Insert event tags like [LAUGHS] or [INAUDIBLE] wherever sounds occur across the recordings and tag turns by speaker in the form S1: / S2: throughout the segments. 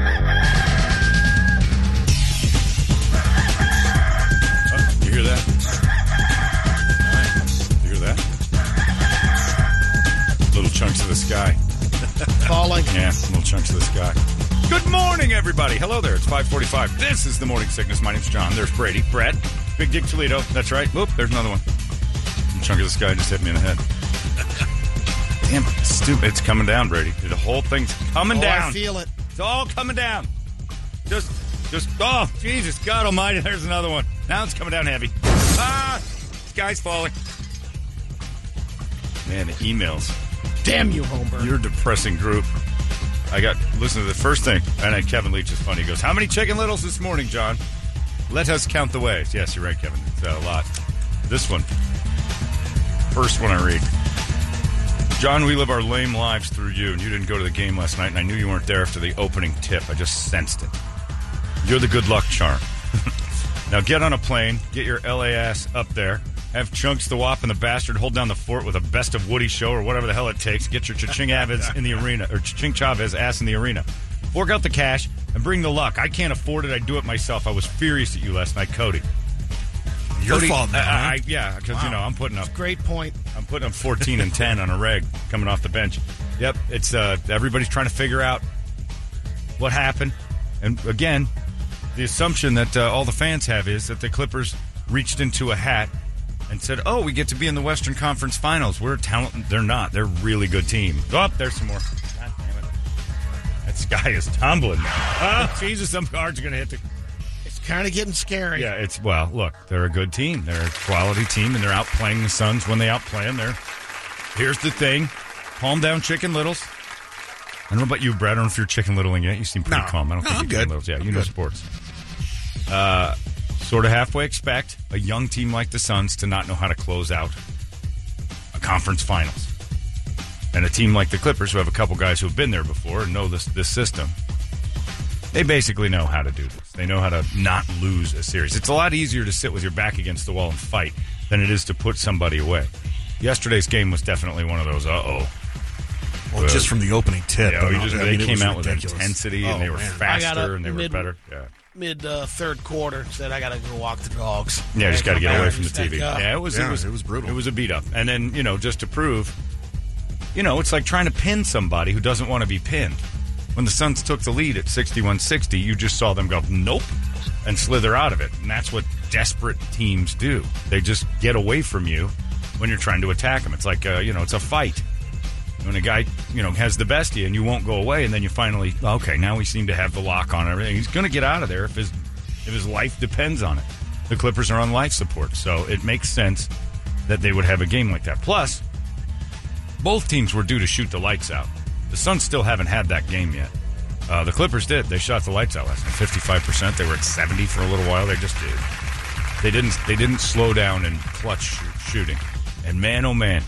S1: Huh, Oh, you hear that? Nice. You hear that? Little chunks of the sky.
S2: Falling.
S1: Yeah, little chunks of the sky. Good morning, everybody. Hello there. It's 545. This is the Morning Sickness. My name's John. There's Brady, Brett, Big Dick Toledo. That's right. Whoop, there's another one. A chunk of the sky just hit me in the head. [LAUGHS] Damn, it's stupid. It's coming down, Brady. The whole thing's coming
S2: Oh,
S1: down.
S2: I feel it.
S1: It's all coming down. Just, just, oh, Jesus, God Almighty, there's another one. Now it's coming down heavy. Ah, sky's falling. Man, the emails.
S2: Damn you, Homer.
S1: You're a depressing group. I got, listen to the first thing. And then Kevin Leach is funny. He goes, How many chicken littles this morning, John? Let us count the ways. Yes, you're right, Kevin. It's uh, a lot. This one, first one I read. John, we live our lame lives through you, and you didn't go to the game last night, and I knew you weren't there after the opening tip. I just sensed it. You're the good luck charm. [LAUGHS] now get on a plane, get your LA ass up there, have Chunks the Wop and the Bastard hold down the fort with a Best of Woody show or whatever the hell it takes. Get your Ching Avids in the arena, or Ching Chavez ass in the arena. Fork out the cash and bring the luck. I can't afford it. I do it myself. I was furious at you last night, Cody.
S3: Your
S1: Cody-
S3: fault now,
S1: I- I-
S3: huh?
S1: I- yeah, because you know I'm putting up
S2: Great point.
S1: I'm putting up 14 and 10 on a reg coming off the bench. Yep, it's uh, everybody's trying to figure out what happened. And again, the assumption that uh, all the fans have is that the Clippers reached into a hat and said, "Oh, we get to be in the Western Conference Finals. We're a talent." They're not. They're a really good team. Oh, there's some more. God damn it! That sky is tumbling. Oh, Jesus! Some cards are going to hit the.
S2: It's kind of getting scary.
S1: Yeah, it's well. Look, they're a good team. They're a quality team, and they're outplaying the Suns when they outplay them. They're here's the thing: calm down, Chicken Littles. I don't know about you, Brad. I don't know if you're Chicken Littling yet. You seem pretty
S3: No.
S1: calm. I don't
S3: No,
S1: think you're
S3: I'm
S1: Chicken
S3: good.
S1: Littles. Yeah,
S3: I'm
S1: you know
S3: good.
S1: sports. Uh, sort of halfway expect a young team like the Suns to not know how to close out a conference finals, and a team like the Clippers, who have a couple guys who have been there before and know this this system, they basically know how to do this. They know how to not lose a series. It's a lot easier to sit with your back against the wall and fight than it is to put somebody away. Yesterday's game was definitely one of those. Uh oh.
S3: Well, just from the opening tip.
S1: Yeah,
S3: and
S1: you
S3: all
S1: just,
S3: that. I
S1: they
S3: mean, it
S1: came
S3: was
S1: out
S3: ridiculous.
S1: with intensity
S3: Oh,
S1: and they were
S3: man.
S2: I got
S1: faster
S2: a
S1: and they were
S2: mid-
S1: better. Yeah,
S2: Mid uh, third quarter, said I gotta go walk the dogs.
S1: yeah, just got to
S2: Come
S1: get away
S2: back,
S1: from the
S2: just like,
S1: TV.
S2: uh,
S1: Yeah, it was
S3: Yeah,
S1: it was
S3: it was brutal.
S1: It was a beat up. And then you know just to prove, you know, it's like trying to pin somebody who doesn't want to be pinned. When the Suns took the lead at 61-60, you just saw them go nope and slither out of it. And that's what desperate teams do. They just get away from you when you're trying to attack them. It's like uh, you know, it's a fight. when a guy you know has the best of you and you won't go away and then you finally okay now we seem to have the lock on everything he's going to get out of there if his if his life depends on it the clippers are on life support so it makes sense that they would have a game like that plus both teams were due to shoot the lights out the suns still haven't had that game yet uh, the clippers did they shot the lights out last night 55% they were at 70 for a little while they just did they didn't they didn't slow down in clutch shoot, shooting and man oh man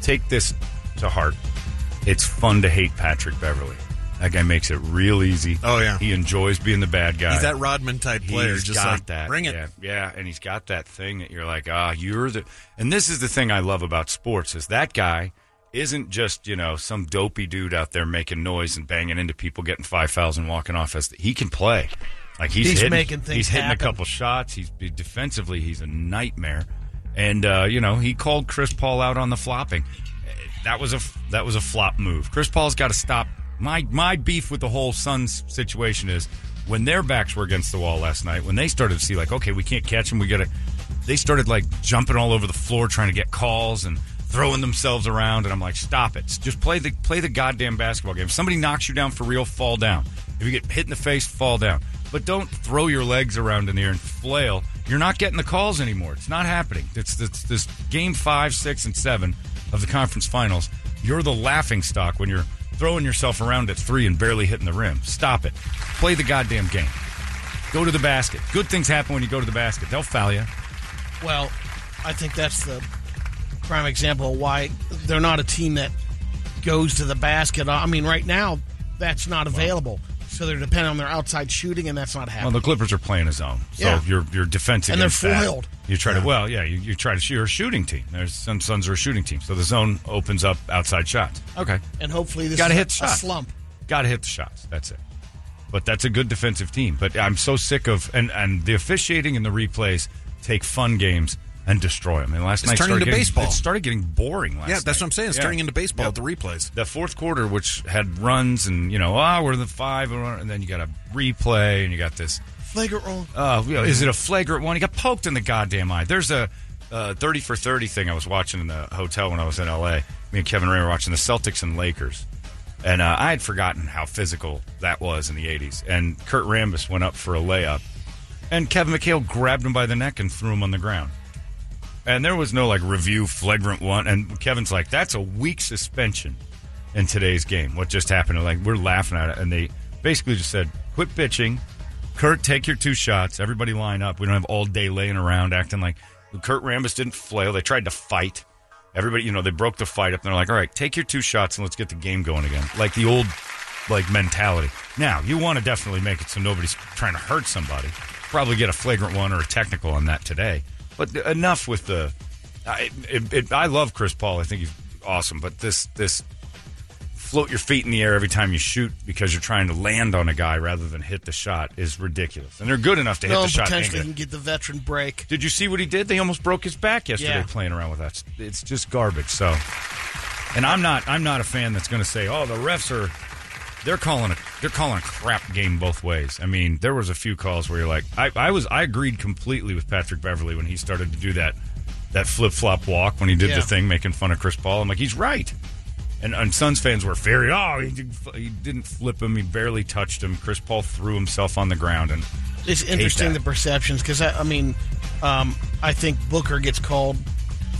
S1: take this to heart. It's fun to hate Patrick Beverly. That guy makes it real easy.
S3: Oh, yeah.
S1: he enjoys being the bad guy.
S3: He's that Rodman type player.
S1: He's
S3: just
S1: got
S3: like,
S1: that.
S3: bring it.
S1: Yeah, yeah, and he's got that thing that you're like, ah, you're the. And this is the thing I love about sports is that guy isn't just you know some dopey dude out there making noise and banging into people, getting five fouls and walking off. As he can play, like he's,
S2: He's
S1: hitting,
S2: making things
S1: He's hitting
S2: happen.
S1: a couple shots. He's defensively, he's a nightmare. And uh, you know, he called Chris Paul out on the flopping. Eh, That was a f- that was a flop move. Chris Paul's got to stop. My my beef with the whole Suns situation is when their backs were against the wall last night. When they started to see like, okay, we can't catch him. We got to. They started like jumping all over the floor trying to get calls and throwing themselves around. And I'm like, stop it. Just play the play the goddamn basketball game. If somebody knocks you down for real, fall down. If you get hit in the face, fall down. But don't throw your legs around in the air and flail. You're not getting the calls anymore. It's not happening. It's, it's this game five, six, and seven of the conference finals. You're the laughing stock when you're throwing yourself around at three and barely hitting the rim. Stop it. Play the goddamn game. Go to the basket. Good things happen when you go to the basket. They'll foul you.
S2: Well, I think that's the prime example of why they're not a team that goes to the basket. I mean, right now that's not available. So they're dependent on their outside shooting, and that's not happening.
S1: Well, the Clippers are playing a zone, so
S2: Yeah.
S1: you're you're defensive
S2: And they're
S1: against that.
S2: foiled.
S1: You try to well, yeah, you, you try to shoot. You're a shooting team. There's some Suns are a shooting team, so the zone opens up outside shots. Okay,
S2: and hopefully this
S1: Gotta
S2: is
S1: hit
S2: a
S1: shot.
S2: slump.
S1: got to hit the shots. That's it. But that's a good defensive team. But I'm so sick of and and the officiating and the replays take fun games and destroy them. And last
S3: It's
S1: night
S3: turning
S1: started
S3: to
S1: getting-
S3: baseball.
S1: It started getting boring last.
S3: Yeah, that's
S1: night.
S3: what I'm saying. It's
S1: Yeah.
S3: turning into baseball
S1: Yep.
S3: at the replays.
S1: the fourth quarter, which had runs and you know ah we're the five and then you got a replay and you got this
S2: Flagrant wrong.
S1: uh, you know, is it a flagrant one? He got poked in the goddamn eye. There's a uh, 30 for 30 thing I was watching in the hotel when I was in LA. Me and Kevin Ray were watching the Celtics and Lakers. And uh, I had forgotten how physical that was in the 80s. And Kurt Rambis went up for a layup. And Kevin McHale grabbed him by the neck and threw him on the ground. And there was no like review flagrant one. And Kevin's like, that's a weak suspension in today's game. What just happened? And, Like we're laughing at it, and they basically just said, "Quit bitching, Kurt. Take your two shots. Everybody line up. We don't have all day laying around acting like Kurt Rambis didn't flail. They tried to fight. Everybody, you know, they broke the fight up. And they're like, "All right, take your two shots and let's get the game going again." Like the old like mentality. Now you want to definitely make it so nobody's trying to hurt somebody. Probably get a flagrant one or a technical on that today. But enough with the. I, it, it, I love Chris Paul. I think he's awesome. But this this float your feet in the air every time you shoot because you're trying to land on a guy rather than hit the shot is ridiculous. And they're good enough to hit
S2: No,
S1: the shot. and
S2: Oh, potentially you
S1: angle
S2: can
S1: it.
S2: get the veteran break.
S1: Did you see what he did? They almost broke his back yesterday
S2: Yeah.
S1: playing around with that. It's just garbage. So, and I'm not I'm not a fan that's going to say, oh, the refs are they're calling a they're calling a crap game both ways. I mean, there was a few calls where you're like, I, I was I agreed completely with Patrick Beverly when he started to do that that flip flop walk when he did
S2: Yeah.
S1: the thing making fun of Chris Paul. I'm like, he's right. And, and Suns fans were very, oh, he, did, he didn't flip him. He barely touched him. Chris Paul threw himself on the ground. And
S2: It's interesting
S1: that.
S2: the perceptions because I, I mean, um, I think Booker gets called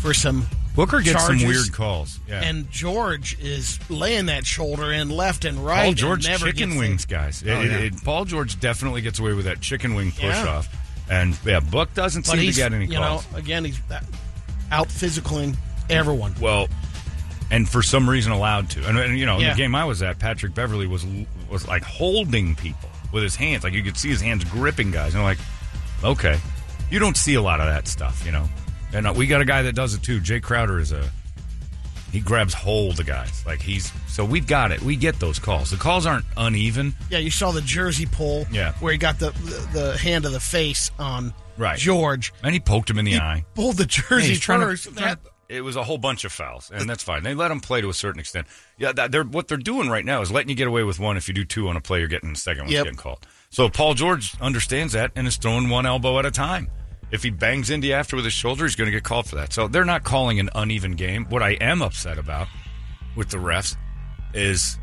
S2: for some
S1: Booker gets
S2: charges,
S1: some weird calls. Yeah.
S2: and George is laying that shoulder in left and right.
S1: Paul
S2: and
S1: George
S2: never
S1: chicken
S2: gets
S1: wings,
S2: it.
S1: guys. It-
S3: Oh,
S1: it-
S3: yeah.
S1: it- Paul George definitely gets away with that chicken wing push
S2: Yeah.
S1: off, and yeah, Book doesn't
S2: But
S1: seem to
S2: he's,
S1: get any
S2: you
S1: calls.
S2: know, again, he's that- out physicaling everyone.
S1: well, and for some reason allowed to. And, and, you know, in
S2: Yeah.
S1: the game I was at, Patrick Beverly was was like holding people with his hands, like you could see his hands gripping guys, and I'm like, okay, you don't see a lot of that stuff, you know. And uh, we got a guy that does it too. Jay Crowder is a he grabs hold of guys like he's so we've got it. We get those calls. The calls aren't uneven.
S2: Yeah, you saw the jersey pull.
S1: Yeah.
S2: where he got the the, the hand of the face on
S1: Right.
S2: George.
S1: And he poked him in the eye.
S2: Pulled the
S1: Yeah,
S2: jersey
S1: he's trying to-
S2: first.
S1: trying to- it was a whole bunch of fouls, and that's fine. They let him play to a certain extent. Yeah, that, they're what they're doing right now is letting you get away with one. If you do two on a play, you're getting the second one
S2: Yep.
S1: getting called. So Paul George understands that and is throwing one elbow at a time. If he bangs Indy after with his shoulder, he's going to get called for that. So they're not calling an uneven game. What I am upset about with the refs is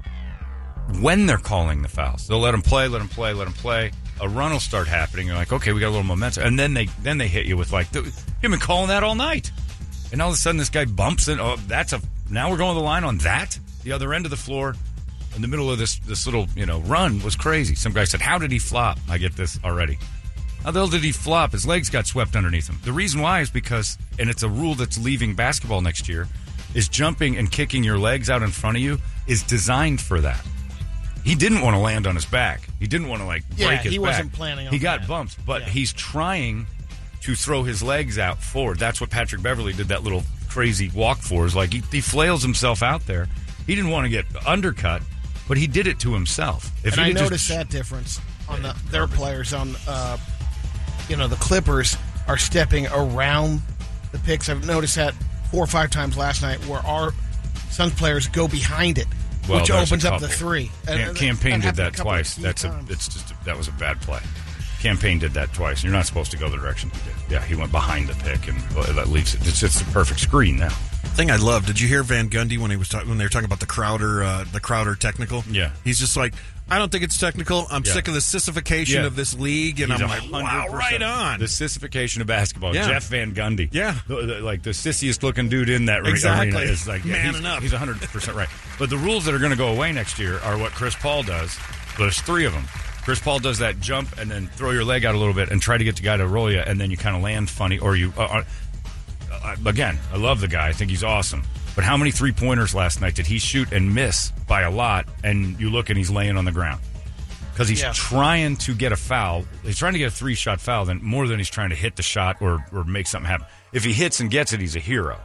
S1: when they're calling the fouls. They'll let them play, let them play, let them play. A run will start happening. You're like, okay, we got a little momentum, and then they then they hit you with like, "Dude, you've been calling that all night, and all of a sudden this guy bumps and oh, that's a now we're going to the line on that the other end of the floor. In the middle of this this little you know run was crazy. Some guy said, "How did he flop?" I get this already. How the hell did he flop? His legs got swept underneath him. The reason why is because, and it's a rule that's leaving basketball next year, is jumping and kicking your legs out in front of you is designed for that. He didn't want to land on his back. He didn't want to like
S2: Yeah,
S1: break his
S2: he
S1: back.
S2: wasn't planning on
S1: He got
S2: that.
S1: bumped, but
S2: Yeah.
S1: he's trying to throw his legs out forward. That's what Patrick Beverly did that little crazy walk for. Is like he, he flails himself out there. He didn't want to get undercut, but he did it to himself. If
S2: and
S1: he'd
S2: I
S1: have just-
S2: noticed that difference on the, their players on, uh, you know, the Clippers are stepping around the picks. I've noticed that four or five times last night where our Suns players go behind it,
S1: Well,
S2: which
S1: there's a
S2: opens up the
S1: couple.
S2: three.
S1: Cam-
S2: And- uh,
S1: campaign did
S2: happened a
S1: that
S2: couple of
S1: twice.
S2: few
S1: That's a,
S2: times.
S1: it's just that was a bad play. Campaign did that twice. You're not supposed to go the direction he did. Yeah, he went behind the pick, and well, that leaves it. It's just the perfect screen now.
S3: Thing I love. Did you hear Van Gundy when he was talking when they were talking about the Crowder uh, the Crowder technical?
S1: Yeah.
S3: he's just like, I don't think it's technical. I'm
S1: Yeah.
S3: sick of the sissification
S1: Yeah.
S3: of this league, and
S1: He's
S3: I'm like, wow,
S1: 100%
S3: right on.
S1: The sissification of basketball.
S3: Yeah.
S1: Jeff Van Gundy.
S3: Yeah.
S1: The- the- like the sissiest looking dude in that re-
S3: Exactly.
S1: arena is like, yeah,
S3: Manning
S1: he's,
S3: up.
S1: He's 100% right. But the rules that are going to go away next year are what Chris Paul does. There's three of them. Chris Paul does that jump and then throw your leg out a little bit and try to get the guy to roll you, and then you kind of land funny or you. Uh, uh, I- again, I love the guy. I think he's awesome. But how many three pointers last night did he shoot and miss by a lot? And you look and he's laying on the ground because he's
S2: Yeah.
S1: trying to get a foul. He's trying to get a three shot foul than more than he's trying to hit the shot or or make something happen. If he hits and gets it, he's a hero.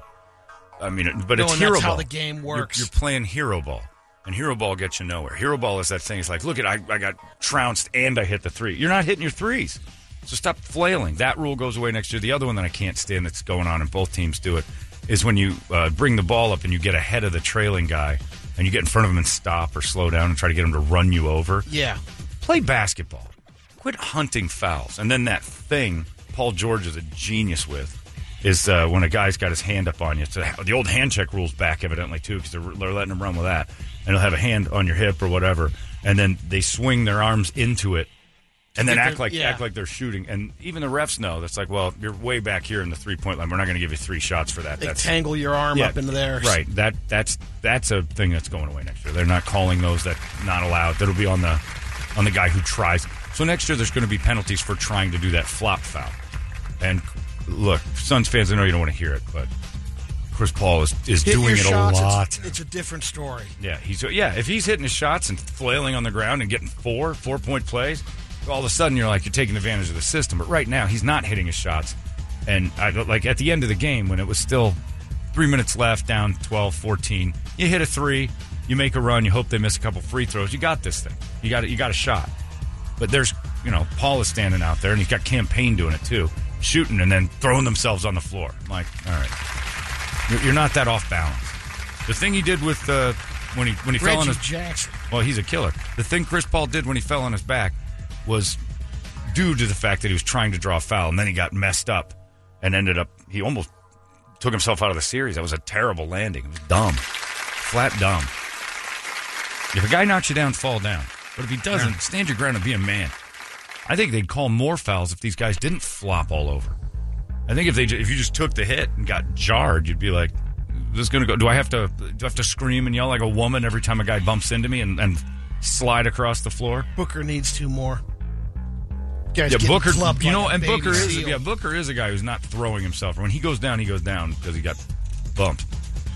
S1: I mean, but
S2: No,
S1: it's
S2: and
S1: hero
S2: that's how
S1: ball.
S2: the game
S1: You're-
S2: works.
S1: You're, playing hero ball, and hero ball gets you nowhere. Hero ball is that thing. It's like, look at I, I got trounced and I hit the three. You're not hitting your threes, so stop flailing. That rule goes away next year. The other one that I can't stand that's going on, and both teams do it, is when you uh, bring the ball up and you get ahead of the trailing guy, and you get in front of him and stop or slow down and try to get him to run you over
S2: Yeah.
S1: play basketball. Quit hunting fouls. And then that thing Paul George is a genius with is uh, when a guy's got his hand up on you. So the old hand check rules back evidently too because they're, they're letting him run with that, and he'll have a hand on your hip or whatever, and then they swing their arms into it. And then
S2: get
S1: act
S2: their-
S1: like
S2: yeah.
S1: act like they're shooting, and even the refs know that's like, well, you're way back here in the three point line. We're not going to give you three shots for that.
S2: They
S1: That's
S2: tangle your arm up into there.
S1: Right. That that's that's a thing that's going away next year. They're not calling those that not allowed. That'll be on the on the guy who tries. So next year there's going to be penalties for trying to do that flop foul. And look, Suns fans, I know you don't want to hear it, but Chris Paul is, is
S2: Hit
S1: doing it
S2: your shots,
S1: a
S2: it's-
S1: lot.
S2: It's, a different story.
S1: Yeah, he's yeah. If he's hitting his shots and flailing on the ground and getting four four point plays, all of a sudden you're like you're taking advantage of the system. But right now he's not hitting his shots, and I don't- like at the end of the game when it was still three minutes left, down 12, 14, you hit a three, you make a run, you hope they miss a couple free throws. You got this thing. You got it. You got a shot. But there's you know Paul is standing out there and he's got campaign doing it too, shooting and then throwing themselves on the floor. I'm like all right. You're- You're not that off balance. The thing he did with uh, when he when he fell on
S2: Reggie
S1: his
S2: Jackson.
S1: well, he's a killer. The thing Chris Paul did when he fell on his back was due to the fact that he was trying to draw a foul, and then he got messed up and ended up he almost took himself out of the series. That was a terrible landing. It was dumb, flat dumb. If a guy knocks you down, fall down. But if he doesn't, stand your ground and be a man. I think they'd call more fouls if these guys didn't flop all over. I think if they ju- if you just took the hit and got jarred, you'd be like, "This is gonna go." Do I have to do I have to scream and yell like a woman every time a guy bumps into me and, and slide across the floor?
S2: Booker needs two more. Guys
S1: Yeah,
S2: getting
S1: Booker.
S2: clubbed
S1: You
S2: like
S1: know,
S2: a
S1: and
S2: baby
S1: Booker is
S2: seal.
S1: yeah, Booker is a guy who's not throwing himself. When he goes down, he goes down because he got bumped.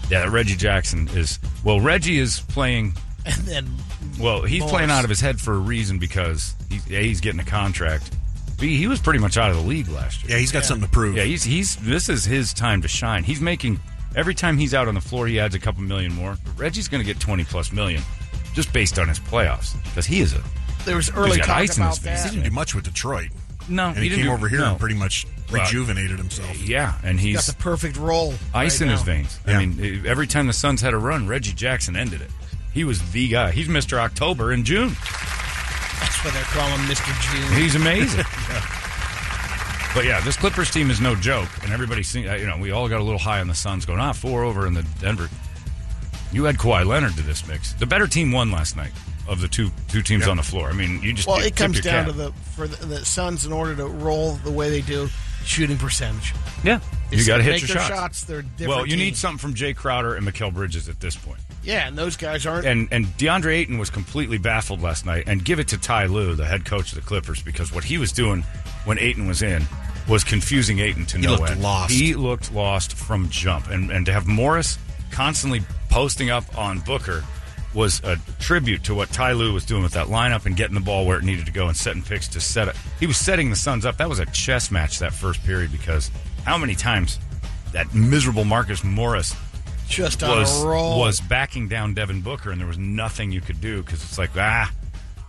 S1: Yeah, that Reggie Jackson is well. Reggie is playing
S2: [LAUGHS] And then
S1: well, he's
S2: Morris.
S1: playing out of his head for a reason because he's, a, he's getting a contract. B, he was pretty much out of the league last year.
S3: Yeah, he's got something to prove.
S1: Yeah, he's he's this is his time to shine. He's making every time he's out on the floor, he adds a couple million more. But Reggie's going to get twenty plus million just based on his playoffs because he is a
S2: there was early
S1: got
S2: talk
S1: ice in
S2: about
S1: his veins.
S2: that.
S3: he didn't do much with Detroit.
S1: no.
S3: And he,
S1: didn't
S3: came
S1: do-
S3: over here
S1: no.
S3: and pretty much
S1: Well,
S3: rejuvenated himself.
S1: yeah, and
S2: Got
S1: he's
S2: the perfect role.
S1: ice
S2: right
S1: in his
S2: now.
S1: veins.
S3: Yeah.
S1: I mean, e, every time the Suns had a run, Reggie Jackson ended it. He was the guy. He's Mister October in June.
S2: That's why they're calling him Mr. June.
S1: He's amazing. But yeah, this Clippers team is no joke, and everybody, seen, you know, we all got a little high on the Suns going, ah, four over in the Denver. You add Kawhi Leonard to this mix. The better team won last night of the two two teams on the floor. I mean, you just
S2: Well,
S1: you tip
S2: it comes
S1: your
S2: down
S1: cap.
S2: to the for the, the Suns in order to roll the way they do shooting percentage.
S1: yeah.
S2: They
S1: You got to hit
S2: make
S1: your
S2: their
S1: shots.
S2: shots, they're a different
S1: well, you
S2: team.
S1: need something from Jay Crowder and Mikel Bridges at this point.
S2: Yeah, and those guys aren't.
S1: and and DeAndre Ayton was completely baffled last night. And give it to Ty Lue, the head coach of the Clippers, because what he was doing when Ayton was in was confusing Ayton to no
S3: looked
S1: end.
S3: lost.
S1: He looked lost from jump, and and to have Morris constantly posting up on Booker was a tribute to what Ty Lue was doing with that lineup and getting the ball where it needed to go and setting picks to set it. He was setting the Suns up. That was a chess match that first period because how many times that miserable Marcus Morris
S2: just on
S1: was
S2: a roll.
S1: was backing down Devin Booker, and there was nothing you could do because it's like ah,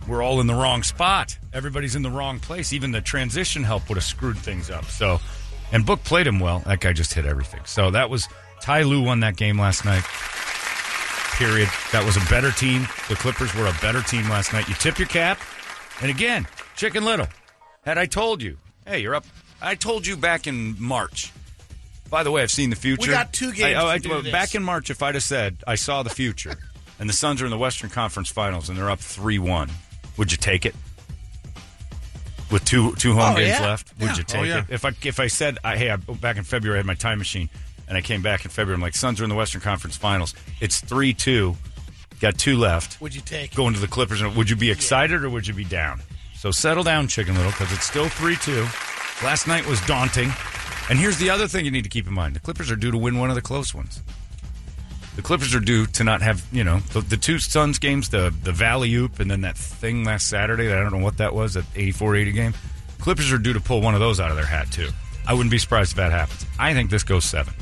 S1: we're all in the wrong spot. Everybody's in the wrong place. Even the transition help would have screwed things up. So, and Book played him well. That guy just hit everything. So that was Ty Lue won that game last night. Period. That was a better team. The Clippers were a better team last night. You tip your cap, and again, Chicken Little. Had I told you, hey, you're up. I told you back in March. By the way, I've seen the future.
S2: got two games
S1: I- I-
S2: to do
S1: well,
S2: this.
S1: back in March, if I'd have said I saw the future, and the Suns are in the Western Conference Finals, and they're up three-one, would you take it? With two two home
S2: Oh,
S1: games
S2: yeah.
S1: left,
S3: Yeah.
S1: would you take
S3: Oh, yeah.
S1: it? If I if I said, I, hey, I, back in February I had my time machine, and I came back in February, I'm like, Suns are in the Western Conference Finals. It's three-two, got two left
S2: Would you take?
S1: going to the Clippers. and Would you be excited or would you be down? So settle down, Chicken Little, because it's still 3 2. Last night was daunting. And here's the other thing you need to keep in mind the Clippers are due to win one of the close ones. The Clippers are due to not have, you know, the, the two Suns games, the, the Valley Oop, and then that thing last Saturday that I don't know what that was, that 84 80 game. Clippers are due to pull one of those out of their hat, too. I wouldn't be surprised if that happens. I think this goes seven.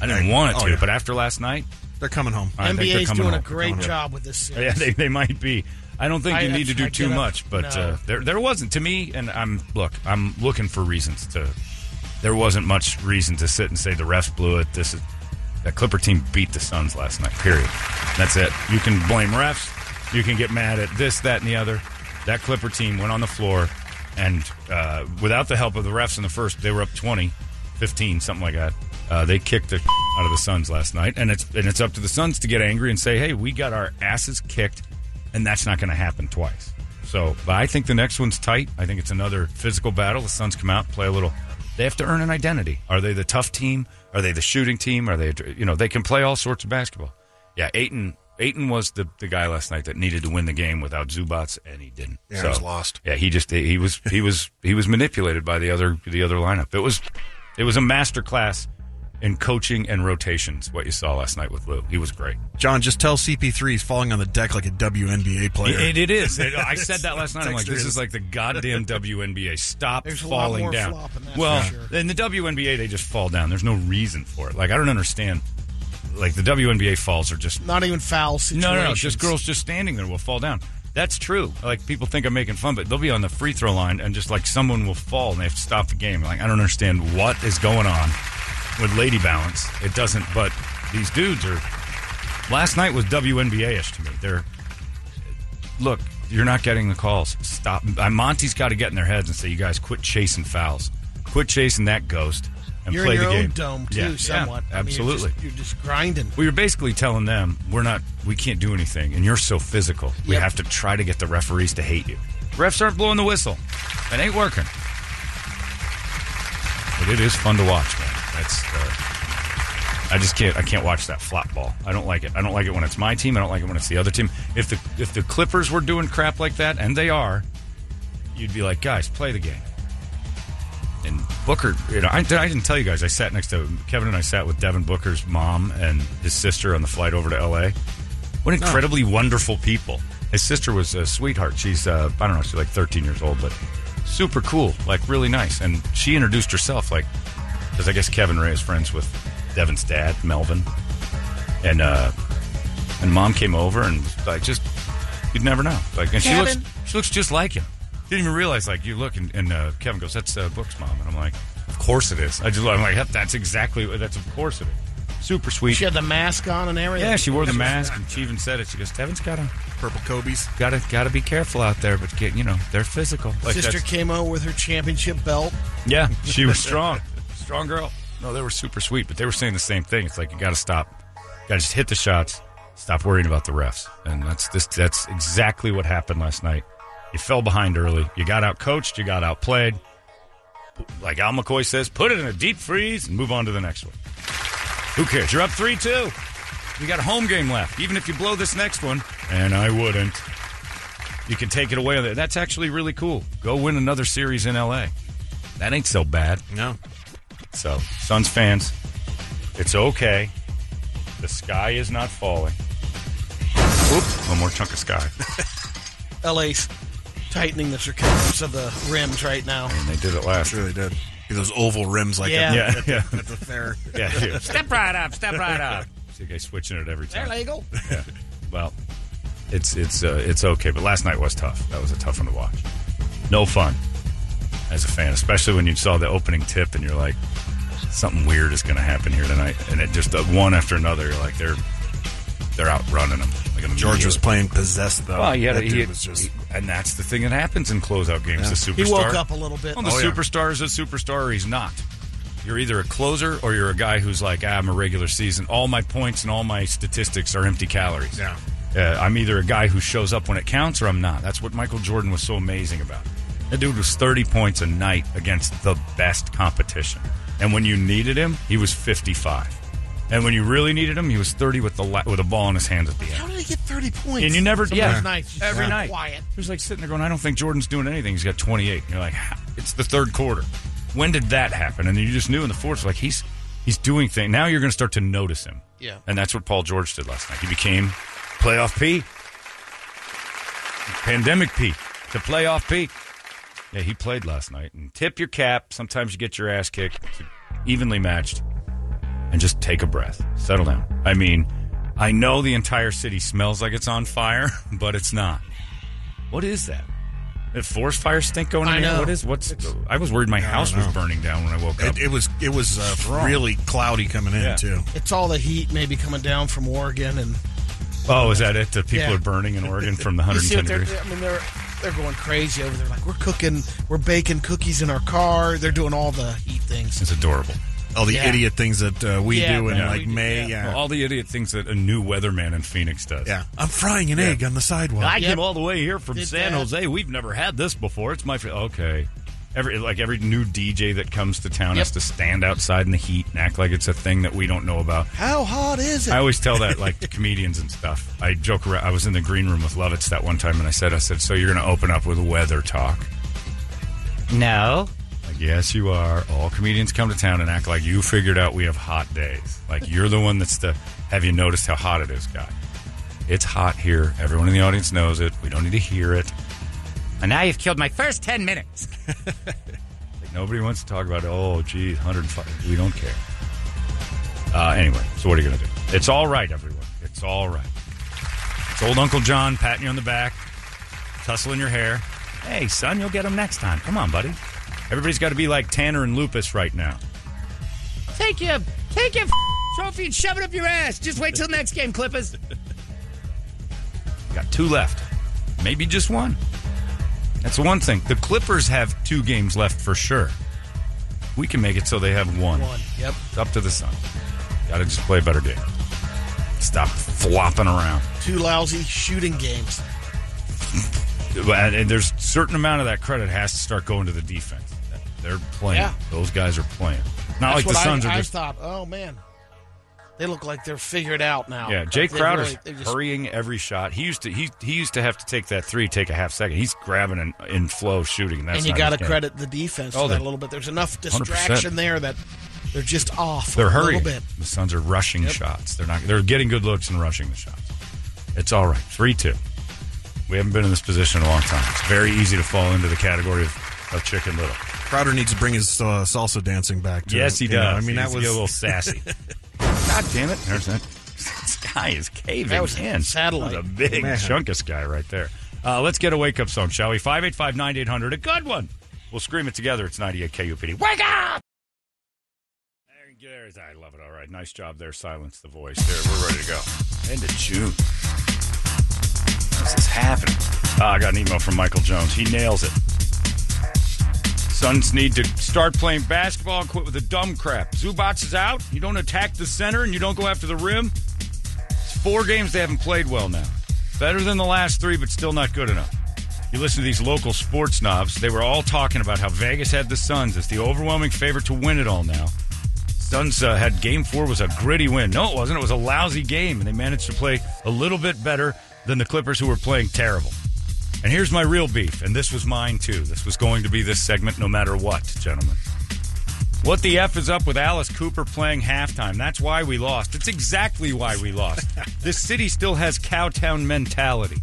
S1: I didn't
S3: Right.
S1: want it
S3: Oh,
S1: to,
S3: yeah.
S1: but after last night, [LAUGHS]
S3: They're coming home.
S1: I think they're
S2: NBA's
S1: coming
S2: doing
S1: home.
S2: a
S1: They're
S2: great
S1: coming home.
S2: job with this series.
S1: Yeah, they, they might be. I don't think
S2: I-
S1: you need to do
S2: I
S1: too
S2: get up-
S1: much, but
S2: no.
S1: uh, there there wasn't to me. And I'm look, I'm looking for reasons to. There wasn't much reason to sit and say the refs blew it. This is that Clipper team beat the Suns last night. Period. That's it. You can blame refs. You can get mad at this, that, and the other. That Clipper team went on the floor, and uh, without the help of the refs in the first, they were up 20, 15, something like that. Uh, they kicked the [LAUGHS] out of the Suns last night, and it's and it's up to the Suns to get angry and say, "Hey, we got our asses kicked." and that's not going to happen twice. So, but I think the next one's tight. I think it's another physical battle. The Suns come out, play a little. They have to earn an identity. Are they the tough team? Are they the shooting team? Are they, you know, they can play all sorts of basketball. Yeah, Aiton. Aiton was the, the guy last night that needed to win the game without Zubats, and he didn't.
S3: Yeah, he was lost.
S1: Yeah, he just he was he was he was manipulated by the other the other lineup. It was it was a master class in coaching and rotations. What you saw last night with Lou, he was great.
S3: John, just tell CP3 he's falling on the deck like a WNBA player.
S1: It, it is. It- I said that last night. I'm like,
S3: Texture
S1: this
S3: is-
S1: is like the goddamn WNBA. Stop
S2: There's a lot
S1: falling
S2: more
S1: down.
S2: flopping, that's
S1: well,
S2: for sure.
S1: in the WNBA, they just fall down. There's no reason for it. Like, I don't understand. Like, the WNBA falls are just
S2: Not even foul situations.
S1: no, no, no. Just girls just standing there will fall down. That's true. Like people think I'm making fun, but they'll be on the free throw line and just like someone will fall and they have to stop the game. Like I don't understand what is going on with lady balance. It doesn't. But these dudes are. Last night was WNBA ish to me. They're look. You're not getting the calls. Stop. Uh, Monty's got to get in their heads and say, "You guys, quit chasing fouls. Quit chasing that ghost and
S2: You're
S1: play
S2: in your
S1: the game."
S2: own dome too,
S1: Yeah, yeah,
S2: somewhat. I mean,
S1: absolutely.
S2: you're, just, you're just grinding.
S1: We were basically telling them we're not, we can't do anything, and you're so physical. We
S2: Yep.
S1: have to try to get the referees to hate you. Refs aren't blowing the whistle. It ain't working. But it is fun to watch, man. That's. Uh, I just can't. I can't watch that flop ball. I don't like it. I don't like it when it's my team. I don't like it when it's the other team. If the if the Clippers were doing crap like that, and they are, you'd be like, guys, play the game. And Booker, you know, I, I didn't tell you guys. I sat next to Kevin and I sat with Devin Booker's mom and his sister on the flight over to L.A. What incredibly wonderful people. His sister was a sweetheart. She's uh, I don't know, she's like 13 years old, but super cool, like really nice. And she introduced herself, like because I guess Kevin Ray is friends with Devin's dad, Melvin, and uh, and mom came over and was like just you'd never know. Like and she
S2: Kevin.
S1: looks she looks just like him. Didn't even realize like you look and, and uh, Kevin goes that's uh, Book's mom and I'm like of course it is. I just I'm like "Yep, that's exactly what that's of course it is. Super sweet.
S2: She had the mask on and everything.
S1: yeah, she wore the mask and she even said it. She goes Devin's got to
S3: Purple Kobe's.
S1: got to got to be careful out there, but get you know they're physical. Like
S2: Sister
S1: that's-
S2: came out with her championship belt.
S1: Yeah, she [LAUGHS] was strong. strong girl. No, they were super sweet, but they were saying the same thing. It's like you got to stop. Got to just hit the shots. Stop worrying about the refs. And that's this that's exactly what happened last night. You fell behind early. You got out coached, you got outplayed. Like Al McCoy says, put it in a deep freeze and move on to the next one. Who cares? You're up 3 2. You got a home game left. Even if you blow this next one, and I wouldn't, you can take it away. That's actually really cool. Go win another series in LA. That ain't so bad.
S3: No.
S1: So, Suns fans, it's okay. The sky is not falling. Oop, one more chunk of sky.
S2: LA's tightening the circumference of the rims right now.
S1: And they did it last.
S3: Sure they did. Those oval rims like
S2: Yeah.
S1: [LAUGHS]
S3: at,
S1: Yeah, yeah,
S3: the- at the fair.
S1: [LAUGHS] yeah. yeah. [LAUGHS] Step right up, step right up. See, guys switching it every
S2: They're
S1: time.
S2: legal.
S1: Well, it's it's uh, it's okay, but last night was tough. That was a tough one to watch. No fun as a fan, especially when you saw the opening tip and you're like, something weird is going to happen here tonight, and it just uh, one after another. You're like, they're they're outrunning them. Like
S3: George was
S1: immediately.
S3: playing possessed though.
S1: Well, yeah,
S3: that
S1: he,
S3: dude was just.
S1: he- and that's the thing that happens in closeout games. The superstar.
S2: He woke up a little bit.
S1: Well, the
S3: Oh, yeah.
S1: superstar is a superstar, or he's not. You're either a closer or you're a guy who's like, ah, I'm a regular season. All my points and all my statistics are empty calories.
S3: Yeah.
S1: Uh, I'm either a guy who shows up when it counts or I'm not. That's what Michael Jordan was so amazing about. That dude was 30 points a night against the best competition. And when you needed him, he was 55. And when you really needed him, he was 30 with the la- with a ball in his hands at the end.
S2: How did he get 30 points?
S1: And you never,
S2: Some of
S1: yeah,
S2: those nights, just
S1: every night.
S2: Quiet.
S1: It was like sitting there going, I don't think Jordan's doing anything. He's got 28. And you're like, "Ha- it's the third quarter. When did that happen? And then you just knew in the fourth, like he's he's doing things. Now you're going to start to notice him.
S2: Yeah.
S1: And that's what Paul George did last night. He became playoff P, pandemic P, to playoff P. Yeah, he played last night. And tip your cap. Sometimes you get your ass kicked, evenly matched, and just take a breath. Settle down. I mean, I know the entire city smells like it's on fire, [LAUGHS] but it's not. What is that? A forest fire stink going in
S2: I
S1: the air?
S2: know.
S1: What is what's I was worried my house was burning down when I woke up.
S3: It, it was it was uh, really cloudy coming in
S1: Yeah.
S3: too.
S2: It's all the heat maybe coming down from Oregon and
S1: oh, is that it? The people
S2: Yeah.
S1: are burning
S2: [LAUGHS]
S1: in Oregon from the
S2: you see
S1: 110
S2: what they're
S1: degrees.
S2: I mean they're they're going crazy over there like we're cooking we're baking cookies in our car they're doing all the heat things.
S1: It's adorable.
S3: All the
S2: Yeah.
S3: idiot things that uh, we
S2: Yeah,
S3: do in
S2: yeah.
S3: like
S2: we do,
S3: May.
S2: yeah.
S3: Yeah. Yeah.
S1: Well, all the idiot things that a new weatherman in Phoenix does.
S3: I'm frying an egg on the sidewalk.
S1: I
S2: Yep.
S1: came all the way here from
S2: Did
S1: San
S2: that.
S1: Jose. We've never had this before. It's my fa- okay. Every like every new DJ that comes to town
S2: Yep.
S1: has to stand outside in the heat and act like it's a thing that we don't know about.
S2: How hot is it?
S1: I always tell that like to comedians and stuff. I joke around. I was in the green room with Lovitz that one time, and I said, "I said, so you're going to open up with weather talk."
S4: No.
S1: Like, yes, you are. All comedians come to town and act like you figured out we have hot days. Like you're the one that's the. Have you noticed how hot it is, guy? It's hot here. Everyone in the audience knows it. We don't need to hear it.
S4: And now you've killed my first 10 minutes.
S1: Like, nobody wants to talk about. Oh, geez, 105. We don't care. Uh, anyway, so what are you going to do? It's all right, everyone. It's all right. It's old Uncle John patting you on the back, tussling your hair. Hey, son, you'll get him next time. Come on, buddy. Everybody's got to be like Tanner and Lupus right now.
S4: Take your, take your [LAUGHS] f- trophy and shove it up your ass. Just wait till next game, Clippers.
S1: Got two left. Maybe just one. That's the one thing. The Clippers have two games left for sure. We can make it so they have one.
S2: One. Yep.
S1: It's up to the sun. Got to just play a better game. Stop flopping around.
S2: Two lousy shooting games.
S1: And and there's certain amount of that credit has to start going to the defense. They're playing.
S2: Yeah.
S1: Those guys are playing. Not
S2: That's
S1: like the
S2: what
S1: Suns
S2: I,
S1: are
S2: I
S1: just.
S2: thought, oh man, they look like they're figured out now.
S1: Yeah,
S2: Like,
S1: Jay
S2: they
S1: Crowder's
S2: really- they just-
S1: hurrying every shot. He used to he he used to have to take that three, take a half second. He's grabbing and in flow shooting. That's
S2: and you
S1: not
S2: got to
S1: his game.
S2: credit the defense
S1: Oh,
S2: for that
S1: they-
S2: a little bit. There's enough
S1: 100%.
S2: distraction there that they're just off.
S1: They're
S2: a
S1: hurrying.
S2: little bit.
S1: The Suns are rushing shots. They're not. They're getting good looks and rushing the shots. It's all right. Three two. We haven't been in this position in a long time. It's very easy to fall into the category of, of Chicken Little.
S3: Crowder needs to bring his uh, salsa dancing back. To
S1: yes, he
S3: it, you know?
S1: does.
S3: I mean,
S1: He needs
S3: that
S1: to
S3: was
S1: get a little [LAUGHS] sassy. God damn it! There's that. This guy is caving
S2: That was
S1: in.
S2: satellite.
S1: That was a big chunk of sky right there. Uh, let's get a wake up song, shall we? 585 9800. A good one. We'll scream it together. It's 98 KUPD. Wake up! Aaron Gutierrez, I love it. All right. Nice job there. Silence the voice there. We're ready to go. End of June. This is happening. Ah, I got an email from Michael Jones. He nails it. Suns need to start playing basketball and quit with the dumb crap. Zubats is out. You don't attack the center and you don't go after the rim. It's four games they haven't played well now. Better than the last three, but still not good enough. You listen to these local sports knobs. They were all talking about how Vegas had the Suns as the overwhelming favorite to win it all now. Suns uh, had game four was a gritty win. No, it wasn't. It was a lousy game, and they managed to play a little bit better than the Clippers, who were playing terrible. And here's my real beef, and this was mine too. This was going to be this segment no matter what, gentlemen. What the F is up with Alice Cooper playing halftime? That's why we lost. It's exactly why we lost. this city still has cowtown mentality.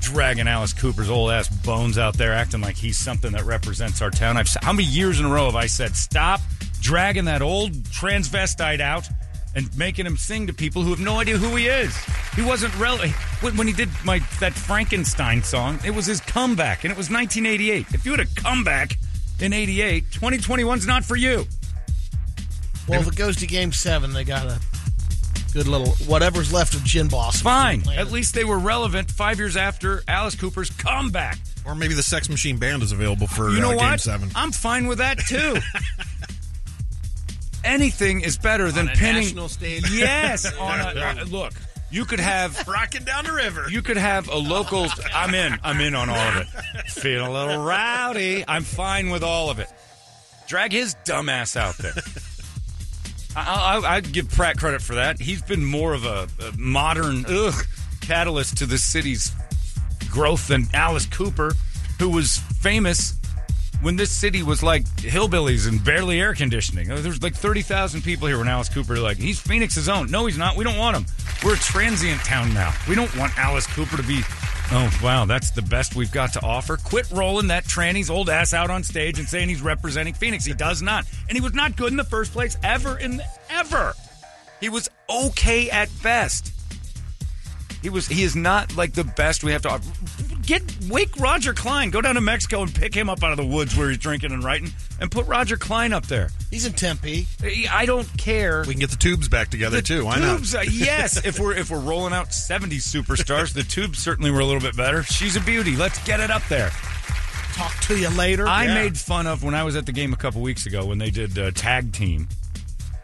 S1: Dragging Alice Cooper's old ass bones out there, acting like he's something that represents our town. I've, how many years in a row have I said, stop dragging that old transvestite out and making him sing to people who have no idea who he is? He wasn't relevant. When when he did my that Frankenstein song, it was his comeback, and it was 1988. If you had a comeback in 88, 2021's not for you.
S2: Well, if it goes to game seven, they got a good little whatever's left of Gin Blossom.
S1: Fine.
S2: Atlanta.
S1: At least they were relevant five years after Alice Cooper's comeback.
S3: or maybe the Sex Machine Band is available for
S1: You know
S3: uh,
S1: what?
S3: Game Seven.
S1: I'm fine with that
S3: [LAUGHS]
S1: too. Anything is better than
S5: a
S1: pinning.
S5: national stage. [LAUGHS]
S1: Yes. on a, uh, look, you could have
S3: Rocking down the river.
S1: you could have a local. I'm in. I'm in on all of it. Feeling a little rowdy. I'm fine with all of it. Drag his dumbass out there. I, I, I'd give Pratt credit for that. He's been more of a, a modern ugh, catalyst to the city's growth than Alice Cooper, who was famous when this city was like hillbillies and barely air conditioning. Uh, There's like 30,000 people here when Alice Cooper like, he's Phoenix's own. No, he's not. We don't want him. We're a transient town now. We don't want Alice Cooper to be, oh, wow, that's the best we've got to offer. Quit rolling that tranny's old ass out on stage and saying he's representing Phoenix. He does not. And he was not good in the first place ever in ever. He was okay at best. He was. He is not like the best we have to offer. Get wake Roger Klein. Go down to Mexico and pick him up out of the woods where he's drinking and writing, and put Roger Klein up there.
S2: He's in Tempe.
S1: I- I don't care.
S3: We can get the tubes back together
S1: the
S3: too. Why
S1: tubes,
S3: not?
S1: uh, yes, if we're if we're rolling out '70s superstars, the tubes certainly were a little bit better. She's a beauty. Let's get it up there.
S2: Talk to you later.
S1: I made fun of when I was at the game a couple weeks ago when they did uh, tag team,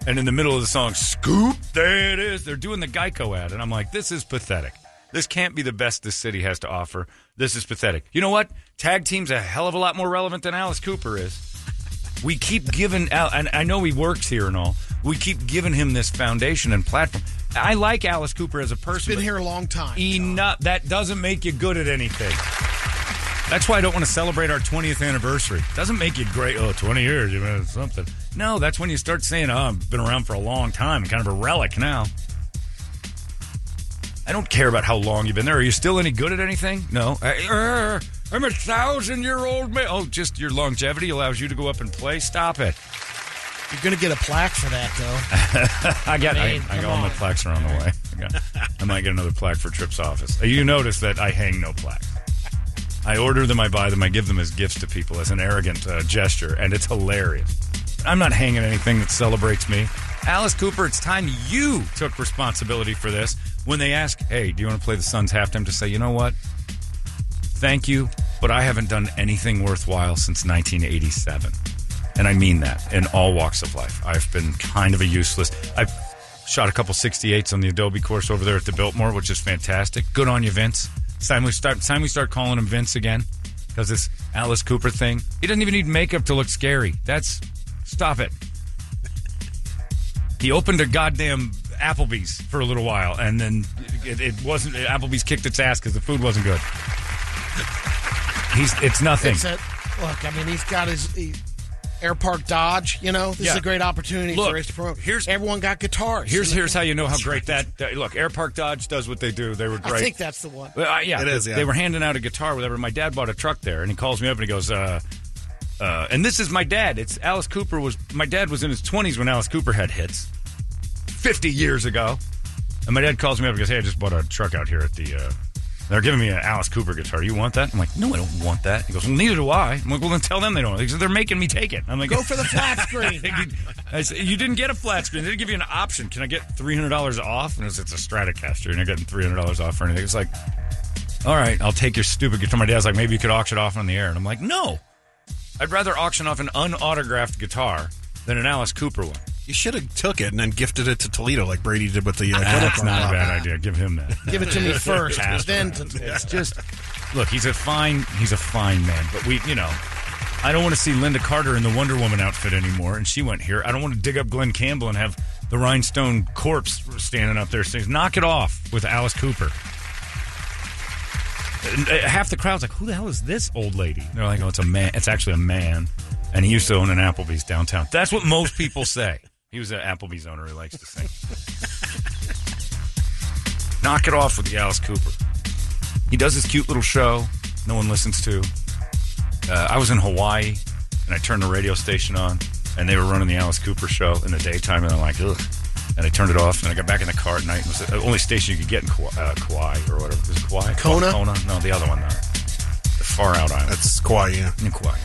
S1: and in the middle of the song, scoop, there it is. They're doing the Geico ad, and I'm like, this is pathetic. This can't be the best this city has to offer. This is pathetic. You know what? Tag team's a hell of a lot more relevant than Alice Cooper is. We keep giving Al, and I know he works here and all. We keep giving him this foundation and platform. I like Alice Cooper as a person.
S2: Been
S1: but-
S2: here a long time.
S1: Enough. That doesn't make you good at anything. That's why I don't want to celebrate our 20th anniversary. Doesn't make you great. Oh, 20 years, you know, something. No, that's when you start saying, oh, I've been around for a long time, kind of a relic now. I don't care about how long you've been there. Are you still any good at anything? No. I, er, I'm a thousand year old man. Oh, just your longevity allows you to go up and play? Stop it.
S2: You're gonna get a plaque for that though.
S1: I got. I,
S4: mean,
S1: I,
S4: come
S1: all my
S4: on.
S1: plaques are on the way. I, got- I might get another plaque for Tripp's office. Uh, You notice that I hang no plaques. I order them, I buy them, I give them as gifts to people as an arrogant uh, gesture, and it's hilarious. I'm not hanging anything that celebrates me. Alice Cooper, it's time you took responsibility for this. When they ask, "Hey, do you want to play the Suns halftime?" to say, "You know what? Thank you, but I haven't done anything worthwhile since 1987." And I mean that in all walks of life. I've been kind of a useless. I shot a couple 68s on the Adobe course over there at the Biltmore, which is fantastic. Good on you, Vince. It's time we start, it's time we start calling him Vince again because this Alice Cooper thing. He doesn't even need makeup to look scary. That's. Stop it. He opened a goddamn Applebee's for a little while, and then it, it wasn't. Applebee's kicked its ass because the food wasn't good. He's, it's nothing.
S2: It's a, look, I mean, he's got his he, Air Park Dodge. You know, this
S1: Yeah.
S2: is a great opportunity
S1: Look,
S2: for us to promote.
S1: here's-
S2: everyone got guitars.
S1: Here's here's how you know how great that, that- look. Air Park Dodge does what they do. They were
S2: I
S1: great.
S2: think that's the one.
S1: Well, uh, yeah,
S3: It is, yeah.
S1: They were handing out a guitar, whatever. My dad bought a truck there, and he calls me up and he goes, uh, uh, and this is my dad. It's Alice Cooper was my dad was in his twenties when Alice Cooper had hits, fifty years ago. And my dad calls me up and goes, hey, I just bought a truck out here at the. Uh, they're giving me an Alice Cooper guitar. You want that? I'm like, no, I don't want that. He goes, well, neither do I. I'm like, well, then tell them they don't. He goes, they're making me take it. I'm like,
S2: Go for the flat screen.
S1: I think [LAUGHS] you- I said, you didn't get a flat screen. They didn't give you an option. Can I get three hundred dollars off? And it's, it's a Stratocaster, and you're getting three hundred dollars off or anything. It's like, all right, I'll take your stupid guitar. My dad's like, maybe you could auction it off on the air, and I'm like, no, I'd rather auction off an unautographed guitar than an Alice Cooper one.
S3: You should have took it and then gifted it to Toledo like Brady did with the. Uh,
S1: That's not a bad idea. Give him that. [LAUGHS]
S2: Give it to me first,
S1: Pass.
S2: then to
S1: It's just look, he's a fine he's a fine man, but we you know I don't want to see Linda Carter in the Wonder Woman outfit anymore, and she went here. I don't want to dig up Glenn Campbell and have the rhinestone corpse standing up there saying, "Knock it off" with Alice Cooper. And, uh, half the crowd's like, "Who the hell is this old lady?" They're like, "Oh, it's a man. It's actually a man, and he used to own an Applebee's downtown." That's what most people say. He was an Applebee's owner. He likes to sing. Knock it off with the Alice Cooper. He does his cute little show. No one listens to. Uh, I was in Hawaii, and I turned the radio station on, and they were running the Alice Cooper show in the daytime, and I'm like, ugh. And I turned it off, and I got back in the car at night. It was the only station you could get in Kauai, uh, Kauai or whatever. Is it Kauai?
S2: Kona?
S1: Kona? No, the other one, though. The far out island.
S3: That's quiet. Yeah.
S1: In Kauai.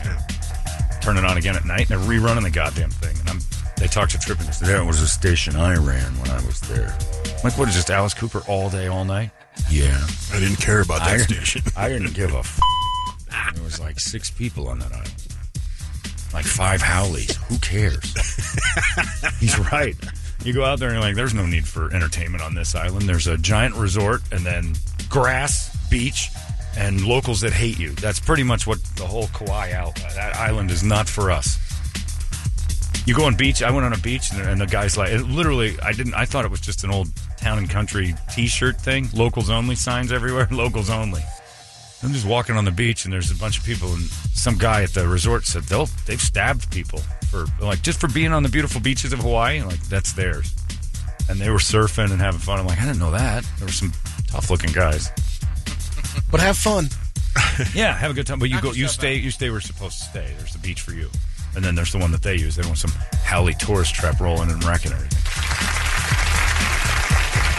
S1: Turn it on again at night, and they're rerunning the goddamn thing. And I'm, they talked to Tripp and just, there was a station I ran when I was there. I'm like, what is this, Alice Cooper all day, all night? Yeah.
S3: I didn't care about that
S1: I-
S3: station.
S1: [LAUGHS] I didn't give a. F- there was like six people on that island, like five Howleys. Who cares? He's right. You go out there and you're like, there's no need for entertainment on this island. There's a giant resort and then grass, beach, and locals that hate you. That's pretty much what the whole Kauai out. That island is not for us. You go on beach. I went on a beach, and, and the guy's like, it literally, I didn't. I thought it was just [LAUGHS] an old town and country T-shirt thing. Locals only signs everywhere. Locals only. I'm just walking on the beach, and there's a bunch of people, and some guy at the resort said they'll they've stabbed people for like just for being on the beautiful beaches of Hawaii. Like that's theirs, and they were surfing and having fun. I'm like, I didn't know that. There were some tough looking guys.
S2: But have fun.
S1: Yeah, have a good time. But you go, you stay, you stay. We're supposed to stay. There's the beach for you, and then there's the one that they use. They don't want some Howley tourist trap rolling and wrecking everything.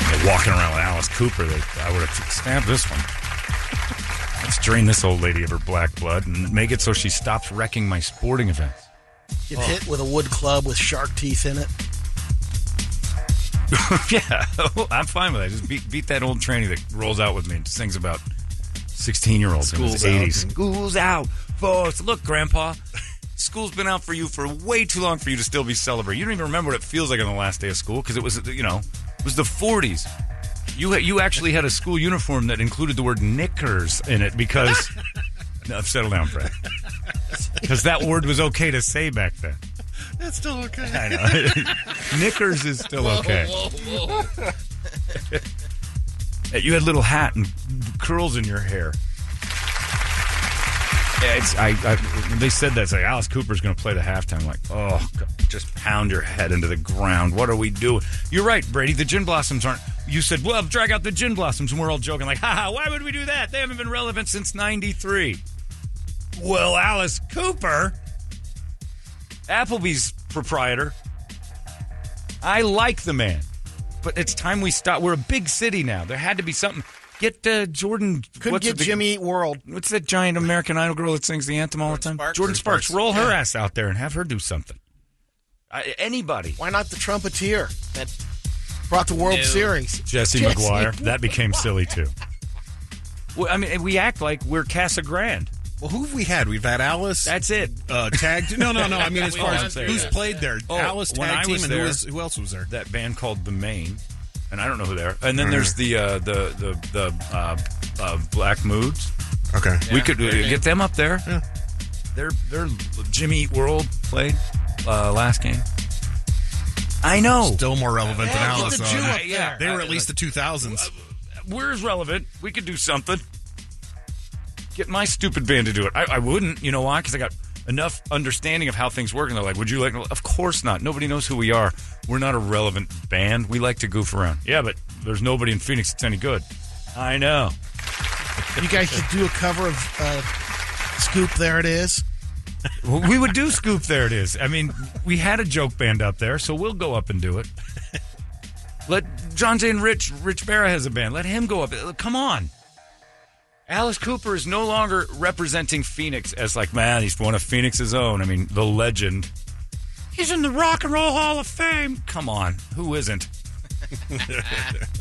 S1: They're walking around with Alice Cooper. They, I would have stabbed this one. Let's drain this old lady of her black blood and make it so she stops wrecking my sporting events. Oh.
S2: Get hit with a wood club with shark teeth in it.
S1: [LAUGHS] yeah, I'm fine with that. Just beat, beat that old tranny that rolls out with me and sings about 16 year olds in his 80s. School's out, folks. Look, Grandpa, school's been out for you for way too long for you to still be celebrating. You don't even remember what it feels like on the last day of school because it was, you know, it was the 40s. You, ha- you actually had a school uniform that included the word knickers in it
S3: [LAUGHS]
S1: because. no, settle down, Brad. Because that word was okay to say back then.
S3: That's still okay.
S1: I know. [LAUGHS] Knickers is still okay. you had a little hat and curls in your hair. Yeah, It's, I, I, when they said that. It's like Alice Cooper's going to play the halftime. Like, oh, God, just pound your head into the ground. What are we doing? You're right, Brady. The gin blossoms aren't. You said, well, drag out the gin blossoms, and we're all joking. Like, haha, why would we do that? They haven't been relevant since '93. Well, Alice Cooper. Applebee's proprietor. I like the man, but it's time we stop. We're a big city now. There had to be something. Get uh, Jordan.
S2: Couldn't
S1: what's
S2: get
S1: the-
S2: Jimmy Eat World.
S1: What's that giant American Idol girl that sings the anthem all the time?
S3: Sparks.
S1: Jordan
S3: Jordan
S1: Sparks.
S3: Sparks.
S1: Roll her ass out there and have her do something. I, anybody.
S2: Why not the trumpeter that brought the World Series?
S1: Jesse McGuire. That became silly too. Well, I mean, we act like we're Casa Grande.
S3: Well, who have we had? We've had Alice.
S1: That's it.
S3: uh, tagged. No, no, no. I mean, as
S1: We
S3: far
S1: haven't
S3: as
S1: there
S3: who's
S1: yet.
S3: played there,
S1: Oh,
S3: Alice
S1: when I
S3: tag team,
S1: was
S3: and who,
S1: there-
S3: is, who else was there?
S1: that band called The Main, and I don't know who they are. And then there's the uh, the the the uh, uh, Black Moods.
S3: Okay.
S1: we could uh, get them up there. They're they're Jimmy Eat World played uh, last game. I know.
S3: Still more relevant than
S2: Yeah, get
S3: Alice.
S2: the
S1: uh,
S3: though.
S2: Jew up
S1: Yeah.
S3: They were at least the 2000s.
S1: we're as relevant. We could do something. Get my stupid band to do it. I, I wouldn't. You know why? Because I got enough understanding of how things work. And they're like, would you like? Of course not. Nobody knows who we are. We're not a relevant band. We like to goof around. Yeah, but there's nobody in Phoenix that's any good. I know.
S2: You guys should do a cover of uh, Scoop. There it is.
S1: Well, we would do Scoop There It Is. I mean, we had a joke band up there, so we'll go up and do it. Let John Jay and Rich, Rich Barra has a band. Let him go up. Come on. Alice Cooper is no longer representing Phoenix as like, man, he's one of Phoenix's own. I mean, the legend. He's in the Rock and Roll Hall of Fame. Come on. Who isn't? [LAUGHS] Uh,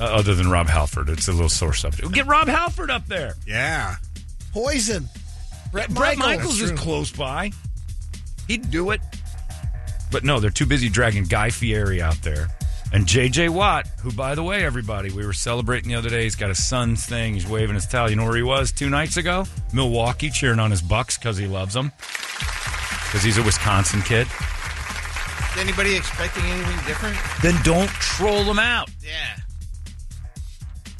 S1: other than Rob Halford. It's a little sore subject. Get Rob Halford up there.
S3: Yeah.
S2: Poison. Brett,
S1: Brett
S2: Michaels.
S1: Michaels is close by. He'd do it. But no, they're too busy dragging Guy Fieri out there. And JJ Watt, who, by the way, everybody, we were celebrating the other day. He's got a son's thing. He's waving his towel. You know where he was two nights ago? Milwaukee, cheering on his Bucks because he loves them. Because he's a Wisconsin kid.
S5: Anybody expecting anything different?
S1: Then don't troll him out.
S5: Yeah.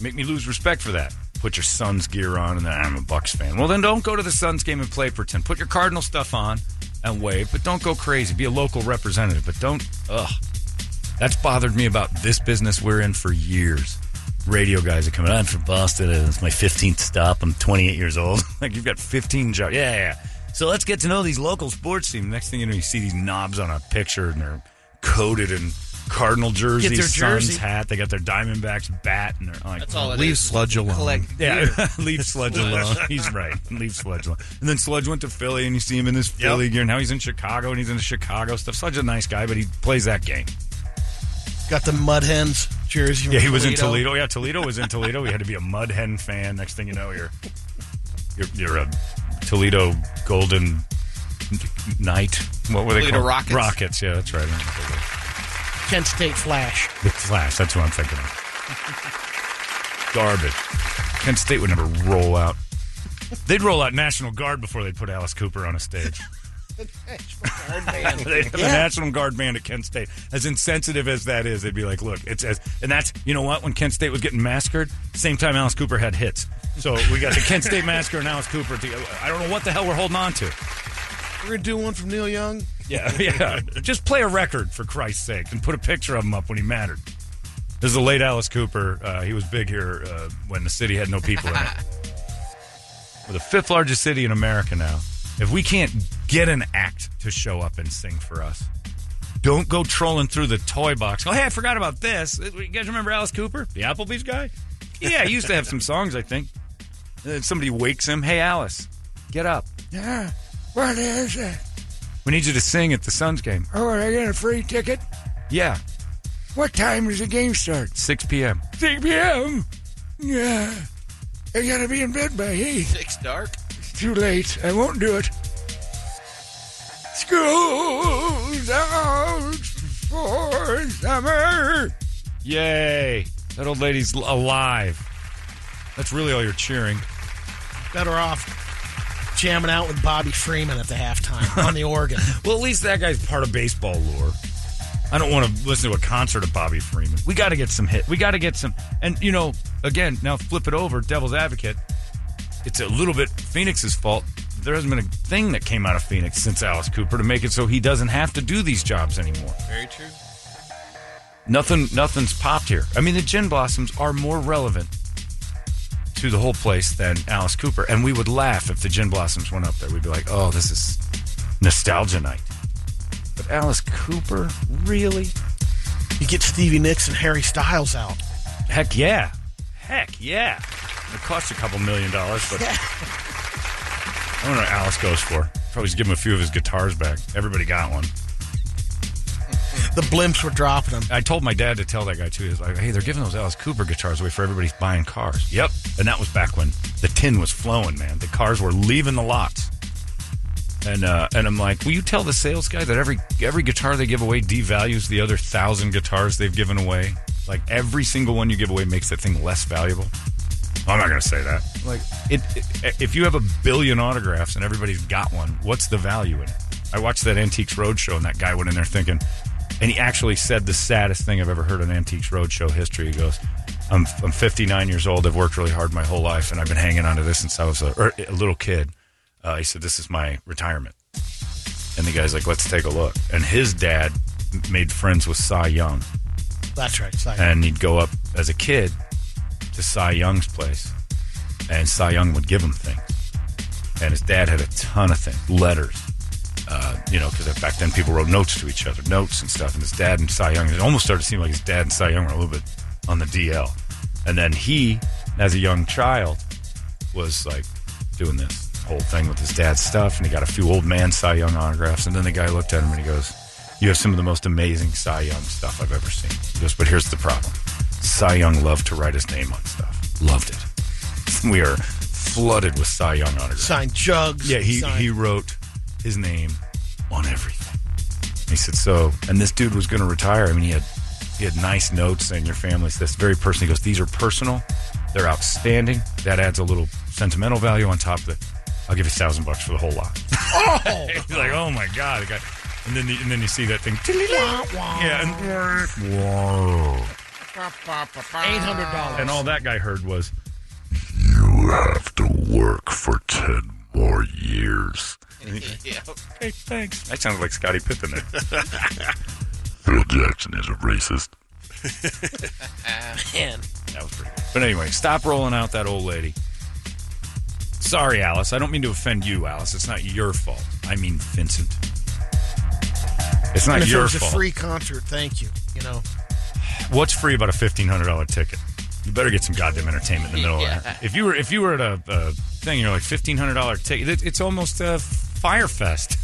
S1: Make me lose respect for that. Put your Suns gear on, and then I'm a Bucks fan. Well, then don't go to the Suns game and play pretend. Put your Cardinal stuff on and wave, but don't go crazy. Be a local representative, but don't. Ugh, that's bothered me about this business we're in for years. Radio guys are coming. I'm from Boston, and it's my 15th stop. I'm 28 years old. [LAUGHS] like you've got 15 jobs. Yeah, yeah. yeah. So let's get to know these local sports teams. Next thing you know, you see these knobs on a picture, and they're coated in Cardinal jerseys, Suns
S4: jersey.
S1: hat. They got their Diamondbacks bat, and they're like,
S5: That's all it
S3: Leave
S5: is.
S3: sludge alone.
S5: Collect
S1: yeah, [LAUGHS] leave Sludge alone. He's right. Leave Sludge alone. And then Sludge went to Philly, and you see him in this Philly gear. Now he's in Chicago, and he's in the Chicago stuff. Sludge a nice guy, but he plays that game.
S2: Got the Mud Hens jersey.
S1: Yeah, he was in Toledo. Yeah, Toledo was in Toledo. He had to be a Mud Hen fan. Next thing you know, you're you're, you're a Toledo Golden Knight. What were they
S5: Toledo
S1: called?
S5: Rockets.
S1: Rockets. Yeah, that's right.
S2: Kent State Flash.
S1: The Flash. That's what I'm thinking of. Garbage. Kent State would never roll out. They'd roll out National Guard before they put Alice Cooper on a stage. [LAUGHS] they have the National Guard band at Kent State. As insensitive as that is, they'd be like, "Look, it's as." And that's you know what? When Kent State was getting massacred, same time Alice Cooper had hits. So we got the Kent State massacre and Alice Cooper. together. I don't know what the hell we're holding on to.
S2: [LAUGHS] We're gonna do one from Neil Young.
S1: [LAUGHS] Yeah, yeah. Just play a record for Christ's sake and put a picture of him up when he mattered. This is the late Alice Cooper. Uh, he was big here uh, when the city had no people in it. We're the fifth largest city in America now. If we can't get an act to show up and sing for us, don't go trolling through the toy box. Oh, hey, I forgot about this. Uh, You guys remember Alice Cooper, the Applebee's guy? Yeah, he used to have some songs, I think. And then somebody wakes him. Hey, Alice, get up.
S6: Yeah. What is it?
S1: We need you to sing at the Suns game.
S6: Oh, and I get a free ticket?
S1: Yeah,
S6: What time does the game start?
S1: 6 p.m.
S6: 6 p.m. Yeah. I gotta be in bed by 8.
S5: Six dark.
S6: Too late. I won't do it. School's out for summer.
S1: Yay! That old lady's l- alive. That's really all you're cheering.
S2: Better off jamming out with Bobby Freeman at the halftime on
S1: [LAUGHS]
S2: the organ.
S1: Well, at least that guy's part of baseball lore. I don't want to listen to a concert of Bobby Freeman. We got to get some hit. We got to get some. And, you know, again, now flip it over, devil's advocate. It's a little bit Phoenix's fault. There hasn't been a thing that came out of Phoenix since Alice Cooper to make it so he doesn't have to do these jobs anymore.
S5: Very true.
S1: Nothing, nothing's popped here. I mean, the gin blossoms are more relevant to the whole place than Alice Cooper, and we would laugh if the gin blossoms went up there. We'd be like, "Oh, this is nostalgia night." But Alice Cooper, really?
S2: You get Stevie Nicks and Harry Styles out.
S1: Heck yeah, heck yeah. It costs a couple million dollars, but I don't know what Alice goes for. Probably just give him a few of his guitars back. Everybody got one.
S2: The blimps were dropping them.
S1: I told my dad to tell that guy too. He's like, "Hey, they're giving those Alice Cooper guitars away for everybody's buying cars." Yep, and that was back when the tin was flowing, man. The cars were leaving the lots, and uh, and I'm like, "Will you tell the sales guy that every every guitar they give away devalues the other thousand guitars they've given away? Like every single one you give away makes that thing less valuable." I'm not going to say that. Like, it, it, if you have a billion autographs and everybody's got one, what's the value in it? I watched that Antiques Roadshow, and that guy went in there thinking, and he actually said the saddest thing I've ever heard in Antiques Roadshow history. He goes, "I'm I'm 59 years old. I've worked really hard my whole life, and I've been hanging on to this since I was a, or a little kid." Uh, he said, "This is my retirement." And the guy's like, "Let's take a look." And his dad m- made friends with Cy Young
S2: That's right. Cy.
S1: and he'd go up as a kid to Cy Young's place, and Cy Young would give him things. And his dad had a ton of things, letters, uh, you know, because back then people wrote notes to each other, notes and stuff. And his dad and Cy Young, it almost started to seem like his dad and Cy Young were a little bit on the DL. And then he, as a young child, was like doing this whole thing with his dad's stuff, and he got a few old man Cy Young autographs. And then the guy looked at him and he goes, "You have some of the most amazing Cy Young stuff I've ever seen." He goes, "But here's the problem: Cy Young loved to write his name on stuff. Loved it. [LAUGHS] We are flooded with Cy Young autographs.
S2: Signed jugs.
S1: Yeah, he,
S2: signed-
S1: he wrote his name on everything. He said so, and this dude was going to retire. I mean, he had he had nice notes saying your family's this very person. He goes, these are personal, they're outstanding. That adds a little sentimental value on top of it. I'll give you a thousand bucks for the whole lot.
S2: Oh!
S1: [LAUGHS] He's like, oh my god, the guy. And then the, and then you see that thing.
S2: Wah, wah.
S1: Yeah, and whoa.
S2: $800.
S1: And all that guy heard was,
S7: You have to work for 10 more years.
S5: yeah.
S1: hey, thanks. That sounded like Scotty Pippen there.
S7: Phil Jackson is a racist.
S2: Man.
S1: That was pretty good. But anyway, stop rolling out that old lady. Sorry, Alice. I don't mean to offend you, Alice. It's not your fault. I mean Vincent. It's
S2: And
S1: not
S2: if it
S1: your
S2: was a
S1: fault.
S2: free concert, thank you. You know,
S1: What's free about a fifteen hundred dollar ticket? You better get some goddamn entertainment in the middle of
S5: Yeah.
S1: that. If you were if you were at a, a thing, you're like fifteen hundred dollar ticket. It, it's almost a fire fest.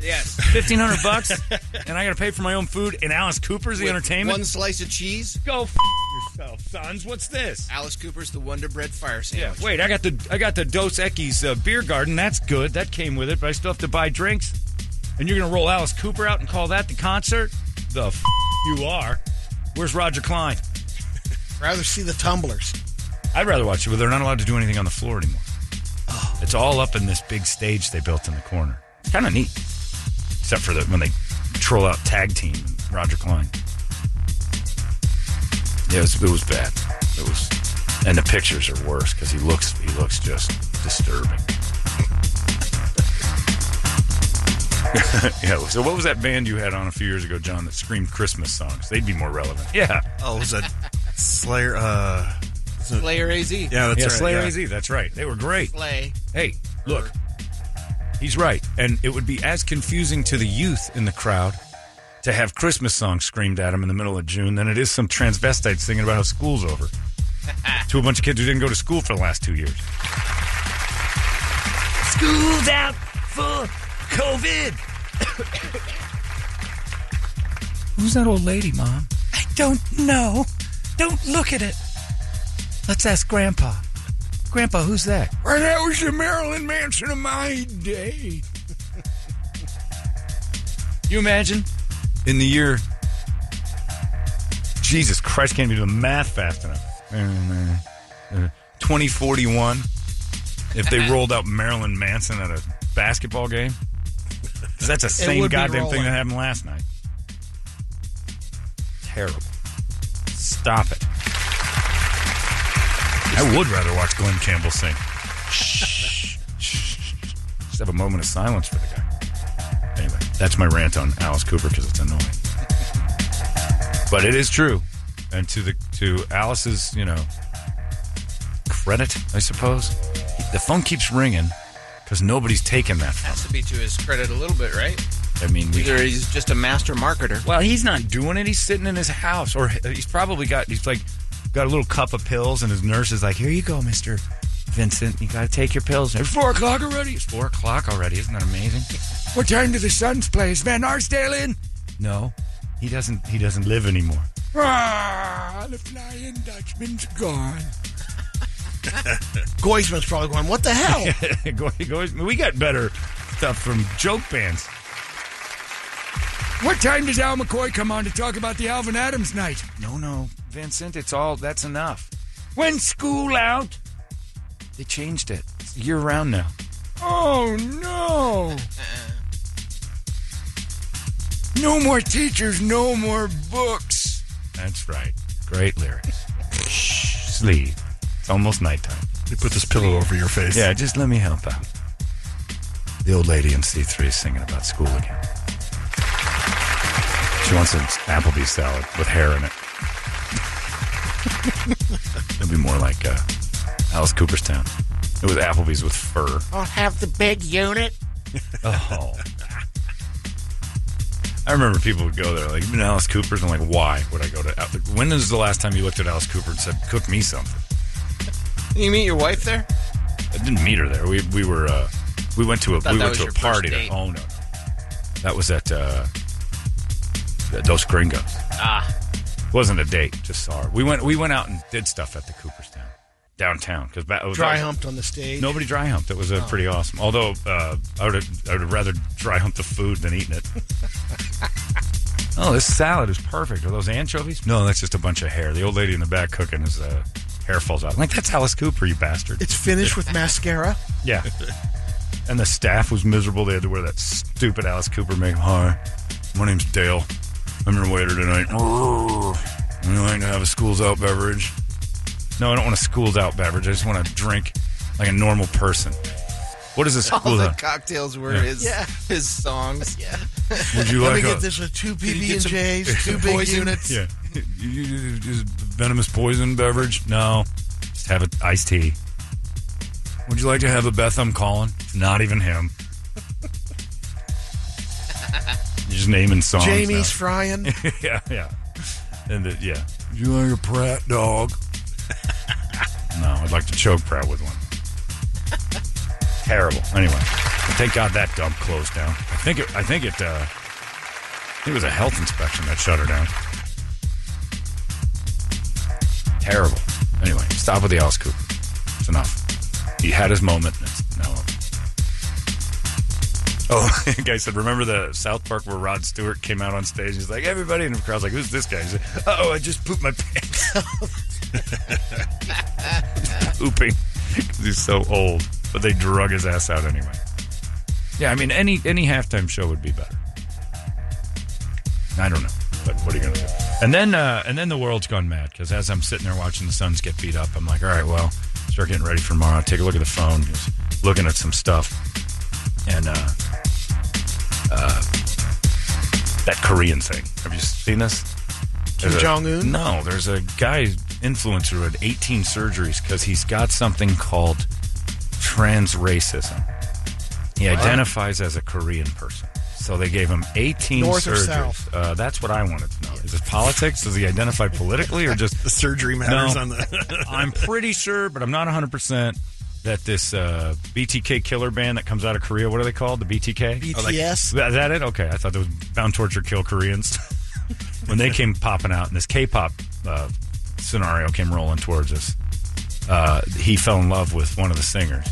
S5: Yes.
S1: Fifteen hundred bucks, and I got to pay for my own food. And Alice Cooper's the
S5: With
S1: entertainment.
S5: One slice of cheese.
S1: Go f- yourself, sons. What's this?
S5: Alice Cooper's the Wonder Bread fire
S1: Yeah.
S5: sandwich.
S1: Wait, I got the I got the Dos Equis uh, beer garden. That's good. That came with it, but I still have to buy drinks. And you're gonna roll Alice Cooper out and call that the concert? The f- you are. Where's Roger Klein?
S2: rather see the tumblers.
S1: I'd rather watch it, but they're not allowed to do anything on the floor anymore. It's all up in this big stage they built in the corner. It's kind of neat. except for the, when they troll out tag team and Roger Klein. Yeah, it was, it was bad. It was, and the pictures are worse because he looks he looks just disturbing. [LAUGHS] yeah. So what was that band you had on a few years ago, John, that screamed Christmas songs? They'd be more relevant. Yeah.
S3: Oh, was that Slayer? Uh,
S5: Slayer AZ. Yeah.
S3: yeah, that's
S1: yeah,
S3: right.
S1: Slayer
S3: yeah.
S1: AZ. That's right. They were great.
S5: Slay.
S1: Hey, look. He's right. And it would be as confusing to the youth in the crowd to have Christmas songs screamed at them in the middle of June than it is some transvestites singing about how school's over to a bunch of kids who didn't go to school for the last two years. School's out for COVID. Who's that old lady, Mom?
S8: I don't know. Don't look at it.
S1: Let's ask Grandpa. Grandpa, who's that?
S6: Well, that was the Marilyn Manson of my day.
S1: You imagine? In the year. Jesus Christ, can't even do the math fast enough. Uh, 2041, if
S2: [LAUGHS]
S1: they rolled out Marilyn Manson at a basketball game, 'Cause that's the same
S2: would be
S1: goddamn thing
S2: rolling.
S1: that happened last night. Terrible. Stop it. I would rather watch Glenn Campbell sing. Shh. Shh. Just have a moment of silence for the guy. Anyway, that's my rant on Alice Cooper because it's annoying. but it is true. And to the to Alice's, you know, credit, I suppose, the phone keeps ringing because nobody's taking that phone.
S5: Has to be to his credit a little bit, right?
S1: I mean, we,
S5: Either he's just a master marketer.
S1: well, he's not doing it. He's sitting in his house, or he's probably got he's like got a little cup of pills, and his nurse is like, "Here you go, Mister Vincent. You got to take your pills." It's four o'clock already. It's four o'clock already. Isn't that amazing?
S6: What time do the Suns play? Is Van Arsdale in?
S1: No, he doesn't. He doesn't live anymore.
S6: Ah, the Flying Dutchman's gone.
S2: Goisman's probably going, what the
S1: [LAUGHS]
S2: hell?
S6: [LAUGHS]
S1: Go- go- we got better stuff from joke bands.
S6: What time does Al McCoy come on to talk about the Alvin Adams night?
S1: No, no, Vincent, it's all that's enough.
S6: When school out?
S1: They changed it. It's year round now.
S6: Oh no! No more teachers, no more books.
S1: That's right. Great
S6: [LAUGHS]
S1: lyrics. Shh, sleep. It's almost nighttime.
S3: You put this pillow over your face.
S1: Yeah, just let me help out. The old lady in C3 is singing about school again. She wants an Applebee's salad with hair in it. It'll be more like uh, Alice Cooperstown. It was Applebee's with fur.
S2: I'll have the big unit. [LAUGHS]
S1: Oh. I remember people would go there, like, you been to Alice Cooper's? I'm like, why would I go to Al- When is the last time you looked at Alice Cooper and said, cook me something?
S5: Can you meet your wife there?
S1: I didn't meet her there. We, we were, uh, we went to a,
S5: Thought
S1: we
S5: that
S1: went
S5: was
S1: to a
S5: your
S1: party
S5: first
S1: there.
S5: date.
S1: Oh, no, no. That was at, uh, Dos Gringos. Ah. Wasn't a date, just saw her. We went, we went out and did stuff at the Cooperstown, downtown. Cause that was, that
S2: Dry
S1: was-
S2: humped on the stage.
S1: Nobody dry humped. It was
S5: Oh.
S1: uh, pretty awesome. Although uh, I would I would rather dry hump the food than
S5: [LAUGHS]
S1: eating it. oh, this salad is perfect. Are those anchovies? No, that's just a bunch of hair. The old lady in the back cooking is uh, hair falls out. I'm like that's Alice Cooper, you bastard.
S2: It's finished with
S1: [LAUGHS]
S2: mascara.
S1: yeah. and the staff was miserable. They had to wear that stupid Alice Cooper makeup. Hi, my name's Dale. I'm your waiter tonight. We like to have a schools out beverage. No, I don't want a schools out beverage. I just want to drink like a normal person. What is
S2: [LAUGHS]
S1: a
S2: Oh
S5: All
S1: schools
S5: the
S1: out?
S5: cocktails were
S1: Yeah.
S5: his his songs. Yeah.
S1: Would you
S2: Let
S1: like
S2: me
S1: a
S2: get this with two
S1: you get some- [LAUGHS]
S2: PB&Js, two big units.
S1: yeah? You- you- you- Is venomous poison beverage? No, just have an iced tea. Would you like to have a Betham Collin? Not even him. [LAUGHS] You're just naming songs. now.
S2: Jamie's
S1: [LAUGHS]
S2: frying.
S1: yeah, yeah, and the, yeah.
S6: Would you like a Pratt dog?
S1: No, I'd like to choke Pratt with one. Terrible. Anyway, thank God that dump closed down. I think it. I think it. Uh, I think it was a health inspection that shut her down. Terrible. Anyway, stop with the Alice Cooper. It's enough. He had his moment. And it's now over. Oh, [LAUGHS] the guy said, remember the South Park where Rod Stewart came out on stage? He's like, everybody, and the crowd's like, who's this guy? He's like, oh, I just pooped my pants [LAUGHS] pooping 'cause he's so old. But they drug his ass out anyway. Yeah, I mean, any any halftime show would be better. I don't know, but what are you going to do? And then, uh, and then the world's gone mad because as I'm sitting there watching the Suns get beat up, I'm like, all right, well, start getting ready for tomorrow. Take a look at the phone, just looking at some stuff, and uh, uh, that Korean thing. Have you seen this? There's a-
S2: Jong-un?
S1: No, there's a guy influencer who had 18 surgeries because he's got something called trans racism. He identifies as a Korean person. So they gave him 18
S2: North or
S1: surgeries.
S2: south?
S1: Uh, that's what I wanted to know. Is it politics? Does he identify politically or just
S3: The surgery matters
S1: No.
S3: on the. [LAUGHS]
S1: I'm pretty sure, but I'm not 100% that this uh, BTK killer band that comes out of Korea, what are they called? The BTK?
S2: BTS.
S1: Oh, like- Is that- is that it? Okay. I thought that was Bound Torture Kill Koreans. [LAUGHS] when they came popping out and this K pop uh, scenario came rolling towards us, uh, he fell in love with one of the singers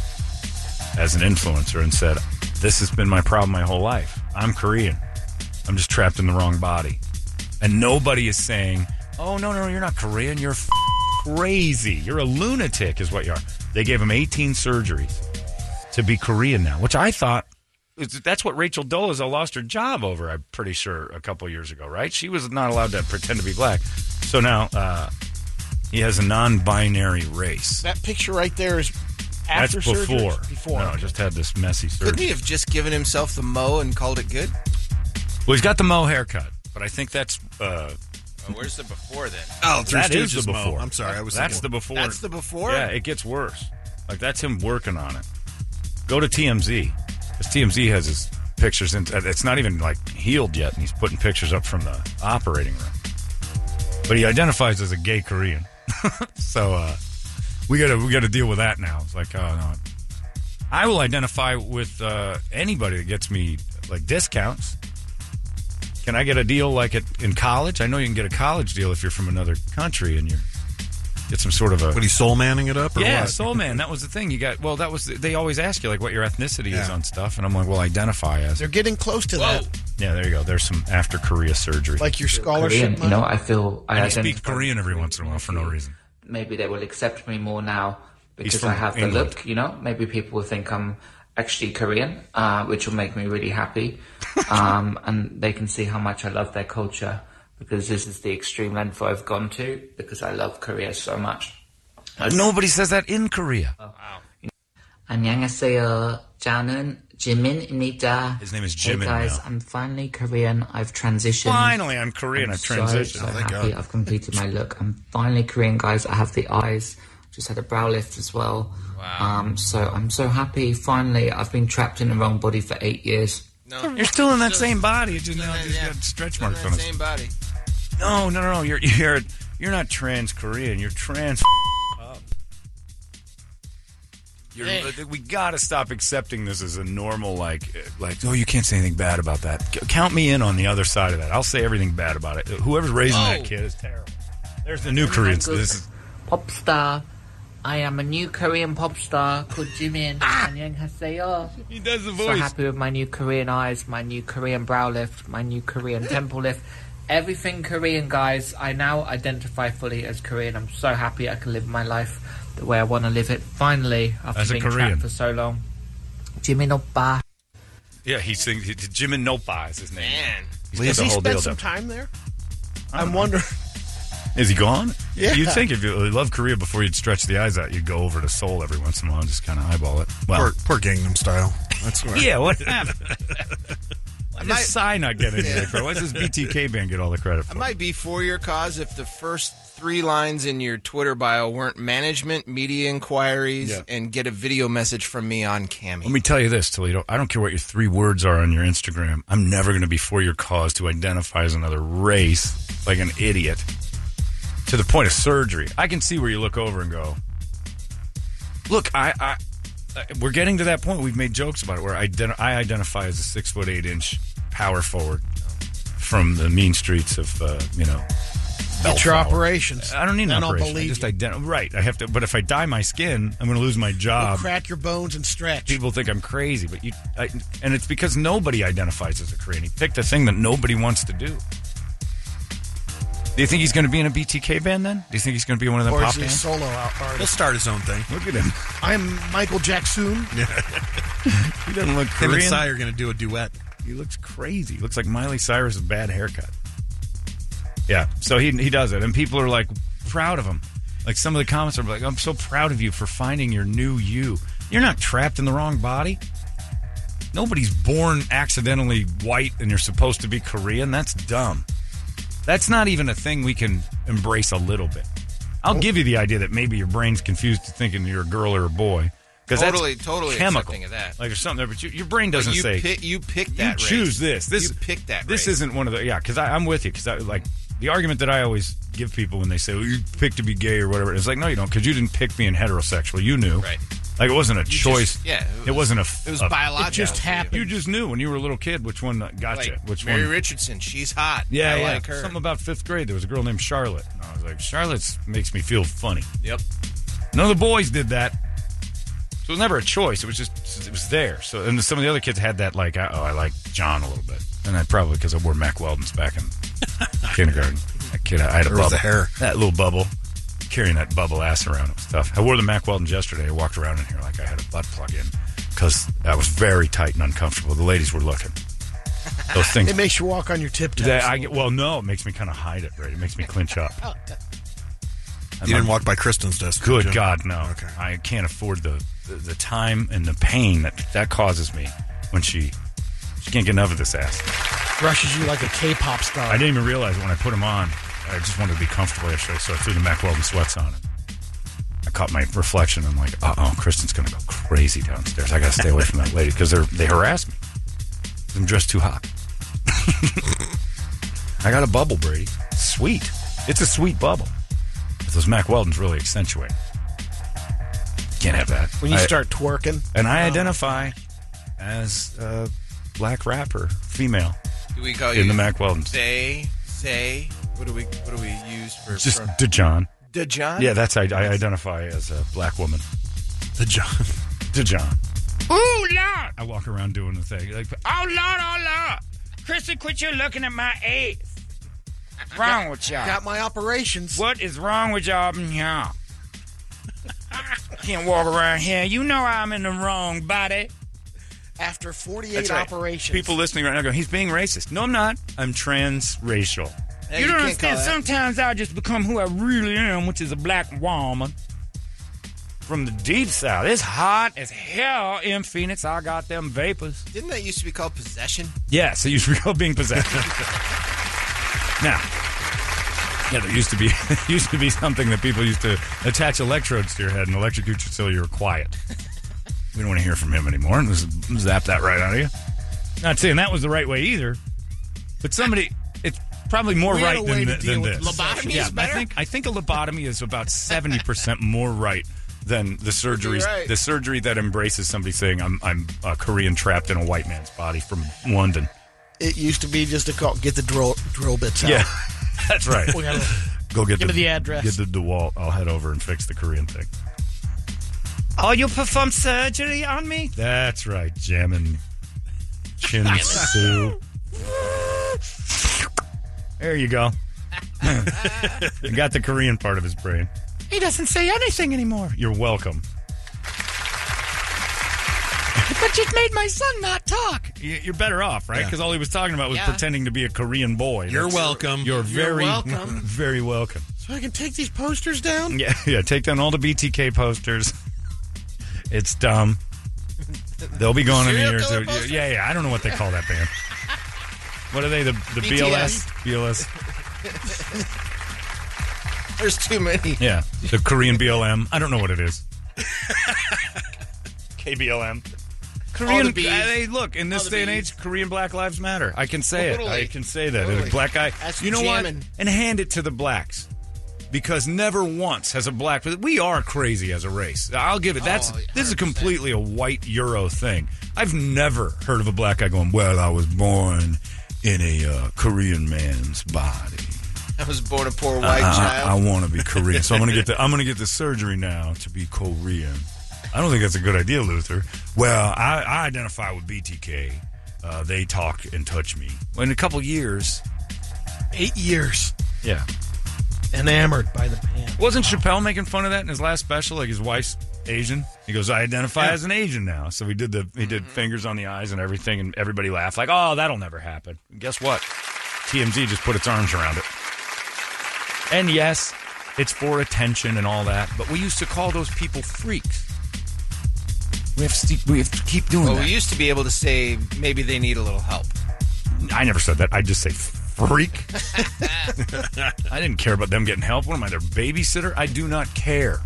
S1: as an influencer and said, This has been my problem my whole life. I'm Korean. I'm just trapped in the wrong body. And nobody is saying, Oh, no, no, you're not Korean. You're f- crazy. You're a lunatic, is what you are. They gave him 18 surgeries to be Korean now, which I thought is- that's what Rachel Dolezal lost her job over. I'm pretty sure a couple years ago, right? She was not allowed to pretend to be black, so now uh, he has a non-binary race.
S2: That picture right there is after
S1: that's
S2: surgery.
S1: before.
S2: Before.
S1: No, just had this messy
S5: Couldn't
S1: surgery.
S5: he have just given himself the mo and called it good?
S1: Well, he's got the mo haircut, but I think that's uh,
S5: where's the before then?
S3: Oh, Three
S1: that is
S3: Stooges
S1: the
S3: Mo.
S1: before.
S3: I'm sorry, I was.
S1: that's
S3: thinking-
S1: the before.
S5: That's the before?
S1: Yeah, it gets worse. Like that's him working on it. Go to TMZ. Because TMZ has his pictures in. uh, It's not even like healed yet, and he's putting pictures up from the operating room. But he identifies as a gay Korean, [LAUGHS] so uh, we gotta we gotta deal with that now. It's like, oh no, I will identify with uh, anybody that gets me like discounts. Can I get a deal like it in college? I know you can get a college deal if you're from another country and you're get some sort of a
S3: What are you soul manning it up? Or
S1: yeah,
S3: what?
S1: Soul Man. That was the thing. You got well. That was they always ask you like what your ethnicity is
S3: Yeah.
S1: on stuff, and I'm like, well, identify as.
S2: They're getting close to that.
S1: Yeah, there you go. There's some after Korea surgery.
S2: Like your scholarship
S9: Korean, you
S2: money.
S9: know, I feel I
S1: and he speaks
S9: identify
S1: Korean every
S9: with
S1: once in a while for no reason.
S9: Maybe they will accept me more now because
S1: from
S9: I have the
S1: England.
S9: look. You know, maybe people will think I'm actually Korean, uh, which will make me really
S1: [LAUGHS]
S9: happy, um, and they can see how much I love their culture because this is the extreme length I've gone to because I love Korea so much.
S1: Nobody says that in Korea.
S9: 안녕하세요. 저는 지민입니다.
S1: His name is
S9: Hey,
S1: Jimin
S9: guys,
S1: now.
S9: I'm finally Korean. I've transitioned.
S1: Finally, I'm Korean.
S9: I'm
S1: I've transitioned. Oh,
S9: So, so happy. I've completed my look. I'm finally Korean, guys. I have the eyes. Just had a brow lift as well. Wow. Um, so I'm so happy. Finally, I've been trapped in the wrong body for eight years.
S1: You're still in that same body. You just now
S5: Yeah,
S1: just
S5: yeah.
S1: got stretch
S5: Still in
S1: marks
S5: that
S1: on it.
S5: Same body.
S1: No, no, no, no. You're you're you're not trans Korean. You're trans. [LAUGHS] up. You're, uh, we gotta stop accepting this as a normal like uh, like oh you can't say anything bad about that C- count me in on the other side of that I'll say everything bad about it whoever's raising that kid is terrible there's the new Koreans
S9: good.
S1: this is
S9: Pop star. I am a new Korean pop star called Jimin.
S1: Ah!
S9: 안녕하세요.
S1: he does the
S9: So happy with my new Korean eyes, my new Korean brow lift, my new Korean temple lift. Everything Korean, guys. I now identify fully as Korean. I'm so happy I can live my life the way I want to live it. Finally, after
S1: As a
S9: being
S1: Korean.
S9: trapped for so long. Jimin oppa.
S1: yeah he sings he, Jim and Nopa is his name
S5: Man.
S1: he's got
S2: Does
S1: the
S2: he
S1: whole
S2: spend
S1: deal
S2: some
S1: down.
S2: time there? I'm wondering.
S1: is he gone
S2: Yeah.
S1: you'd think if you love Korea before you'd stretch the eyes out you'd go over to Seoul every once in a while and just kind of eyeball it well
S3: poor, poor Gangnam Style. That's what.
S1: Yeah, what happened? Why did Psy not get any of the credit? Why does this BTK band get all the credit
S5: I
S1: for?
S5: might be for your cause if the first three lines in your Twitter bio weren't management, media inquiries, and get a video message from me on Cami.
S1: Let me tell you this, Toledo. I don't care what your three words are on your Instagram. I'm never going to be for your cause to identify as another race like an idiot to the point of surgery. I can see where you look over and go, look, I, I, I we're getting to that point. We've made jokes about it where I, ident- I identify as a six foot eight inch power forward from the mean streets of, uh, you know,
S2: Get your
S1: Bellflower.
S2: operations.
S1: I don't need an
S2: Then
S1: operation.
S2: I'll
S1: I
S2: believe
S1: just
S2: you.
S1: identi- right. I have to, but if I dye my skin, I'm going to lose my
S2: You'll
S1: job.
S2: crack your bones and stretch.
S1: um, People think I'm crazy, but you, I, and it's because nobody identifies as a Korean. He picked a thing that nobody wants to do. Do you think he's going to be in a BTK band then? Do you think he's going to be one of them
S2: or
S1: pop
S2: is he a
S1: bands?
S2: solo out
S3: He'll
S2: artist?
S3: start his own thing.
S1: Look at him. [LAUGHS]
S2: I'm Michael Jackson.
S1: He doesn't look
S3: Him and
S1: Korean.
S3: Psy are going to do a duet.
S1: He looks crazy. He looks like Miley Cyrus' bad haircut. Yeah. So he he does it, and people are like proud of him. Like some of the comments are like, "I'm so proud of you for finding your new you. You're not trapped in the wrong body. Nobody's born accidentally white and you're supposed to be Korean. That's dumb. That's not even a thing we can embrace a little bit. I'll give you the idea that maybe your brain's confused to thinking you're a girl or a boy because
S5: Totally-
S1: that's
S5: totally
S1: chemical.
S5: accepting of that.
S1: Like there's something there, but you, your brain
S5: But
S1: doesn't
S5: you
S1: say
S5: pick, you pick
S1: you
S5: that. race.
S1: choose this. This
S5: you pick that.
S1: This
S5: race.
S1: isn't one of the yeah. Because I'm with you. Because I like the argument that I always give people when they say well, you picked to be gay or whatever. It's like no, you don't. Because you didn't pick being heterosexual. You knew.
S5: Right.
S1: Like it wasn't a
S5: just-
S1: choice.
S5: yeah, it
S1: It,
S5: was-
S1: was, not a.
S5: It was
S1: a-
S5: biological.
S2: just
S5: for you.
S2: happened.
S1: You just knew when you were a little kid which one got
S5: Like
S1: you. Which
S5: Mary
S1: one?
S5: Richardson, she's hot.
S1: yeah,
S5: I
S1: yeah.
S5: like her.
S1: Something about fifth grade. There was a girl named Charlotte. And I was like, Charlotte's makes me feel funny.
S5: yep.
S1: None of the boys did that. So it was never a choice. It was just it was there. So and some of the other kids had that like, oh, I like John a little bit, and that probably because I wore Mac Weldon's
S5: [LAUGHS]
S1: back in kindergarten. That kid, I had a
S3: There was
S1: bubble,
S3: the hair.
S1: that little bubble, carrying that bubble ass around. It was tough. I wore the Mac Weldon's yesterday. I walked around in here like I had a butt plug in because I was very tight and uncomfortable. The ladies were looking. Those things.
S2: It makes you walk on your tiptoes.
S1: that I get, well, no, it makes me kind of hide it. Right, it makes me clinch up.
S3: You didn't walk by Kristen's desk. did
S1: Good
S3: you?
S1: God, no!
S3: Okay.
S1: I can't afford the, the the time and the pain that that causes me when she she can't get enough of this ass.
S2: Rushes you like a K-pop star.
S1: I didn't even realize it when I put them on. I just wanted to be comfortable yesterday, so I threw the Mack Weldon sweats on. And I caught my reflection. I'm like, uh oh, Kristen's gonna go crazy downstairs. I gotta stay away from that lady because they they harass me. I'm dressed too hot. [LAUGHS] I got a bubble, Brady. Sweet. It's a sweet bubble. But those Mack Weldons really accentuate. Can't have that.
S2: When you
S1: I-
S2: start Oh. twerking,
S1: and I identify as a black rapper, female,
S5: Do we call
S1: in
S5: you
S1: the Mack Weldons.
S5: They say. What do we? What do we use for?
S1: Just
S5: for-
S1: Dijon.
S5: Dijon.
S1: Yeah, that's I, I identify as a black woman. [LAUGHS]
S3: The John.
S1: Dijon.
S6: Ooh, Lord.
S1: I walk around doing the thing. Like,
S6: Oh, Lord, oh, Lord. Kristen, quit you looking at my ass. What's wrong with y'all?
S2: got my operations.
S6: What is wrong with y'all? Mm, [LAUGHS] Yeah. Can't walk around here. You know I'm in the wrong body.
S2: After 48
S1: That's right.
S2: operations,
S1: People listening right now go, he's being racist. No, I'm not. I'm transracial.
S5: Hey,
S6: you don't
S5: can't call
S6: understand.
S5: that.
S6: Sometimes I just become who I really am, which is a black woman from the deep south. It's hot as hell in Phoenix. I got them vapors.
S5: Didn't that used to be called possession? [LAUGHS]
S1: Yeah, so you should go being possessed. now, yeah, there used to be [LAUGHS] used to be something that people used to attach electrodes to your head and electrocute you till you were quiet. we don't want to hear from him anymore. And just zap that right out of you. Not saying that was the right way either, but somebody it's probably more
S2: We had
S1: right
S2: a
S1: than,
S2: way to
S1: th-
S2: deal
S1: than
S2: with
S1: this.
S2: lobotomy
S1: yeah,
S2: is better?
S1: I think I think a lobotomy is about seventy percent more right than the surgery
S5: right.
S1: the surgery that embraces somebody saying I'm I'm a Korean trapped in a white man's body from London.
S2: it used to be just to call, get the drill drill bits out.
S1: Yeah, that's right.
S2: We gotta-
S1: Go get
S2: Give me the address.
S1: Get the DeWalt. I'll head over and fix the Korean thing.
S6: Oh, you perform surgery on me?
S1: That's right, jamming chin Sue. There
S8: [LAUGHS]
S1: you go. You got the Korean part of his brain.
S8: He doesn't say anything anymore.
S1: You're welcome.
S8: But you've made my son not talk.
S1: Y- You're better off, right?
S3: Yeah.
S1: Because all he was talking about was
S5: Yeah.
S1: pretending to be a Korean boy.
S3: You're
S1: That's-
S3: welcome.
S1: You're very
S5: welcome.
S1: [LAUGHS] Very welcome.
S2: So I can take these posters
S1: [LAUGHS]
S2: down.
S1: Yeah, yeah. Take down all the BTK posters. It's dumb. They'll be gone in a
S5: Serial
S1: year or
S5: killer
S1: two.
S5: posters?
S1: Yeah, yeah. I don't know what they call that
S5: [LAUGHS]
S1: band. What are they? The the
S5: BTS.
S1: BLS. BLS.
S5: There's too many.
S1: [LAUGHS] Yeah, the Korean BLM. I don't know what it is. KBLM. Korean.
S5: the Bs.
S1: hey, look. In this
S5: the
S1: day and
S5: Bs.
S1: age, Korean Black Lives Matter. I can say it.
S5: Totally.
S1: I can say that.
S5: Totally.
S1: A black guy.
S5: That's
S1: you know
S5: jamming.
S1: what? And hand it to the blacks. because never once has a black we are crazy as a race i'll give it that's
S5: Oh,
S1: this is completely a white euro thing i've never heard of a black guy going well i was born in a uh, korean man's body
S5: I was born a poor white
S1: Uh-huh. i,
S5: child.
S1: want to be korean so i'm gonna get the i'm gonna get the surgery now to be korean i don't think that's a good idea luther well i, I identify with btk uh, they talk and touch me in a couple years
S2: Eight years
S1: yeah
S2: enamored by the pan.
S1: Wasn't Chappelle making fun of that in his last special? Like his wife's Asian. He goes, "I identify as an Asian now." So he did the he did fingers on the eyes and everything, and everybody laughed like, "Oh, that'll never happen." And guess what? TMZ just put its arms around it. And yes, it's for attention and all that, but we used to call those people freaks. We have to, we have to keep doing
S5: Well,
S1: that.
S5: we used to be able to say maybe they need a little help.
S1: I never said that. I just say
S2: [LAUGHS]
S1: freak. I didn't care about them getting help. What am I, their babysitter? I do not care.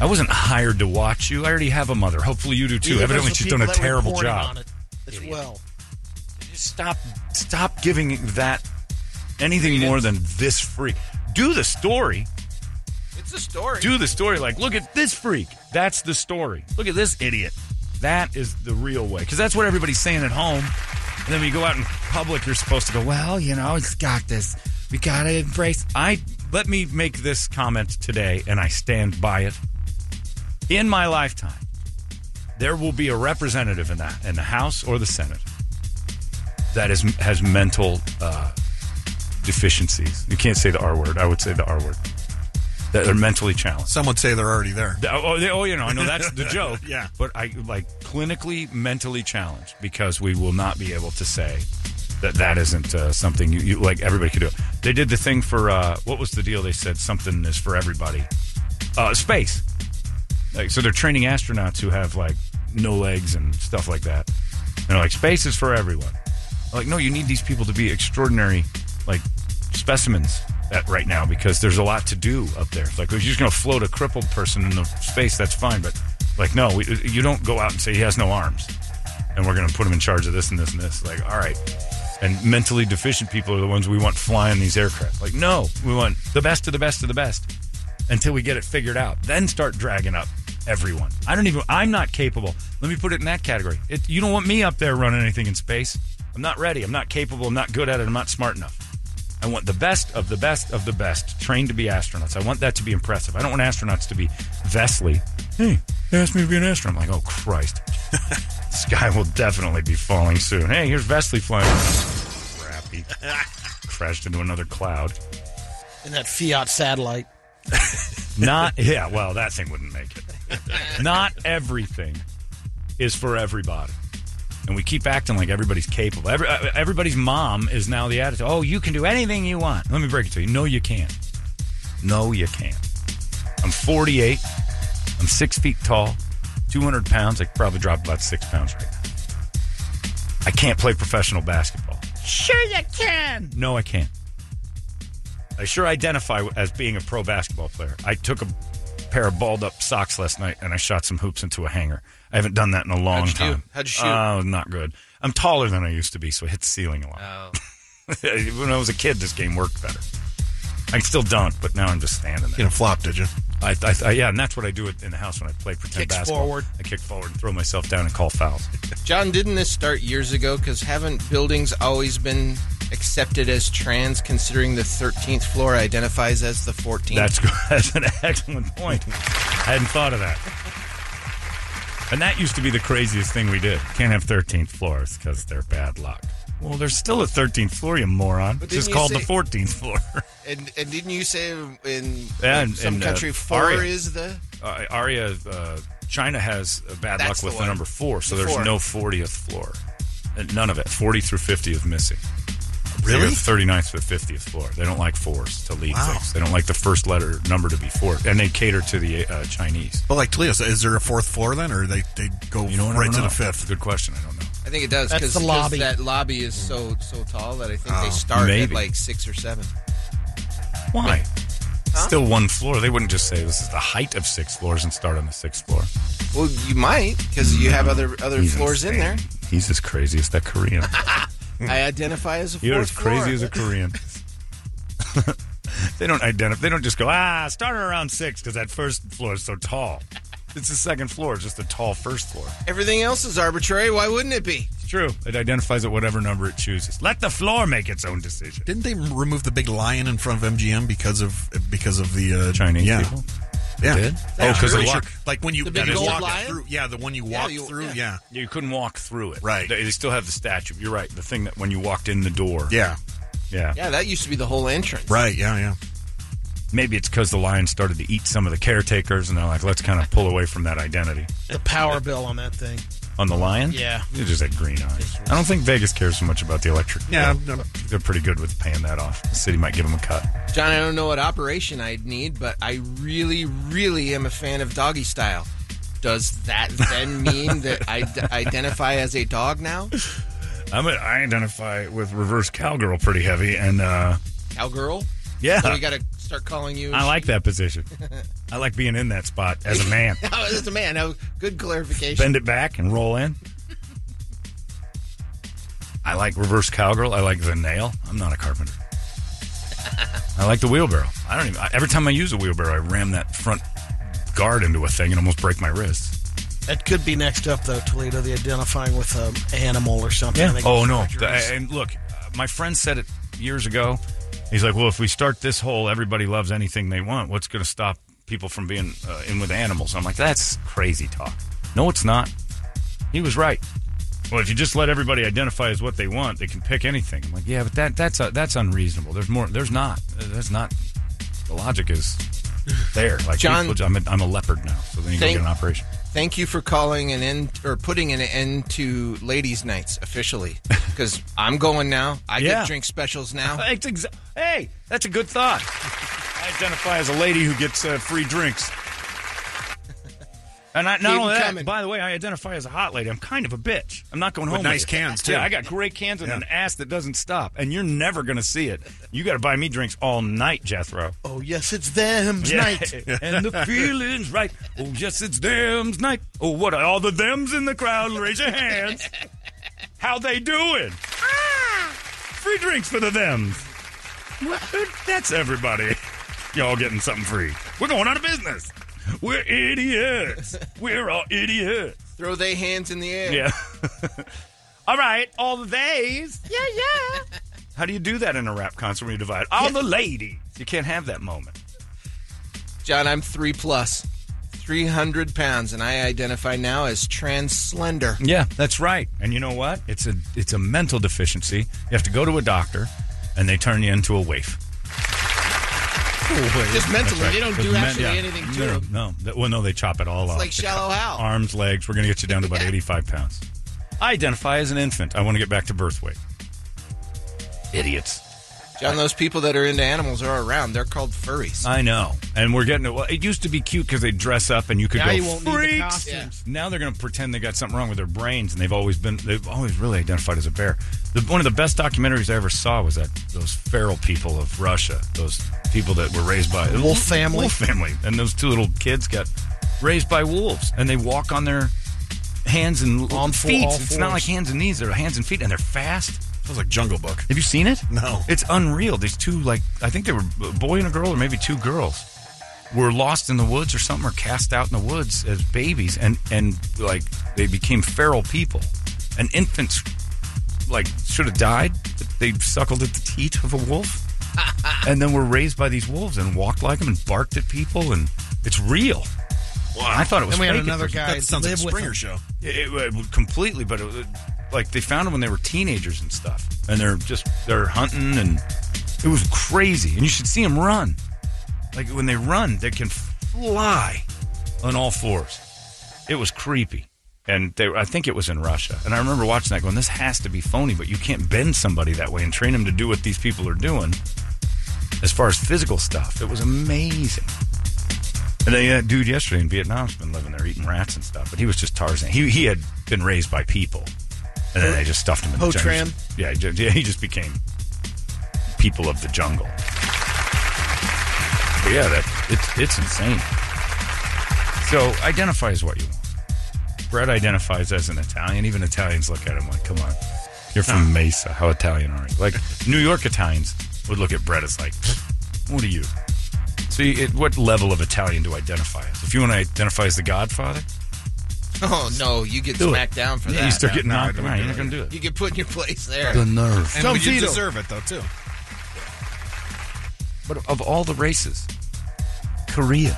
S1: I wasn't hired to watch you. I already have a mother. Hopefully, you do too.
S2: Even
S1: Evidently,
S2: those
S1: she's
S2: people
S1: done a
S2: that were
S1: terrible
S2: reporting
S1: job.
S2: on it as well.
S1: Stop, stop giving that anything more than this freak. Do the story.
S5: It's a story.
S1: Do the story. Like, look at this freak. That's the story. Look at this idiot. That is the real way. Because that's what everybody's saying at home. And then when you go out in public, you're supposed to go, well, you know, it's got this. We got to embrace. I Let me make this comment today, and I stand by it. In my lifetime, there will be a representative in that, in the House or the Senate, that is has mental uh, deficiencies. You can't say the R word. I would say the R word. That they're mentally challenged.
S3: Some would say they're already there.
S1: The- Oh, they, oh, you know, I know that's the joke.
S3: Yeah.
S1: But I like clinically mentally challenged because we will not be able to say that that isn't uh, something you, you like. Everybody could do it. They did the thing for uh, what was the deal? They said something is for everybody. Uh, space. Like, so they're training astronauts who have like no legs and stuff like that. And they're like, space is for everyone. I'm like, no, you need these people to be extraordinary, like specimens at, right now because there's a lot to do up there. Like, if you're just going to float a crippled person into space, that's fine. But like, no, we, you don't go out and say he has no arms, and we're going to put him in charge of this and this and this. Like, all right. And mentally deficient people are the ones we want flying these aircraft. Like, no, we want the best of the best of the best until we get it figured out. Then start dragging up everyone. I don't even. I'm not capable. Let me put it in that category. It, you don't want me up there running anything in space. I'm not ready. I'm not capable. I'm not good at it. I'm not smart enough. I want the best of the best of the best trained to be astronauts. I want that to be impressive. I don't want astronauts to be Vesley. Hey, they asked me to be an astronaut. I'm like, oh Christ, [LAUGHS] sky will definitely be falling soon. Hey, here's Vesley flying. Crap, he crashed into another cloud.
S2: In that Fiat satellite.
S1: Not [LAUGHS] yeah, well, that thing wouldn't make it. Not everything is for everybody. And we keep acting like everybody's capable. Every, uh, everybody's mom is now the attitude. Oh, you can do anything you want. Let me break it to you. No, you can't. No, you can't. I'm 48. I'm six feet tall, 200 pounds. I could probably drop about six pounds right now. I can't play professional basketball.
S8: Sure you can.
S1: No, I can't. I sure identify as being a pro basketball player. I took a pair of balled up socks last night and I shot some hoops into a hanger. I haven't done that in a long
S5: How'd you do?
S1: time.
S5: How'd you shoot?
S1: Oh, not good. I'm taller than I used to be, so I hit the ceiling a lot. [LAUGHS]
S5: Oh.
S1: when I was a kid, this game worked better. I still don't, but now I'm just standing
S3: You
S1: there.
S3: know, flop, did you?
S1: I, I, I, yeah, and that's what I do in the house when I play pretend
S2: Kicks
S1: basketball.
S2: forward.
S1: I kick forward and throw myself down and call fouls.
S5: John, didn't this start years ago? Because haven't buildings always been accepted as trans, considering the 13th floor identifies as the 14th?
S1: That's good. [LAUGHS] That's an excellent point. I hadn't thought of that. And that used to be the craziest thing we did. Can't have 13th floors because they're bad luck. Well, there's still a 13th floor, you moron.
S5: But
S1: It's just
S5: didn't you
S1: called the
S5: say-
S1: 14th floor. [LAUGHS]
S5: and, and didn't you say in
S1: Yeah,
S5: in
S1: and-
S5: some
S1: and, uh,
S5: country four
S1: Aria.
S5: is the?
S1: uh, Aria, uh, China has uh, bad luck
S5: That's
S1: with
S5: the
S1: the,
S5: one.
S1: number four, so
S5: The
S1: there's
S5: four.
S1: no 40th floor. Uh, None of it. 40 through 50 is missing.
S3: Really?
S1: They go 39th to 50th floor. They don't like fours to lead
S3: Wow.
S1: things. They don't like the first letter number to be four. And they cater to the uh, Chinese.
S3: But like Toledo, is there a fourth floor then, or they they go
S1: You know what? I
S3: right
S1: don't
S3: to
S1: know.
S3: the fifth?
S1: Good question. I don't know.
S5: I think it does
S2: That's
S5: because
S2: the lobby.
S5: that lobby is so so tall that I think they start at
S1: Oh, maybe.
S5: like six or seven.
S1: Why? Still one floor. They wouldn't just say this is the height of six floors and start on the sixth floor.
S5: Well, you might because you have other other
S1: He's
S5: floors in there.
S1: insane. He's as crazy as that
S5: [LAUGHS]
S1: Korean.
S5: I identify as a fourth
S1: You're as crazy
S5: floor.
S1: as a Korean. [LAUGHS] they don't identify. They don't just go ah start around six because that first floor is so tall. It's the second floor. It's just a tall first floor.
S5: Everything else is arbitrary. Why wouldn't it be?
S1: It's true. It identifies at whatever number it chooses. Let the floor make its own decision.
S3: Didn't they remove the big lion in front of MGM because of because of the uh,
S1: Chinese
S3: yeah.
S1: people.
S3: Yeah.
S1: did?
S3: Yeah,
S1: Oh, 'cause of
S3: pretty
S1: luck.
S3: Like when you
S5: The big
S3: you
S5: gold
S3: walk
S5: lion?
S3: through. Yeah, the one you
S5: Yeah,
S3: walk
S5: you-
S3: through.
S5: yeah.
S3: Yeah.
S1: You couldn't walk through it.
S3: Right.
S1: They, they still have the statue. You're right. The thing that when you walked in the door.
S3: Yeah.
S1: Yeah.
S5: Yeah, that used to be the whole entrance.
S3: Right. Yeah. Yeah.
S1: Maybe it's because the lion started to eat some of the caretakers, and they're like, let's kind of pull away from that identity.
S2: The power bill on that thing.
S1: on the lion.
S2: Yeah.
S1: you just had green eyes. I don't think Vegas cares so much about the electric.
S3: Yeah,
S5: Um,
S1: bill.
S3: I'm- I'm-
S1: they're pretty good with paying that off. The city might give them a cut.
S5: John, I don't know what operation I'd need, but I really, really am a fan of doggy style. Does
S1: [LAUGHS]
S5: that then mean that I d- identify as a dog now?
S1: I'm a, I identify with reverse cowgirl pretty heavy, and uh,
S5: Cowgirl?
S1: yeah,
S5: So we got to start calling you.
S1: I like that position. I like being in that spot as a [LAUGHS] man.
S5: [LAUGHS] Oh, that's a man. Oh, good clarification.
S1: Bend it back and roll in. I like reverse cowgirl. I like the nail. I'm not a carpenter. I like the wheelbarrow. I don't even. I, every time I use a wheelbarrow, I ram that front guard into a thing and almost break my wrist.
S2: That could be next up, though, Toledo, the identifying with an animal or something. I think
S1: Oh
S2: it's
S1: no.
S2: Roger
S1: The-
S2: East.
S1: and look, uh, my friend said it years ago. He's like, "Well, if we start this whole everybody loves anything they want, what's going to stop people from being uh, in with animals?" I'm like, "That's crazy talk." No, it's not. He was right. Well, if you just let everybody identify as what they want, they can pick anything. I'm like, yeah, but that that's uh, that's unreasonable. There's more. There's not. Uh, There's not. The logic is there. Like
S5: John-
S1: people- I'm, a, I'm a leopard now, so then you go
S5: Thank-
S1: get an operation.
S5: Thank you for calling an end or putting an end to ladies' nights
S1: [LAUGHS]
S5: officially. Because I'm going now. I
S1: Yeah.
S5: get drink
S1: [LAUGHS]
S5: specials now.
S1: It's exa- hey, that's a good thought. I identify as a lady who gets uh, free drinks. And I, not
S5: Keep
S1: only that,
S5: coming.
S1: by the way, I identify as a hot lady. I'm kind of a bitch. I'm not going home.
S3: nice
S1: you.
S3: cans, too.
S1: Yeah, I got great cans and
S3: Yeah.
S1: an ass that doesn't stop. And you're never going to see it. You got to buy me drinks all night, Jethro.
S2: Oh, yes, it's them's [LAUGHS] night.
S1: and the feeling's right. Oh, yes, it's them's night. Oh, what are all the thems in the crowd? Raise your hands. How they doing? Free drinks for the thems. Ah! What? That's everybody. Y'all getting something free. We're going out of business. We're idiots. We're all idiots.
S5: Throw they hands in the air.
S1: Yeah. [LAUGHS] all right, all the theys. Yeah, yeah. How do you do that in a rap concert when you divide? All the ladies. You can't have that moment.
S5: John, I'm three plus, 300 pounds, and I identify now as trans slender.
S1: Yeah, that's right. And you know what? It's a it's a mental deficiency. You have to go to a doctor, and they turn you into a waif.
S5: Just mentally,
S1: Right.
S5: they don't
S1: Because
S5: do
S1: men-
S5: actually
S1: yeah.
S5: anything to
S1: no,
S5: them.
S1: No, no. That- well, no, they chop it all off.
S5: like Shallow Hal.
S1: Arms, legs. We're going to get you down to
S5: [LAUGHS]
S1: about eighty-five pounds. I identify as an infant. I want to get back to birth weight. Idiots.
S5: John, those people that are into animals are around. They're called furries.
S1: I know. And we're getting it. Well, it used to be cute because they dress up and you could
S2: Now
S1: go
S2: you won't need the
S1: freaks.
S2: costumes.
S1: Now they're going to pretend they got something wrong with their brains, and they've always been they've always really identified as a bear. The, one of the best documentaries I ever saw was that those feral people of Russia, those people that were raised by
S2: Wolf family?
S1: wolf family, and those two little kids got raised by wolves, and they walk on their hands and
S2: On four-
S1: feet.
S2: all
S1: It's not
S2: fours.
S1: like hands and knees; they're hands and feet, and they're fast.
S3: Sounds like Jungle Book.
S1: Have you seen it?
S3: No.
S1: It's unreal. These two, like, I think they were a boy and a girl, or maybe two girls, were lost in the woods or something, or cast out in the woods as babies, and and like they became feral people. And infants, like, should have died. but They suckled at the teat of a
S3: [LAUGHS]
S1: wolf, and then were raised by these wolves and walked like them and barked at people, and it's real. Wow. I thought it was.
S2: Then we had
S1: fake at
S2: another
S1: first.
S2: guy
S3: That sounds like a
S2: live with
S3: Springer
S2: them.
S3: show.
S1: It, it, it- completely, but it, was- like they found them when they were teenagers and stuff, and they're just they're hunting, and it was crazy. And you should see them run. Like when they run, they can fly on all fours. It was creepy, and they, I think it was in Russia. And I remember watching that, going, "This has to be phony." But you can't bend somebody that way and train them to do what these people are doing. As far as physical stuff, it was amazing. And then that dude yesterday in Vietnam's been living there eating rats and stuff, but he was just Tarzan. He he had been raised by people, and then they just stuffed him in
S2: Ho
S1: the jungle.
S2: Tran?
S1: Yeah, he just, yeah, he just became people of the jungle. But yeah, that it's it's insane. So identify as what you want. Brett identifies as an Italian. Even Italians look at him like, "Come on, you're from Mesa. How Italian are you?" Like New York Italians would look at Brett as like, "What are you?" See, at what level of Italian do I identify as? If you want to identify as the Godfather,
S5: [LAUGHS] Oh, no, you get
S1: Do it.
S5: smacked down for
S1: you
S5: that.
S1: start getting
S3: no,
S1: knocked
S3: I don't
S1: around.
S3: do
S1: You're not
S3: it.
S1: going to do it.
S5: You get put in your place there.
S1: nerve.
S3: And you
S2: Tuxedo.
S3: deserve it, though, too.
S1: But of all the races, Korea,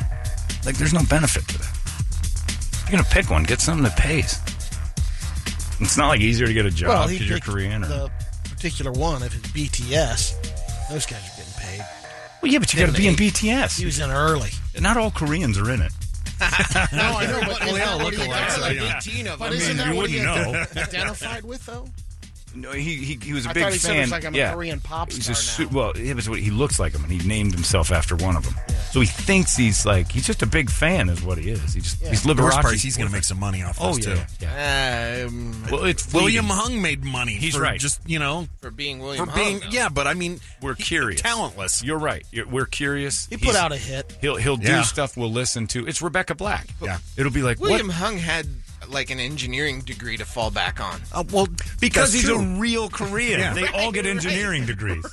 S1: like there's no benefit to that. You're going to pick one, get something that pays. It's not like easier to get a job
S2: Well,
S1: because
S2: he
S1: you're
S2: picked
S1: Korean. Or,
S2: the particular one, if it's BTS, those guys are getting paid.
S1: well, yeah, but you got to be in
S2: Then
S1: BTS.
S2: He was in early.
S1: Not all Koreans are in it.
S2: No, Oh, I know, but
S5: Well,
S2: is
S5: they all
S2: that what
S5: look
S2: he
S5: alike, so, you know.
S2: identified-
S5: 18 of
S2: but
S5: them.
S1: mean,
S2: isn't that
S1: you
S2: what he
S1: wouldn't know.
S2: identified with though?
S1: [LAUGHS] No, he, he, he was a
S2: I
S1: big
S2: thought
S1: fan.
S2: he said it was like, "I'm a
S1: yeah.
S2: Korean pop
S1: he's
S2: star
S1: a su-
S2: now.
S1: Well, it was what he looks like him, and he named himself after one of them. So he thinks he's like he's just a big fan, is what he is. He just he's
S3: The
S1: Liberace.
S3: worst part is he's going to make some money off
S1: Oh
S3: this
S1: yeah,
S3: too.
S1: yeah.
S5: Um,
S1: Well, it's
S3: William
S1: fleeting.
S3: Hung made money.
S1: He's
S3: for
S1: right.
S3: Just you know,
S5: for being William
S3: for being
S5: Hung, though.
S3: yeah. But I mean,
S1: We're
S3: he-
S1: curious.
S3: talentless.
S1: You're right. You're, we're curious.
S2: He put out a hit.
S1: He'll he'll do
S3: Yeah.
S1: stuff we'll listen to. It's Rebecca Black.
S3: Yeah.
S1: It'll be like
S5: William
S1: what?
S5: Hung had like an engineering degree to fall back on.
S3: Uh, well,
S1: Because
S3: that's
S1: he's
S3: true.
S1: a real Korean.
S3: [LAUGHS] Yeah.
S1: They all get
S5: Right,
S1: engineering
S5: [LAUGHS]
S1: degrees.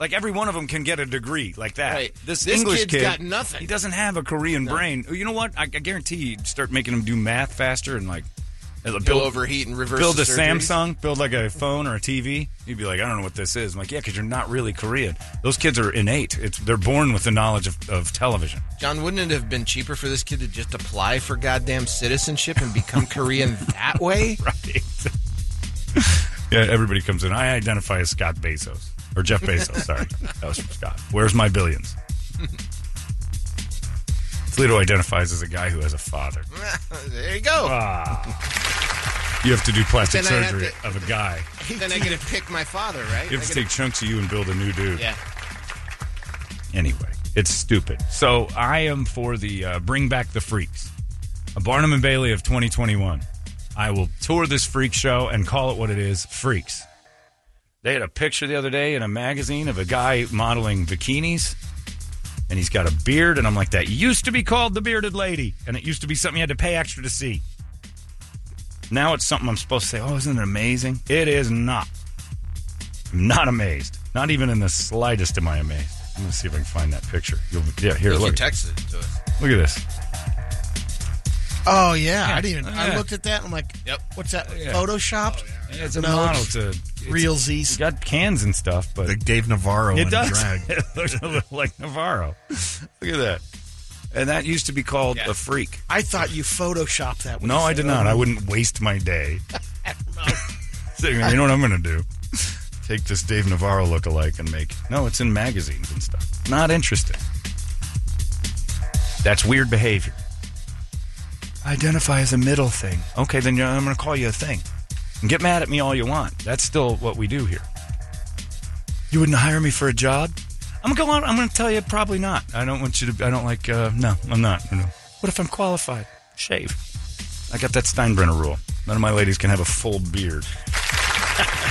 S1: Like every one of them can get a degree like that.
S5: Right.
S1: This,
S5: This
S1: English
S5: kid's
S1: kid
S5: got nothing.
S1: He doesn't have a Korean brain. You know what? I, I guarantee you start making him do math faster and like uh, build
S5: Bill overheat and reverse
S1: build a
S5: the surgeries.
S1: Samsung, build like a phone or a TV. You'd be like, I don't know what this is. I'm like, yeah, because you're not really Korean. Those kids are innate. It's they're born with the knowledge of, of television.
S5: John, wouldn't it have been cheaper for this kid to just apply for goddamn citizenship and
S1: [LAUGHS]
S5: become Korean that way?
S1: Right. yeah, everybody comes in. I identify as Scott Bezos or Jeff Bezos.
S5: [LAUGHS]
S1: sorry, that was from Scott. Where's my billions? Toledo identifies as a guy who has a father.
S5: Uh, there you go.
S1: Ah. You have to do plastic
S5: Then I have
S1: surgery
S5: to-
S1: of a guy.
S5: then I get to pick my father, right?
S1: You
S5: I
S1: have to
S5: get
S1: take chunks of you and build a new dude.
S5: to- yeah.
S1: Anyway, it's stupid. So I am for the uh, Bring Back the Freaks, a Barnum and Bailey of 2021. I will tour this freak show and call it what it is Freaks. They had a picture the other day in a magazine of a guy modeling bikinis, and he's got a beard. And I'm like, that used to be called the bearded lady, and it used to be something you had to pay extra to see. Now it's something I'm supposed to say, oh, isn't it amazing? It is not. I'm not amazed. Not even in the slightest am I amazed. I'm gonna see if I can find that picture. You'll, yeah, here,
S5: You
S1: look.
S5: texted it to us.
S1: Look at this.
S2: Oh yeah, I didn't. Even,
S1: Yeah.
S2: I looked at that. and I'm like,
S5: Yep.
S2: What's that? Photoshopped?
S1: it's a
S2: No,
S1: model.
S2: it's
S1: to
S2: Real Z's.
S1: It's got cans and stuff, but
S3: Like Dave Navarro
S1: it
S3: in
S1: does. [LAUGHS]
S3: drag.
S1: it looks a little like Navarro. Look at that. And that used to be called a freak.
S2: I thought you photoshopped that. when
S1: No,
S2: you
S1: I
S2: said
S1: did
S2: it.
S1: not. I wouldn't waste my [LAUGHS] day. Sitting there, you know what I'm going to do? Take this Dave Navarro look-alike and make. No, it's in magazines and stuff. Not interested. That's weird behavior. Identify as a middle thing. Okay, then you know, I'm going to call you a thing. And get mad at me all you want. That's still what we do here. You wouldn't hire me for a job? I'm going to go on. I'm going to tell you probably not. I don't want you to. I don't like. Uh, no, I'm not. You know. What if I'm qualified? Shave. I got that Steinbrenner rule. None of my ladies can have a full beard. [LAUGHS]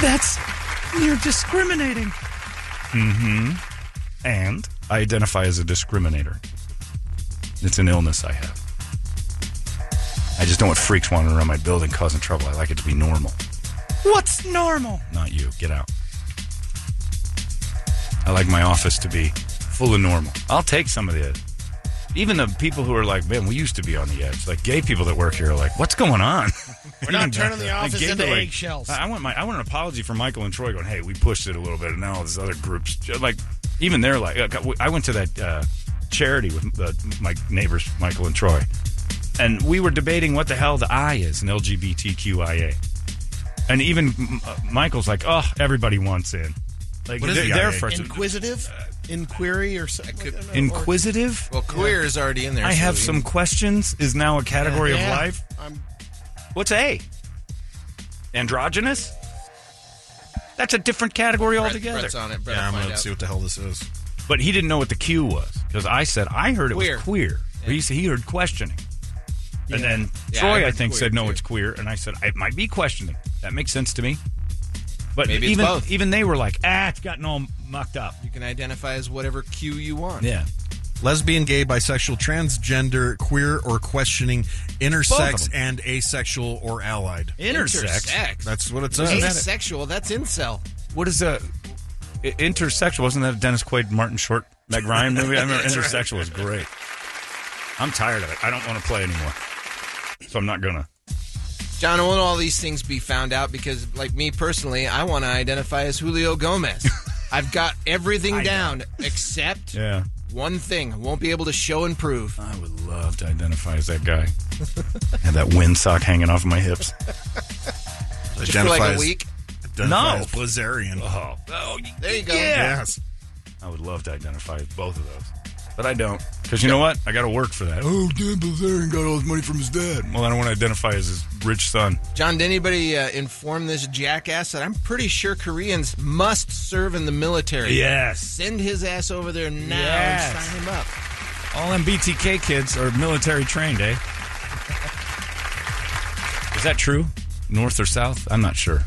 S1: That's you're discriminating. Mm-hmm. And I identify as a discriminator. It's an illness I have. I just don't want freaks wandering around my building causing trouble. I like it to be normal. What's normal? Not you. Get out. I like my office to be full of normal. I'll take some of the even the people who are like, man, we used to be on the edge. Like gay people that work here are like, what's going on? [LAUGHS]
S2: We're not turning the
S1: Like,
S2: office
S1: gay
S2: into
S1: people are like-
S2: eggshells.
S1: I I want my I want an apology from Michael and Troy going, hey, we pushed it a little bit, and now there's other groups like even they're like, I went to that uh, charity with uh, my neighbors Michael and Troy, and we were debating what the hell the I is in LGBTQIA, and even mm, uh, Michael's like, oh, everybody wants in. Like
S3: What is
S1: they're,
S3: the
S1: they're
S3: IA?
S1: for
S2: Inquisitive, inquiry, or something. like that, or-
S1: inquisitive.
S5: Well, queer is already in there.
S1: I
S5: so
S1: have [LAUGHS]
S5: you-
S1: some questions is now a category
S2: Yeah.
S1: of life.
S2: I'm-
S1: What's A? Androgynous? That's a different category
S5: Brett-
S1: altogether.
S5: Brett's on it. Brett
S3: Yeah,
S5: will
S3: I'm
S5: find
S3: going to
S5: out.
S3: see what the hell this is.
S1: But he didn't know what the Q was because I said I heard it
S5: Queer.
S1: was queer. He said he heard questioning, and then
S5: Yeah, I
S1: Troy I,
S5: heard
S1: think
S5: queer,
S1: said no,
S5: too.
S1: it's queer, and I said it might be questioning. That makes sense to me. But
S5: Maybe it's
S1: even
S5: both.
S1: even they were like, ah, it's gotten all mucked up.
S5: You can identify as whatever Q you want.
S1: Yeah,
S3: Lesbian, gay, bisexual, transgender, queer, or questioning, intersex,
S1: them.
S3: and asexual or allied.
S1: intersex.
S5: Intersex.
S3: That's what it
S1: Isn't
S3: says.
S1: that-
S5: Asexual, that's incel.
S1: What is a i- intersexual? Wasn't that a Dennis Quaid, Martin Short, Meg [LAUGHS] Ryan movie? I remember intersexual was great. I'm tired of it. I don't want to play anymore, so I'm not gonna.
S5: John, won't all these things be found out? Because, like me personally, I want to identify as
S1: [LAUGHS]
S5: Julio Gomez. I've got everything down except
S1: Yeah,
S5: one thing. I won't be able to show and prove.
S1: I would love to identify as that guy. [LAUGHS] Have that windsock hanging off my hips.
S5: Just for like a
S3: Identifies-
S5: week.
S3: identify
S1: No.
S3: as Blazarian.
S1: [LAUGHS] Oh,
S5: There you go.
S1: Yeah.
S3: Yes.
S1: I would love to identify as both of those. But but I don't. Because you know what? I got to work for that. Oh, Dan Bilzerian got all his money from his dad. Well, I don't want to identify as his rich son.
S5: John, did anybody uh, inform this jackass that I'm pretty sure Koreans must serve in the military?
S1: Yes.
S5: Send his ass over there now and
S1: Yes.
S5: sign him up.
S1: All them BTK kids are military trained, eh? Is that true? North or south? I'm not sure.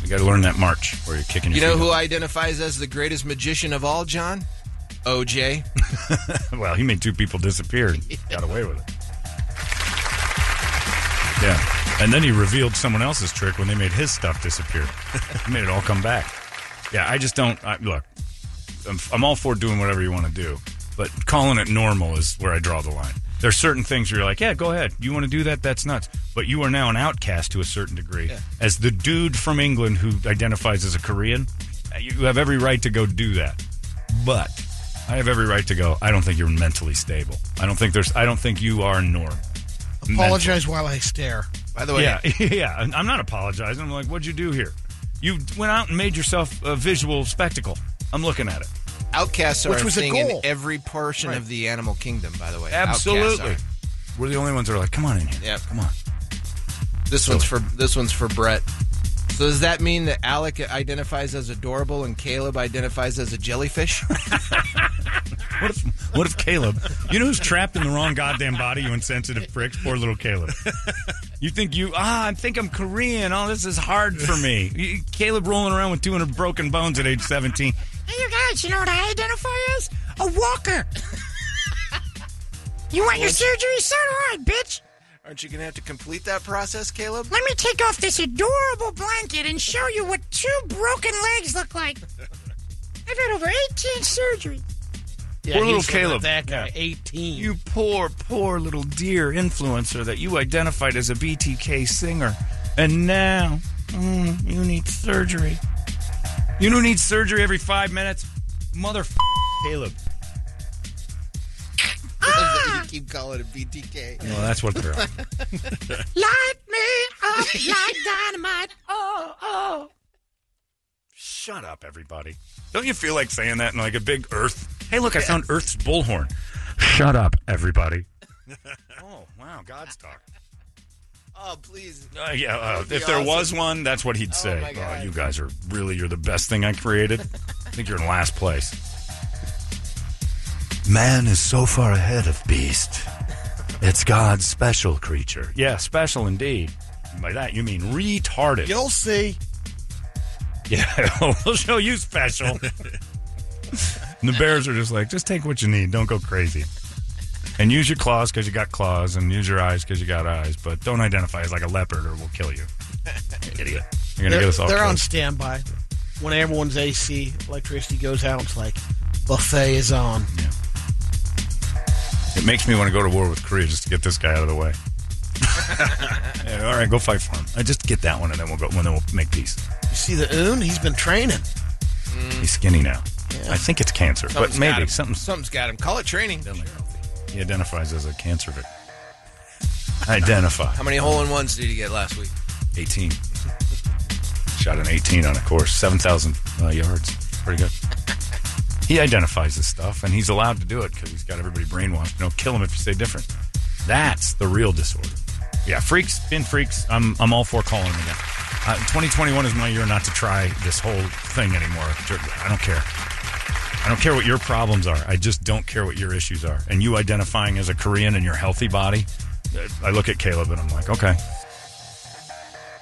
S1: You got to learn that march where you're kicking
S5: You
S1: your
S5: know
S1: feet
S5: who
S1: up.
S5: identifies as the greatest magician of all, John? OJ.
S1: [LAUGHS] Well, he made two people disappear and got away with it. Yeah. And then he revealed someone else's trick when they made his stuff disappear. [LAUGHS] he made it all come back. Yeah, I just don't. I, look, I'm, I'm all for doing whatever you want to do, but calling it normal is where I draw the line. There's certain things where you're like, yeah, go ahead. You want to do that? That's nuts. But you are now an outcast to a certain degree. As the dude from England who identifies as a Korean, you have every right to go do that. But I have every right to go. I don't think you're mentally stable. I don't think there's. I don't think you are normal.
S2: Apologize while I stare.
S5: By the way,
S1: Yeah, [LAUGHS] yeah. And I'm not apologizing. I'm like, what'd you do here? You went out and made yourself a visual spectacle. I'm looking at it.
S5: outcasts are
S2: Which was a
S5: a thing
S2: goal.
S5: in every portion of the animal kingdom, by the way. Outcasts
S1: Absolutely.
S5: are.
S1: We're the only ones that are like, come on in here.
S5: Yep.
S1: Come on.
S5: This one's for this one's for Brett. So does that mean that Alec identifies as adorable and Caleb identifies as a jellyfish?
S1: What if, what if Caleb, you know who's trapped in the wrong goddamn body, you insensitive pricks? Poor little Caleb. You think you, ah, I think I'm Korean. Oh, this is hard for me. You- Caleb rolling around with 200 broken bones at age 17.
S8: Hey, you guys, you know what I identify as? A
S2: [LAUGHS]
S8: walker. you want your surgery? So do I, bitch.
S5: Aren't you going to have to complete that process, Caleb?
S8: Let me take off this adorable blanket and show you what two broken legs look like. I've had over 18 surgeries.
S2: Yeah,
S1: Poor
S2: he's
S1: little
S2: looking at
S1: Caleb.
S2: That guy,
S1: Yeah.
S2: 18.
S1: You poor, poor little dear influencer that you identified as a BTK singer. And now, mm, you need surgery. You don't need surgery every five minutes. Mother Caleb.
S5: you keep calling it BTK.
S1: Well, that's what they're
S8: Light me up like dynamite. Oh, oh.
S1: Shut up, everybody. Don't you feel like saying that in like a big Earth? Hey, look, I found Earth's bullhorn. Shut up,
S5: [LAUGHS]
S1: everybody. oh, wow, God's talk.
S5: Oh, please.
S1: Uh, yeah, uh,
S5: be
S1: if there
S5: awesome.
S1: was one, that's what he'd say.
S5: my God.
S1: Oh, you guys are really, you're the best thing I
S5: [LAUGHS]
S1: created. I think you're in last place. Man is so far ahead of beast. It's God's special creature. Yeah, special indeed. By that, you mean retarded.
S2: You'll see.
S1: Yeah, [LAUGHS] we'll show you special. and [LAUGHS] the bears are just like, just take what you need. Don't go crazy. And use your claws because you got claws, and use your eyes because you got eyes. But don't identify as like a leopard, or we'll kill you. [LAUGHS] Idiot! You're gonna
S2: They're,
S1: get us all.
S2: they're on
S1: killed.
S2: standby. When everyone's AC, electricity goes out, it's like, buffet is on.
S1: It makes me want to go to war with Korea just to get this guy out of the [LAUGHS] way. Yeah, all right, go fight for him. I just get that one, and then we'll go. And then we'll make peace.
S2: You see the oon? He's been training.
S1: He's skinny now. I think it's cancer,
S5: Something's
S1: but
S5: got
S1: maybe
S5: him.
S1: something's
S5: Something's got him. Call it training.
S1: He identifies as a cancer victim. [LAUGHS] Identify.
S5: How many hole in ones did you get last week?
S1: 18. Shot an 18 on a course, 7,000 uh, yards. Pretty good. He identifies this stuff, and he's allowed to do it because he's got everybody brainwashed. You know, kill him if you say different. That's the real disorder. Yeah, freaks, been freaks. I'm, I'm all for calling them again. Uh, 2021 is my year not to try this whole thing anymore. I don't care. I don't care what your problems are. I just don't care what your issues are. And you identifying as a Korean in your healthy body, uh, I look at Caleb and I'm like, okay,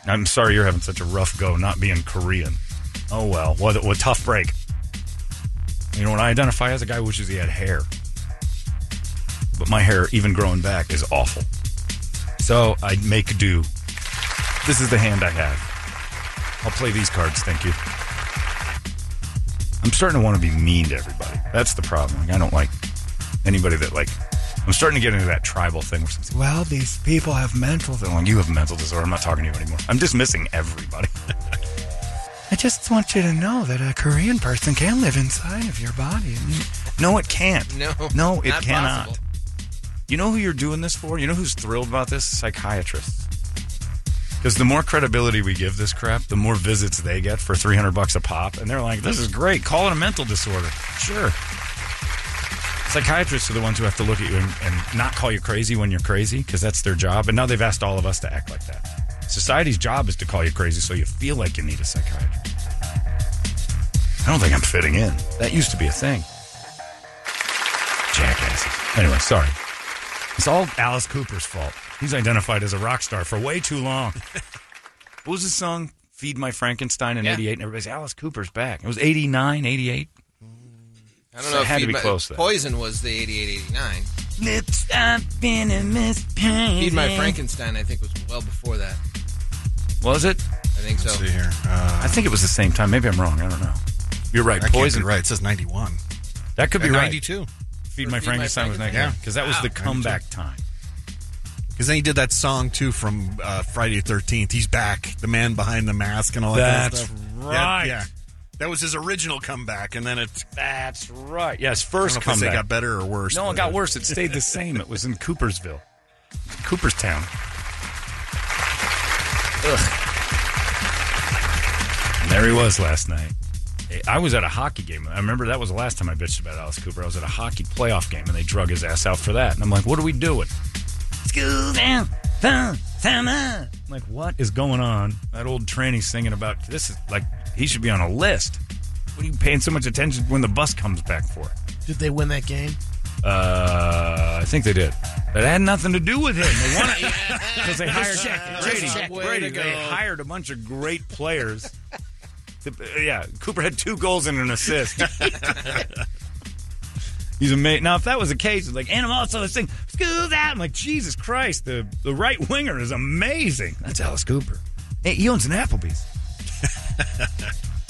S1: I'm sorry you're having such a rough go not being Korean. Oh well, what a, what a tough break. You know, when I identify as a guy who wishes he had hair, but my hair, even growing back, is awful. So I make do. This is the hand I have. I'll play these cards, thank you. I'm starting to want to be mean to everybody. That's the problem. Like, I don't like anybody that like. I'm starting to get into that tribal thing where it's like, well, these people have mental. They're like, you have mental disorder. I'm not talking to you anymore. I'm dismissing everybody. [LAUGHS] I just want you to know that a Korean person can live inside of your body. No, it can't.
S5: No,
S1: no, it
S5: not
S1: cannot.
S5: possible.
S1: You know who you're doing this for? You know who's thrilled about this? Psychiatrists. Because the more credibility we give this crap, the more visits they get for 300 bucks a pop. And they're like, this is great. Call it a mental disorder. Sure. Psychiatrists are the ones who have to look at you and, and not call you crazy when you're crazy because that's their job. And now they've asked all of us to act like that. Society's job is to call you crazy so you feel like you need a psychiatrist. I don't think I'm fitting in. That used to be a thing. Jackasses. Anyway, sorry. It's all Alice Cooper's fault. He's identified as a rock star for way too long. [LAUGHS] what was the song? Feed My Frankenstein in 88, and everybody's Alice Cooper's back. It was 89, 88.
S5: I don't
S1: So
S5: know
S1: it
S5: if
S1: had to
S5: he-
S1: be
S5: but
S1: close then.
S5: Poison was the 88, 89.
S1: Lips, I've been a miss pain.
S5: Feed My Frankenstein, I think, was well before that.
S1: Was it?
S5: I think so.
S3: Let's see here. Uh,
S1: I think it was the same time. Maybe I'm wrong. I don't know. You're right.
S3: that
S1: Poison.
S3: Poison. Right. It says 91.
S1: That could be
S3: Uh,
S1: right.
S3: 92.
S1: Feed My
S5: Feed My
S1: Frankenstein was
S5: Frankenstein?
S1: 92. Because that was
S5: Wow.
S1: the comeback time.
S3: Because then he did that song too from uh, Friday the 13th. He's back. The man behind the mask and all that
S1: That's
S3: kind of stuff.
S1: right.
S3: Yeah, yeah. That was his original comeback. And then it,
S1: That's right. Yes,
S3: I
S1: first
S3: don't know if they say it got
S1: comeback.
S3: better or worse.
S1: No,
S3: but-
S1: it got worse. It stayed the same. It was in Coopersville, Cooperstown. Ugh. And there he was last night. I was at a hockey game. I remember that was the last time I bitched about Alice Cooper. I was at a hockey playoff game, and they drug his ass out for that. And I'm like, "What are we doing?" School down, down, down, uh. I'm like, "What is going on?" That old tranny singing about this is like he should be on a list. What are you paying so much attention when the bus comes back for?
S2: Did they win that game?
S1: Uh, I think they did. But it had nothing to do with him. They won it [LAUGHS] because they hired Brady. Brady. They hired a bunch of great players. To- uh, yeah, Cooper had two goals and an assist. He's amazing. Now, if that was the case, it's like, and I'm also this thing, screw that. I'm like, Jesus Christ, the, the right winger is amazing. That's Alice Cooper. Hey, he owns an Applebee's.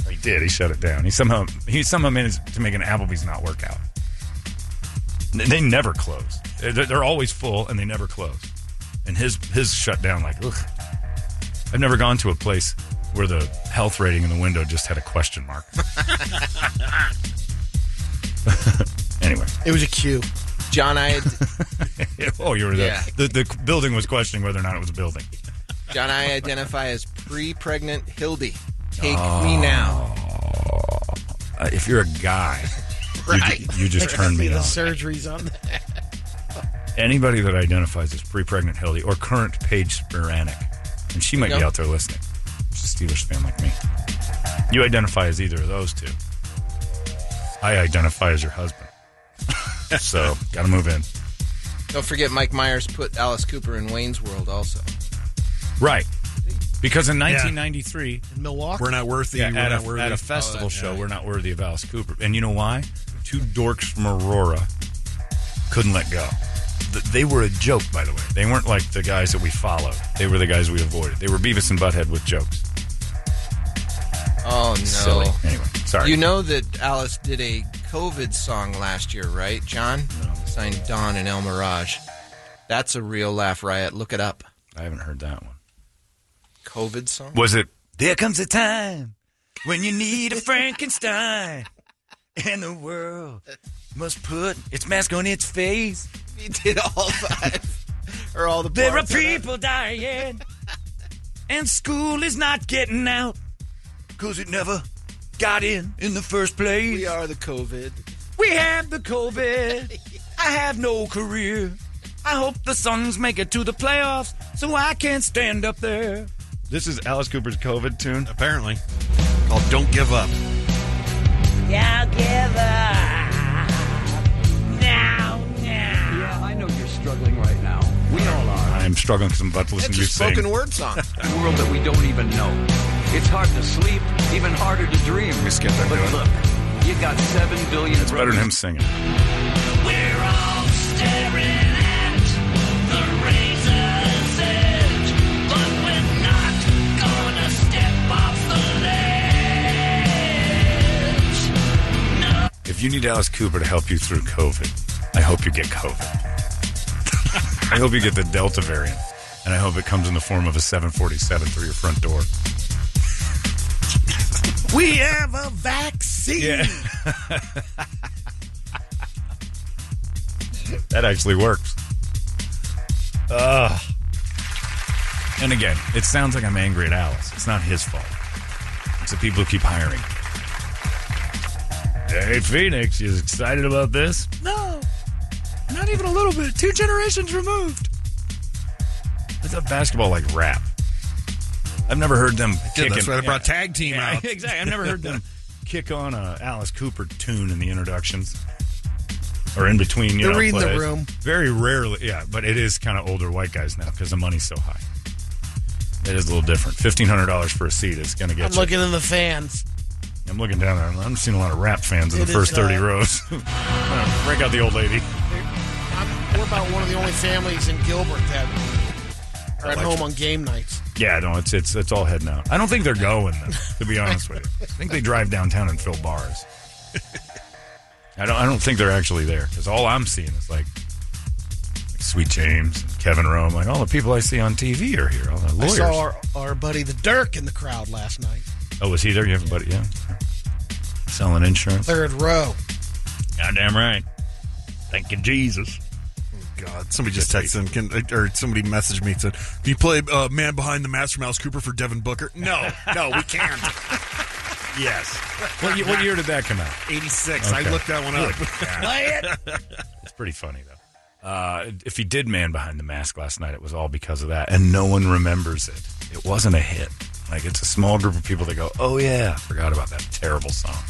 S1: he did. He shut it down. He somehow he somehow managed to make an Applebee's not work out. They- They never close. They're, they're always full, and they never close. And his his shut down like, ugh. I've never gone to a place where the health rating in the window just had a question mark. [LAUGHS] anyway,
S2: It was a cue.
S5: John,
S1: [LAUGHS]
S5: I had,
S1: oh, you were there.
S5: Yeah.
S1: The, the building was questioning whether or not it was a building.
S5: John, I identify as pre-pregnant Hildy. Take me
S1: Oh.
S5: now.
S1: Uh, if you're a guy, you,
S5: Right.
S1: ju- you
S5: [LAUGHS]
S1: just turned me
S2: the
S1: on.
S2: surgeries on that.
S1: Anybody that identifies as pre-pregnant Hildy or current Paige Sporanic, and she might
S5: Yep.
S1: be out there listening. She's a Steelers fan like me. You identify as either of those two. I identify as your husband. so, got to move in.
S5: Don't forget, Mike Myers put Alice Cooper in Wayne's World also.
S1: Right. Because in 1993,
S2: In Milwaukee.
S3: We're not worthy.
S1: yeah,
S3: we're
S1: at,
S3: not
S1: a,
S3: worthy. Oh,
S1: at a festival show, we're not worthy of Alice Cooper. And you know why? Two dorks from Aurora couldn't let go. Th- They were a joke, by the way. They weren't like the guys that we followed. They were the guys we avoided. They were Beavis and Butthead with jokes.
S5: Oh no!
S1: Silly. Anyway, sorry.
S5: You know that Alice did a COVID song last year, right, John? Signed Don and El Mirage. That's a real laugh riot. Look it up.
S1: I haven't heard that one.
S5: COVID song.
S1: Was it? There comes a time when you need a Frankenstein, and the world must put its mask on its face.
S5: He did all five, [LAUGHS] or all the.
S1: There are
S5: parts of that.
S1: people dying, and school is not getting out because it never got in in the first place.
S5: We are the COVID.
S1: We have the COVID. I have no career. I hope the Suns make it to the playoffs so I can stand up there. This is Alice Cooper's COVID tune.
S3: Apparently. Called Don't Give Up.
S8: Yeah, I'll give up. Now, now.
S10: Yeah, I know you're struggling right now. We all are.
S1: I'm struggling because I'm about to listen
S5: It's
S1: to
S5: a
S1: you sing.
S5: spoken
S1: [LAUGHS]
S5: word song.
S10: A world that we don't even know. It's hard to sleep, even harder to dream.
S1: me skip that,
S10: But
S1: do it.
S10: look, you got seven billion.
S1: It's better than him singing.
S8: We're all staring at the razor's edge, but we're not gonna step off the ledge.
S1: If you need Alice Cooper to help you through COVID, I hope you get COVID. [LAUGHS] I hope you get the Delta variant, and I hope it comes in the form of a 747 through your front door.
S2: We have a vaccine.
S11: [LAUGHS]
S1: Yeah. that actually works. Ugh. And again, it sounds like I'm angry at Alice. It's not his fault. It's the people who keep hiring. Hey, Phoenix, you excited about this?
S2: No.
S11: Not even a little bit. Two generations removed.
S1: I thought basketball like rap. I've never heard them.
S3: did.
S1: Kicking.
S3: That's why they brought tag team
S1: Yeah, [LAUGHS]
S3: out.
S1: Exactly. I've never heard them kick on a Alice Cooper tune in the introductions or in between. You
S2: They're
S1: know,
S2: reading the
S1: plays.
S2: room.
S1: Very rarely, yeah. But it is kind of older white guys now because the money's so high. It is a little different. Fifteen hundred dollars for a seat is going to get.
S2: I'm
S1: you.
S2: looking in the fans.
S1: I'm looking down there. I'm- I'm seeing a lot of rap fans in
S2: It
S1: the
S2: is,
S1: first thirty
S2: uh,
S1: rows. [LAUGHS] Break out the old lady.
S2: We're about one of the only families in Gilbert that are at
S1: Like-
S2: home on game nights.
S1: Yeah, no, it's it's it's all heading out. I don't think they're going though, to be honest
S2: [LAUGHS]
S1: with you. I think they drive downtown and fill bars. I don't I don't think they're actually there because all I'm seeing is like, like Sweet James, and Kevin Rome, like all the people I see on TV are here. All the
S2: I
S1: lawyers.
S2: saw our, our buddy the Dirk in the crowd last night,
S1: oh, was he there? You have a buddy? Yeah, selling insurance.
S2: third row.
S1: Goddamn right. Thank you, Jesus.
S3: God, somebody just texted him, can, uh, or somebody messaged me and said, "Can you play uh, Man Behind the Mask from Alice Cooper for Devin Booker?" No, no,
S1: [LAUGHS]
S3: we can't.
S1: yes. What, ye- what year did that come out?
S3: Eighty-six. I
S1: Okay.
S3: looked that one up.
S1: Play it. It's pretty funny though. Uh, if he did man behind the mask last night, it was all because of that, and no one remembers it. It wasn't a hit. Like it's a small group of people that go, "Oh yeah, I forgot about that terrible song."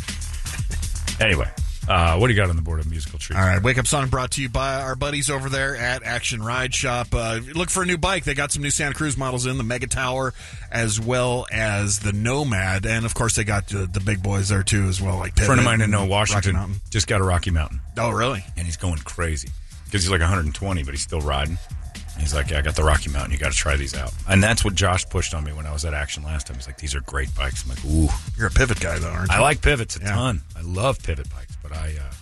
S1: [LAUGHS] anyway, uh, what do you got on the board of musical treats?
S3: [LAUGHS] All right, wake up song brought to you by our buddies over there at Action Ride Shop. Uh, look for a new bike. They got some new Santa Cruz models in the Mega Tower, as well as the Nomad, and of course they got the, the big boys there too, as well. Like
S1: A friend
S3: Pivot
S1: of mine in uh,
S3: and Rocky
S1: Washington
S3: Mountain.
S1: just got a Rocky Mountain.
S3: Oh, really?
S1: And he's going crazy because he's like 120, but he's still riding. And he's like, yeah, I got the Rocky Mountain. You got to try these out. And that's what Josh pushed on me when I was at Action last time. He's like, these are great bikes. I'm like, ooh.
S3: You're a Pivot guy though, aren't you?
S1: I like pivots a ton. I love pivot bikes, but I. Uh,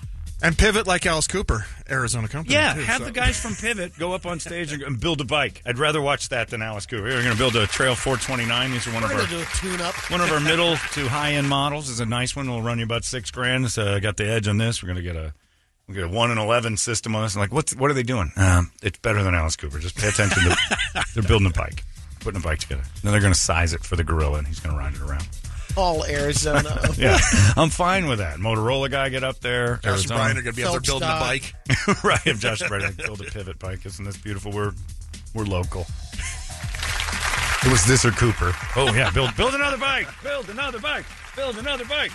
S3: and Pivot like Alice Cooper, Arizona company.
S1: Yeah,
S3: too,
S1: have
S3: so-
S1: the guys from Pivot go up on stage and, and build a bike. I'd rather watch that than Alice Cooper. We're going to build a Trail 429. These are one
S2: We're gonna
S1: of
S2: do
S1: our
S2: a tune-up.
S1: one of our middle to high end models. Is a nice one. It'll run you about six grand. So I got the edge on this. We're going to get a we get a one and eleven system on this. I'm like, what's what are they doing? Um, it's better than Alice Cooper. Just pay attention.
S3: [LAUGHS]
S1: to They're building a bike, putting a bike together. Then they're going to size it for the gorilla, and he's going to ride it around.
S2: all Arizona.
S1: Yeah, [LAUGHS] I'm fine with that. Motorola guy get up there.
S3: Josh and
S1: Arizona.
S3: Brian are going to be out there
S2: Phelps
S3: building a
S2: style.
S1: [LAUGHS]
S3: bike.
S1: right, if Josh and Brandon build a pivot bike, isn't this beautiful? We're we're local. It was this or Cooper. Oh yeah, build build another bike. Build another bike. Build another bike.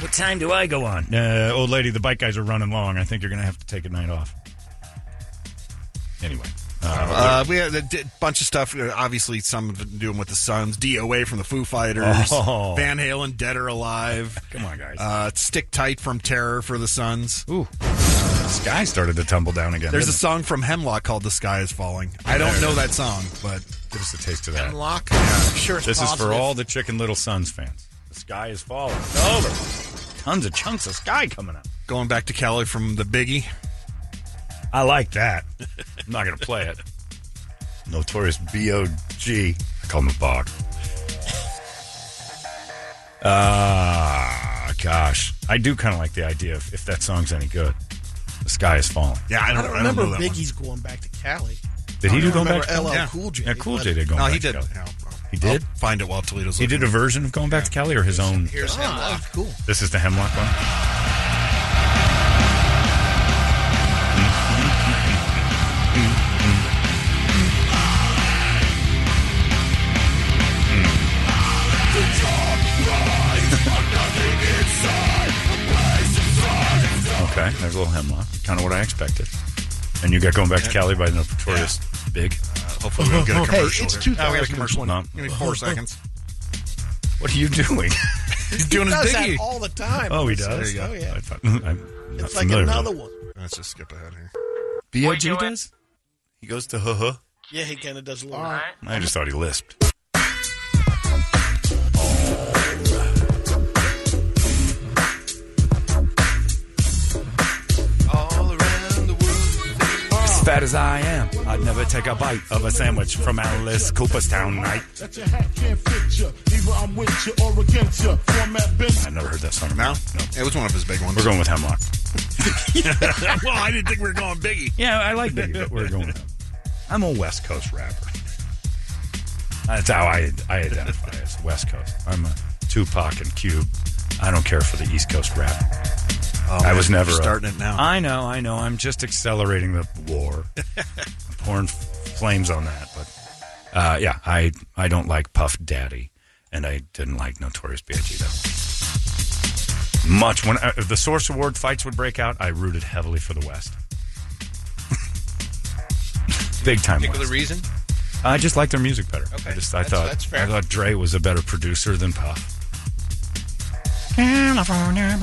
S1: What time do I go on? Uh, old lady, the bike guys are running long. I think you're going to have to take a night off. Anyway, Oh
S3: Uh, we had a d- bunch of stuff. uh, Obviously, some of it doing with the Suns, DOA from the Foo Fighters,
S1: Oh.
S3: Van Halen, Dead
S1: [LAUGHS]
S3: or Alive. Come
S1: on, guys.
S3: Uh, Stick tight from Terror for the Suns.
S1: Ooh, sky started to tumble down again.
S3: There's a song from Hemlock called "The Sky Is Falling." I don't
S1: There it
S3: know
S1: is.
S3: that song, but
S1: give us a taste of that.
S2: Hemlock. Sure, it's
S1: This is for
S2: positive.
S1: all the Chicken Little Suns fans. The sky is falling. It's over. Tons of chunks of sky coming up.
S3: going back to Cali from the Biggie.
S1: I like that. [LAUGHS] I'm not going to play it. Notorious B.O.G. I call him a bog. Ah, gosh. I do kind of like the idea of if that song's any good. The sky is falling.
S3: Yeah, I
S2: I
S3: don't,
S2: don't
S3: I don't
S2: remember
S3: know that
S2: Biggie's going back to Cali.
S1: Did he
S2: I
S1: do
S2: don't
S1: Going
S2: remember
S1: Back to Cali?
S2: LL
S1: Yeah.
S2: Cool J.
S1: Yeah, Cool
S2: but
S1: J did Going
S3: one. No,
S1: Back
S3: he Oh.
S1: to
S3: did.
S1: Cali.
S3: No, no.
S1: He did?
S3: I'll find it while Toledo's.
S1: He did a
S3: looking.
S1: version of Going Back to Cali or his own?
S5: Here's
S2: Ah,
S5: Hemlock.
S2: cool.
S1: This is the Hemlock one? Okay, there's a little hemlock. Kind of what I expected. And you got going back to Cali by the notorious big.
S3: Hopefully, we'll get a
S2: Hey,
S3: commercial.
S2: it's
S3: here.
S2: 2000.
S3: Oh, we got a commercial. in-
S1: No.
S3: Give me
S1: [LAUGHS]
S3: four seconds.
S1: What are you
S3: [LAUGHS]
S1: doing?
S3: He's doing
S2: he
S3: his
S2: does
S3: Biggie.
S2: that all the time.
S1: oh, he does.
S2: Oh, yeah.
S1: I thought, I'm not
S2: It's like
S1: familiar with
S2: another
S1: it.
S2: one.
S3: Let's just skip ahead here.
S1: B.O.G. does? He goes to huh huh.
S2: Yeah, he kind of does a little.
S1: I just thought he lisped.
S5: All around the world.
S1: As fat as I am, I'd never take a bite of a sandwich from Alice Cooperstown night.
S12: That your hat can't fit you. Either I'm with you or against you. Format been
S1: I never heard that song.
S3: No, it was one of his big ones.
S1: We're going with Hemlock.
S3: well, I didn't think we were going Biggie.
S1: Yeah, I like Biggie, but we're [LAUGHS] going with him. I'm a West Coast rapper. That's how I, I identify as West Coast. I'm a Tupac and Cube. I don't care for the East Coast rap. I was
S3: Oh, man,
S1: never
S3: you're
S1: a-
S3: starting it now.
S1: I know, I know. I'm just accelerating the
S3: [LAUGHS]
S1: war. I'm pouring f- flames on that, but uh, yeah, I I don't like Puff Daddy, and I didn't like Notorious B.I.G. though. Much when uh, the Source Award fights would break out, I rooted heavily for the West. [LAUGHS] Big time. West.
S5: Particular reason?
S1: I just like their music better. I
S5: Okay.
S1: just I
S5: That's-
S1: thought
S5: that's fair.
S1: I thought Dre was a better producer than Puff.
S5: California.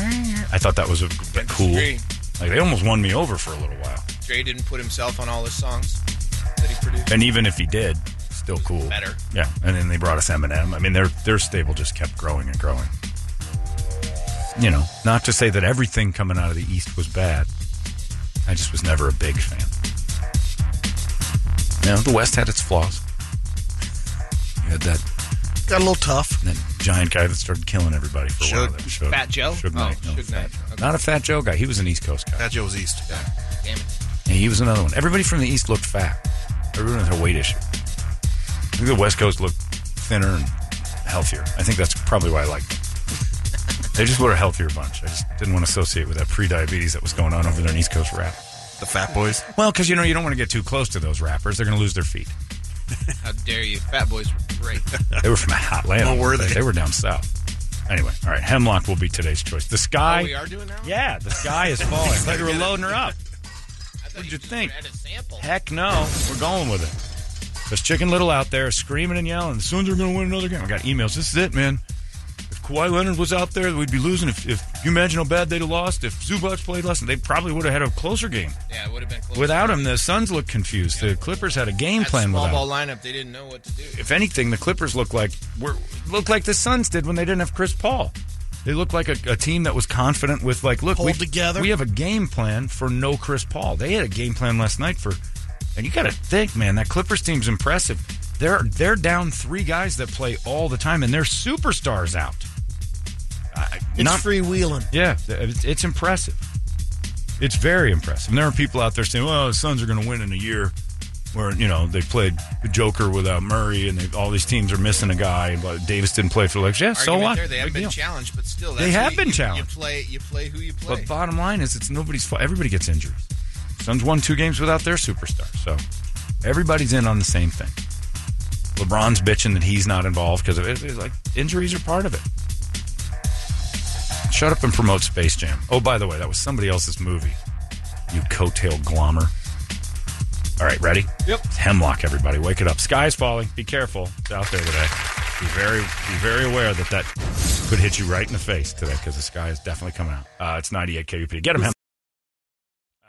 S1: I thought that was a g- cool.
S5: Agree.
S1: Like they almost won me over for a little while.
S5: Dre didn't put himself on all his songs that he produced.
S1: And even if he did, still cool.
S5: Better.
S1: Yeah. And then they brought us Eminem. I mean, their their stable just kept growing and growing. You know, not to say that everything coming out of the East was bad. I just was never a big fan. Now the West had its flaws. You had that
S2: Got a little tough.
S1: that giant guy that started killing everybody for a while. That Suge-
S5: Fat Joe?
S1: Suge Knight,
S5: Oh,
S1: no,
S5: Suge Knight. Okay.
S1: Not a Fat Joe guy. He was an East Coast guy.
S3: Fat Joe was East. Yeah.
S5: Damn it.
S1: Yeah, he was another one. Everybody from the East looked fat. Everyone had a weight issue. I think the West Coast looked thinner and healthier. I think that's probably why I liked them. they just were a healthier bunch. I just didn't want to associate with that pre-diabetes that was going on over there in East Coast rap.
S3: The Fat Boys.
S1: Well, because you know you don't want to get too close to those rappers. They're going to lose their
S5: [LAUGHS]
S1: feet.
S5: How dare you? Fat Boys were great.
S1: They were from Atlanta.
S5: Well, were they?
S1: They were down south. Anyway, all right. Hemlock will be today's choice. The sky.
S5: Oh, we are doing now?
S1: Yeah, the sky
S5: [LAUGHS]
S1: is falling. I thought you were loading her up.
S5: What'd
S1: you think?
S5: sample.
S1: Heck no. We're going with it. There's Chicken Little out there screaming and yelling. The Suns are going to win another game. I got emails. This is it, man. If Kawhi Leonard was out there, we'd be losing. If, if you imagine how bad they'd have lost, if Zubac played less, they probably would have had a closer game.
S5: Yeah, it would have been close.
S1: Without him, the Suns look confused. The Clippers had a game
S5: That
S1: plan
S5: small
S1: without.
S5: ball
S1: him.
S5: lineup, they didn't know what to do.
S1: If anything, the Clippers look like were look like the Suns did when they didn't have Chris Paul. They look like a, a team that was confident with like, look, we,
S2: Pulled together.
S1: we have a game plan for no Chris Paul. They had a game plan last night for, and you got to think, man, that Clippers team's impressive. They're they're down three guys that play all the time, and their superstars out. I,
S2: It's
S1: not-
S2: freewheeling.
S1: yeah, th- it's, it's impressive. It's very impressive. And there are people out there saying, "Well, the Suns are going to win in a year where you know they played Joker without Murray, and they, all these teams are missing a guy, and but Davis didn't play for the Lakers." Yeah, so
S5: Argument
S1: what?
S5: There, they
S1: Big
S5: haven't been
S1: deal.
S5: challenged, but still,
S1: They
S5: that's
S1: have
S5: who you-
S1: been
S5: you-
S1: challenged.
S5: You play, you play who you play.
S1: But bottom line is, it's nobody's fault. Everybody gets injuries. Suns won two games without their superstar, so everybody's in on the same thing. LeBron's bitching that he's not involved because of it. It's like injuries are part of it. Shut up and promote Space Jam. Oh, by the way, that was somebody else's movie. You coattail glommer. All right, ready? Yep. It's hemlock, everybody. Wake it up. Sky's falling. Be careful. It's out there today. Be very, be very aware that that could hit you right in the face today because the sky is definitely coming out. Uh, it's 98 KUP. Get him, Hemlock.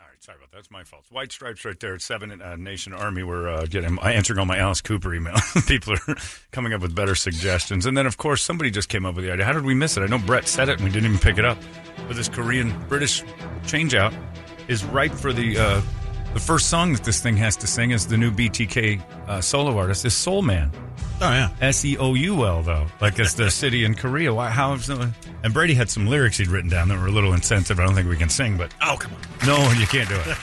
S1: All right, sorry about that. That's my fault. White stripes right there at Seven uh, Nation Army. We're uh, getting I'm answering all my Alice Cooper email. [LAUGHS] People are coming up with better suggestions, and then of course somebody just came up with the idea. How did we miss it? I know Brett said it, and we didn't even pick it up. But this Korean British changeout is ripe for the uh, the first song that this thing has to sing is the new BTK uh, solo artist is Soul Man.
S3: Oh yeah.
S1: S E O U L though, like it's
S3: [LAUGHS]
S1: the city in Korea. Why? How? uh, And Brady had some lyrics he'd written down that were a little insensitive. I don't think we can sing, but
S3: Oh come on.
S1: no, you can't do
S3: [LAUGHS]
S1: it.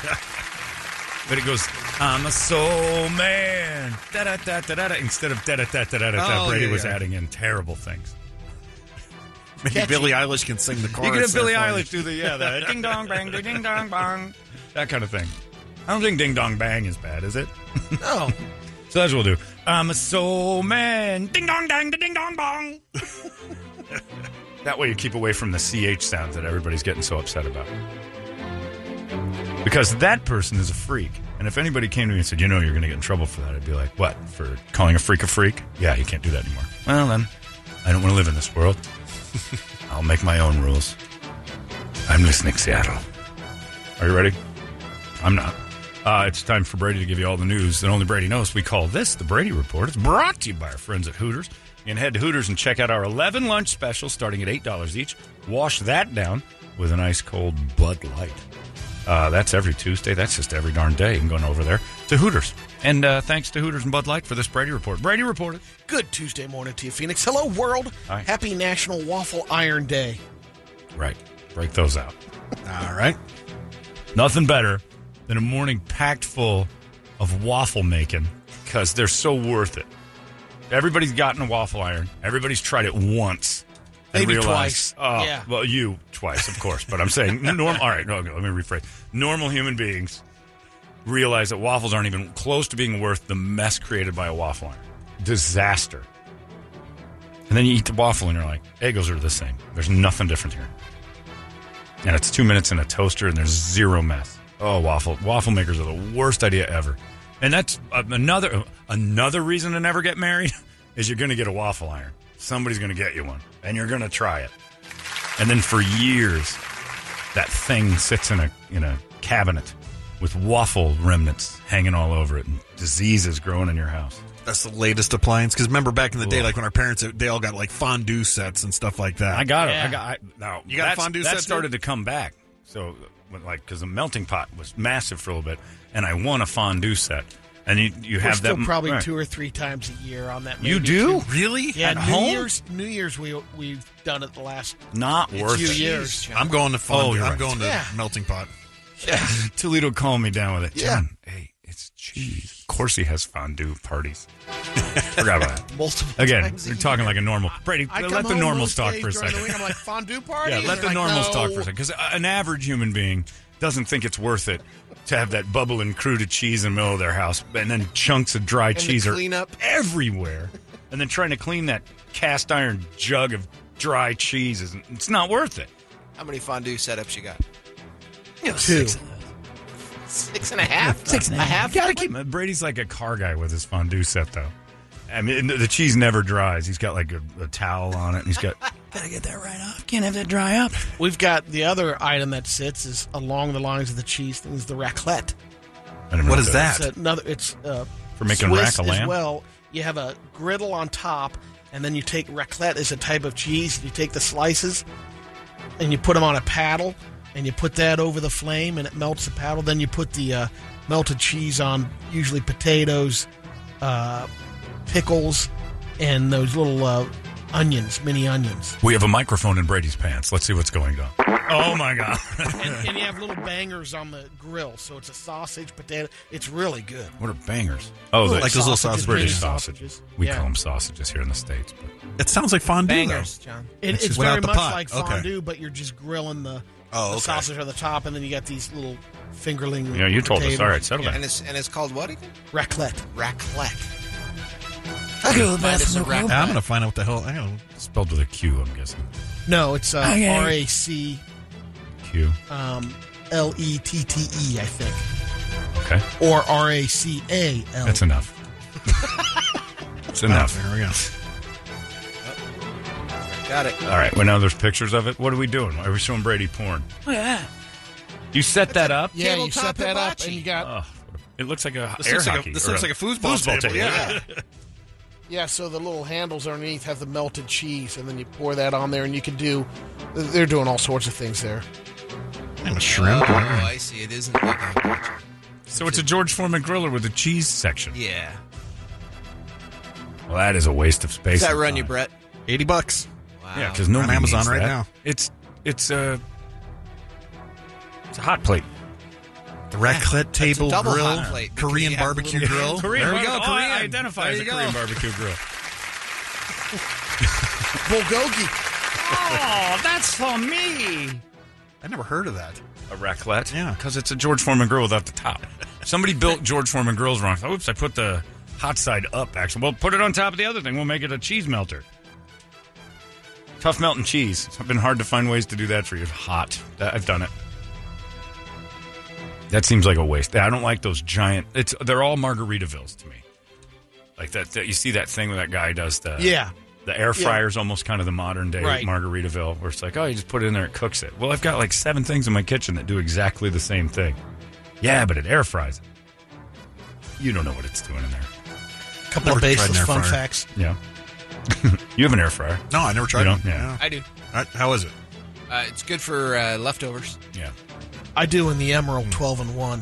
S1: But it goes, I'm a soul man. Da da da da da. Instead of da da da da da da,
S3: Oh,
S1: Brady
S3: yeah,
S1: was
S3: yeah.
S1: adding in terrible things.
S3: Maybe Billie Eilish can sing the chorus.
S1: you can have
S3: there
S1: Billie
S3: for you.
S1: Eilish do the yeah, [LAUGHS] the ding dong bang, do ding dong bang, that kind of thing. I don't think ding dong bang is bad, is it?
S2: No.
S1: [LAUGHS] So that's what we'll do. I'm a soul man. Ding dong dang, da ding dong bong. that way you keep away from the ch sounds that everybody's getting so upset about. Because that person is a freak. And if anybody came to me and said, you know, you're going to get in trouble for that, I'd be like, what? For calling a freak a freak? Yeah, you can't do that anymore. Well, then, I don't want to live in this world. I'll make my own rules. I'm listening, Seattle. Are you ready? I'm not. Uh, it's time for Brady to give you all the news that only Brady knows. We call this the Brady Report. It's brought to you by our friends at Hooters. You can head to Hooters and check out our 11 lunch specials starting at $8 each. Wash that down with an ice cold Bud Light. Uh, that's every Tuesday. That's just every darn day. You can go on over there to Hooters. And uh, thanks to Hooters and Bud Light for this Brady Report. Brady Report it.
S2: Good Tuesday morning to you, Phoenix. Hello, world.
S1: Hi.
S2: Happy National Waffle Iron Day.
S1: Right. Break those out.
S3: All right.
S1: Nothing better than a morning packed full of waffle making because they're so worth it. Everybody's gotten a waffle iron. Everybody's tried it once. and
S2: Maybe
S1: realize,
S2: twice.
S1: Oh,
S2: Yeah.
S1: well, you twice, of course. But I'm saying, normal. All right, no, no, let me rephrase. Normal human beings realize that waffles aren't even close to being worth the mess created by a waffle iron. Disaster. And then you eat the waffle and you're like, Egos are the same. There's nothing different here. And it's two minutes in a toaster and there's zero mess. Oh, waffle waffle makers are the worst idea ever. And that's uh, another another reason to never get married [LAUGHS] is you're going to get a waffle iron. Somebody's going to get you one and you're going to try it. And then for years that thing sits in a in a cabinet with waffle remnants hanging all over it and diseases growing in your house.
S3: That's the latest appliance. Because remember back in the day, like when our parents, they all got like fondue sets and stuff like that.
S1: I got it. I got I, now.
S3: You got
S1: that's-
S3: a fondue
S1: that
S3: set, too?
S1: started to come back. So when, like because the melting pot was massive for a little bit, and I won a fondue set. And you you
S2: We're
S1: have
S2: still
S1: that
S2: probably
S1: right.
S2: two or three times a year on that.
S1: You
S2: maybe
S1: do?
S2: two.
S1: Really?
S2: Yeah.
S1: At
S2: New
S1: home?
S2: Year's New Year's we we've done it the last
S1: Not
S2: few
S1: worth it.
S2: years.
S3: I'm going
S1: Oh,
S3: to fondue.
S1: you're
S3: I'm
S1: right.
S3: going to
S2: Yeah.
S3: melting pot.
S1: Toledo calmed me down with it.
S3: Yeah.
S1: John, hey, it's cheese. Of course, he has fondue parties. [LAUGHS] Forgot about that.
S2: Multiple
S1: Again,
S2: times a
S1: you're talking like a normal. Brady,
S2: I come
S1: let the
S2: home
S1: normals
S2: most
S1: talk
S2: days
S1: for a
S2: during the
S1: second.
S2: week, I'm like fondue
S1: [LAUGHS]
S2: party.
S1: Yeah,
S2: And
S1: let
S2: they're
S1: the
S2: like,
S1: normals
S2: no.
S1: talk for a second. Because an average human being doesn't think it's worth it to have that bubbling cruda cheese in the middle of their house and then chunks of dry
S5: And the
S1: cheese are
S5: cleanup.
S1: everywhere. and then trying to clean that cast iron jug of dry cheese is it's not worth it.
S5: How many fondue setups you got?
S1: You know,
S5: Two. Six and a half.
S1: a half. Gotta keep Brady's like a car guy with his fondue set though. I mean, the cheese never dries. He's got like a, a towel on it. And he's got
S2: Gotta
S11: get that right off. Can't have that dry up.
S2: We've got the other item that sits is along the lines of the cheese thing is the raclette.
S1: I don't know What is that is.
S2: It's another. It's uh,
S1: For making
S2: Swiss
S1: rack of lamb?
S2: As well, you have a griddle on top, and then you take raclette is a type of cheese. and You take the slices, and you put them on a paddle, and you put that over the flame, and it melts the paddle. Then you put the uh, melted cheese on, usually potatoes, uh, pickles, and those little uh, onions, mini onions.
S1: We have a microphone in Brady's pants. Let's see what's going on. Oh my god. [LAUGHS]
S2: and, and you have little bangers on the grill, so it's a sausage potato. It's really good.
S1: What are bangers? Oh,
S2: Little
S1: the- like those little sausages, British
S2: sausages.
S1: sausages. We
S2: Yeah.
S1: call them sausages here in the states.
S3: It sounds like fondue.
S5: Bangers,
S3: though.
S5: John.
S2: It,
S3: It's
S2: it's
S3: just
S2: very
S3: without
S2: much
S3: the pot.
S2: like
S3: Okay.
S2: fondue, but you're just grilling the,
S3: Oh,
S2: the
S3: okay.
S2: sausage on the top, and then you got these little fingerling.
S1: Yeah, you told us.
S2: potatoes.
S1: All right, settle down.
S5: And it's and it's called what again?
S2: Raclette.
S5: Raclette.
S11: I go to the
S5: Mine is a
S11: bathroom. real
S5: rack-
S11: quick.
S3: I'm gonna find out what the hell. I don't.
S1: Spelled with a Q, I'm guessing.
S2: No, it's uh,
S11: Okay.
S2: R A C
S1: Q.
S3: Oh.
S2: um, L E T T E, I think,
S1: Okay,
S2: or R A C A L. E
S1: that's
S3: [LAUGHS]
S1: enough. It's enough.
S3: there we go.
S5: Got it.
S1: All right. Well, now there's pictures of it. What are we doing? Are we showing Brady porn?
S11: Oh, yeah.
S1: You set that up.
S2: Yeah, you
S5: Tabletop
S2: set that up,
S5: hibachi.
S2: and you got
S1: Oh, it looks like a
S3: This
S1: air
S3: looks like a-
S1: hockey.
S3: this
S1: or
S3: looks like a foosball table, yeah.
S2: Yeah, so the little handles underneath have the melted cheese, and then you pour that on there, and you can do. They're doing all sorts of things there.
S3: I'm a shrimp.
S5: Oh, I see. It isn't. like a bunch of-
S1: So it's a George Foreman griller with a cheese section.
S5: Yeah.
S1: Well, that is a waste of space.
S5: Does that
S1: and
S5: run you,
S1: time.
S5: Brett?
S3: Eighty bucks.
S5: Wow.
S1: Yeah, because nobody
S3: Amazon
S1: needs
S3: right
S1: that.
S3: now.
S1: It's it's a it's a hot plate.
S3: The raclette table
S5: double
S3: grill,
S5: hot plate because
S3: Korean
S5: you have
S3: barbecue
S5: little-
S3: grill.
S1: [LAUGHS] Korean
S3: there we go.
S1: barbecue. Oh,
S3: Korean.
S1: I identify
S3: There
S1: as a
S3: you go.
S1: Korean barbecue grill. [LAUGHS]
S2: Bulgogi.
S6: Oh, that's for me.
S3: I never heard of that.
S1: A raclette?
S3: Yeah.
S1: Because it's a George Foreman grill without the top. [LAUGHS] Somebody built George Foreman grills wrong. Oops, I put the hot side up, actually. Well, put it on top of the other thing. We'll make it a cheese melter. Tough melting cheese. It's been hard to find ways to do that for you. Hot. That- I've done it. That seems like a waste. I don't like those giant. It's they're all Margaritavilles to me. Like that, that you see that thing where that guy does the
S2: Yeah.
S1: the air fryer's almost kind of the modern day
S2: Right.
S1: Margaritaville, where it's like, oh, you just put it in there, it cooks it. Well, I've got like seven things in my kitchen that do exactly the same thing. Yeah, but it air fries it. You don't know what it's doing in there.
S2: Couple of
S3: Never tried an
S2: baseless
S3: air
S2: fun
S3: fryer.
S2: facts.
S1: Yeah. [LAUGHS] you have an air fryer.
S3: No, I never tried
S1: You
S3: it.
S1: don't? Yeah.
S5: I do.
S3: Uh, How is it?
S5: Uh, it's good for uh, leftovers.
S1: Yeah.
S2: I do in the Emerald 12 and 1.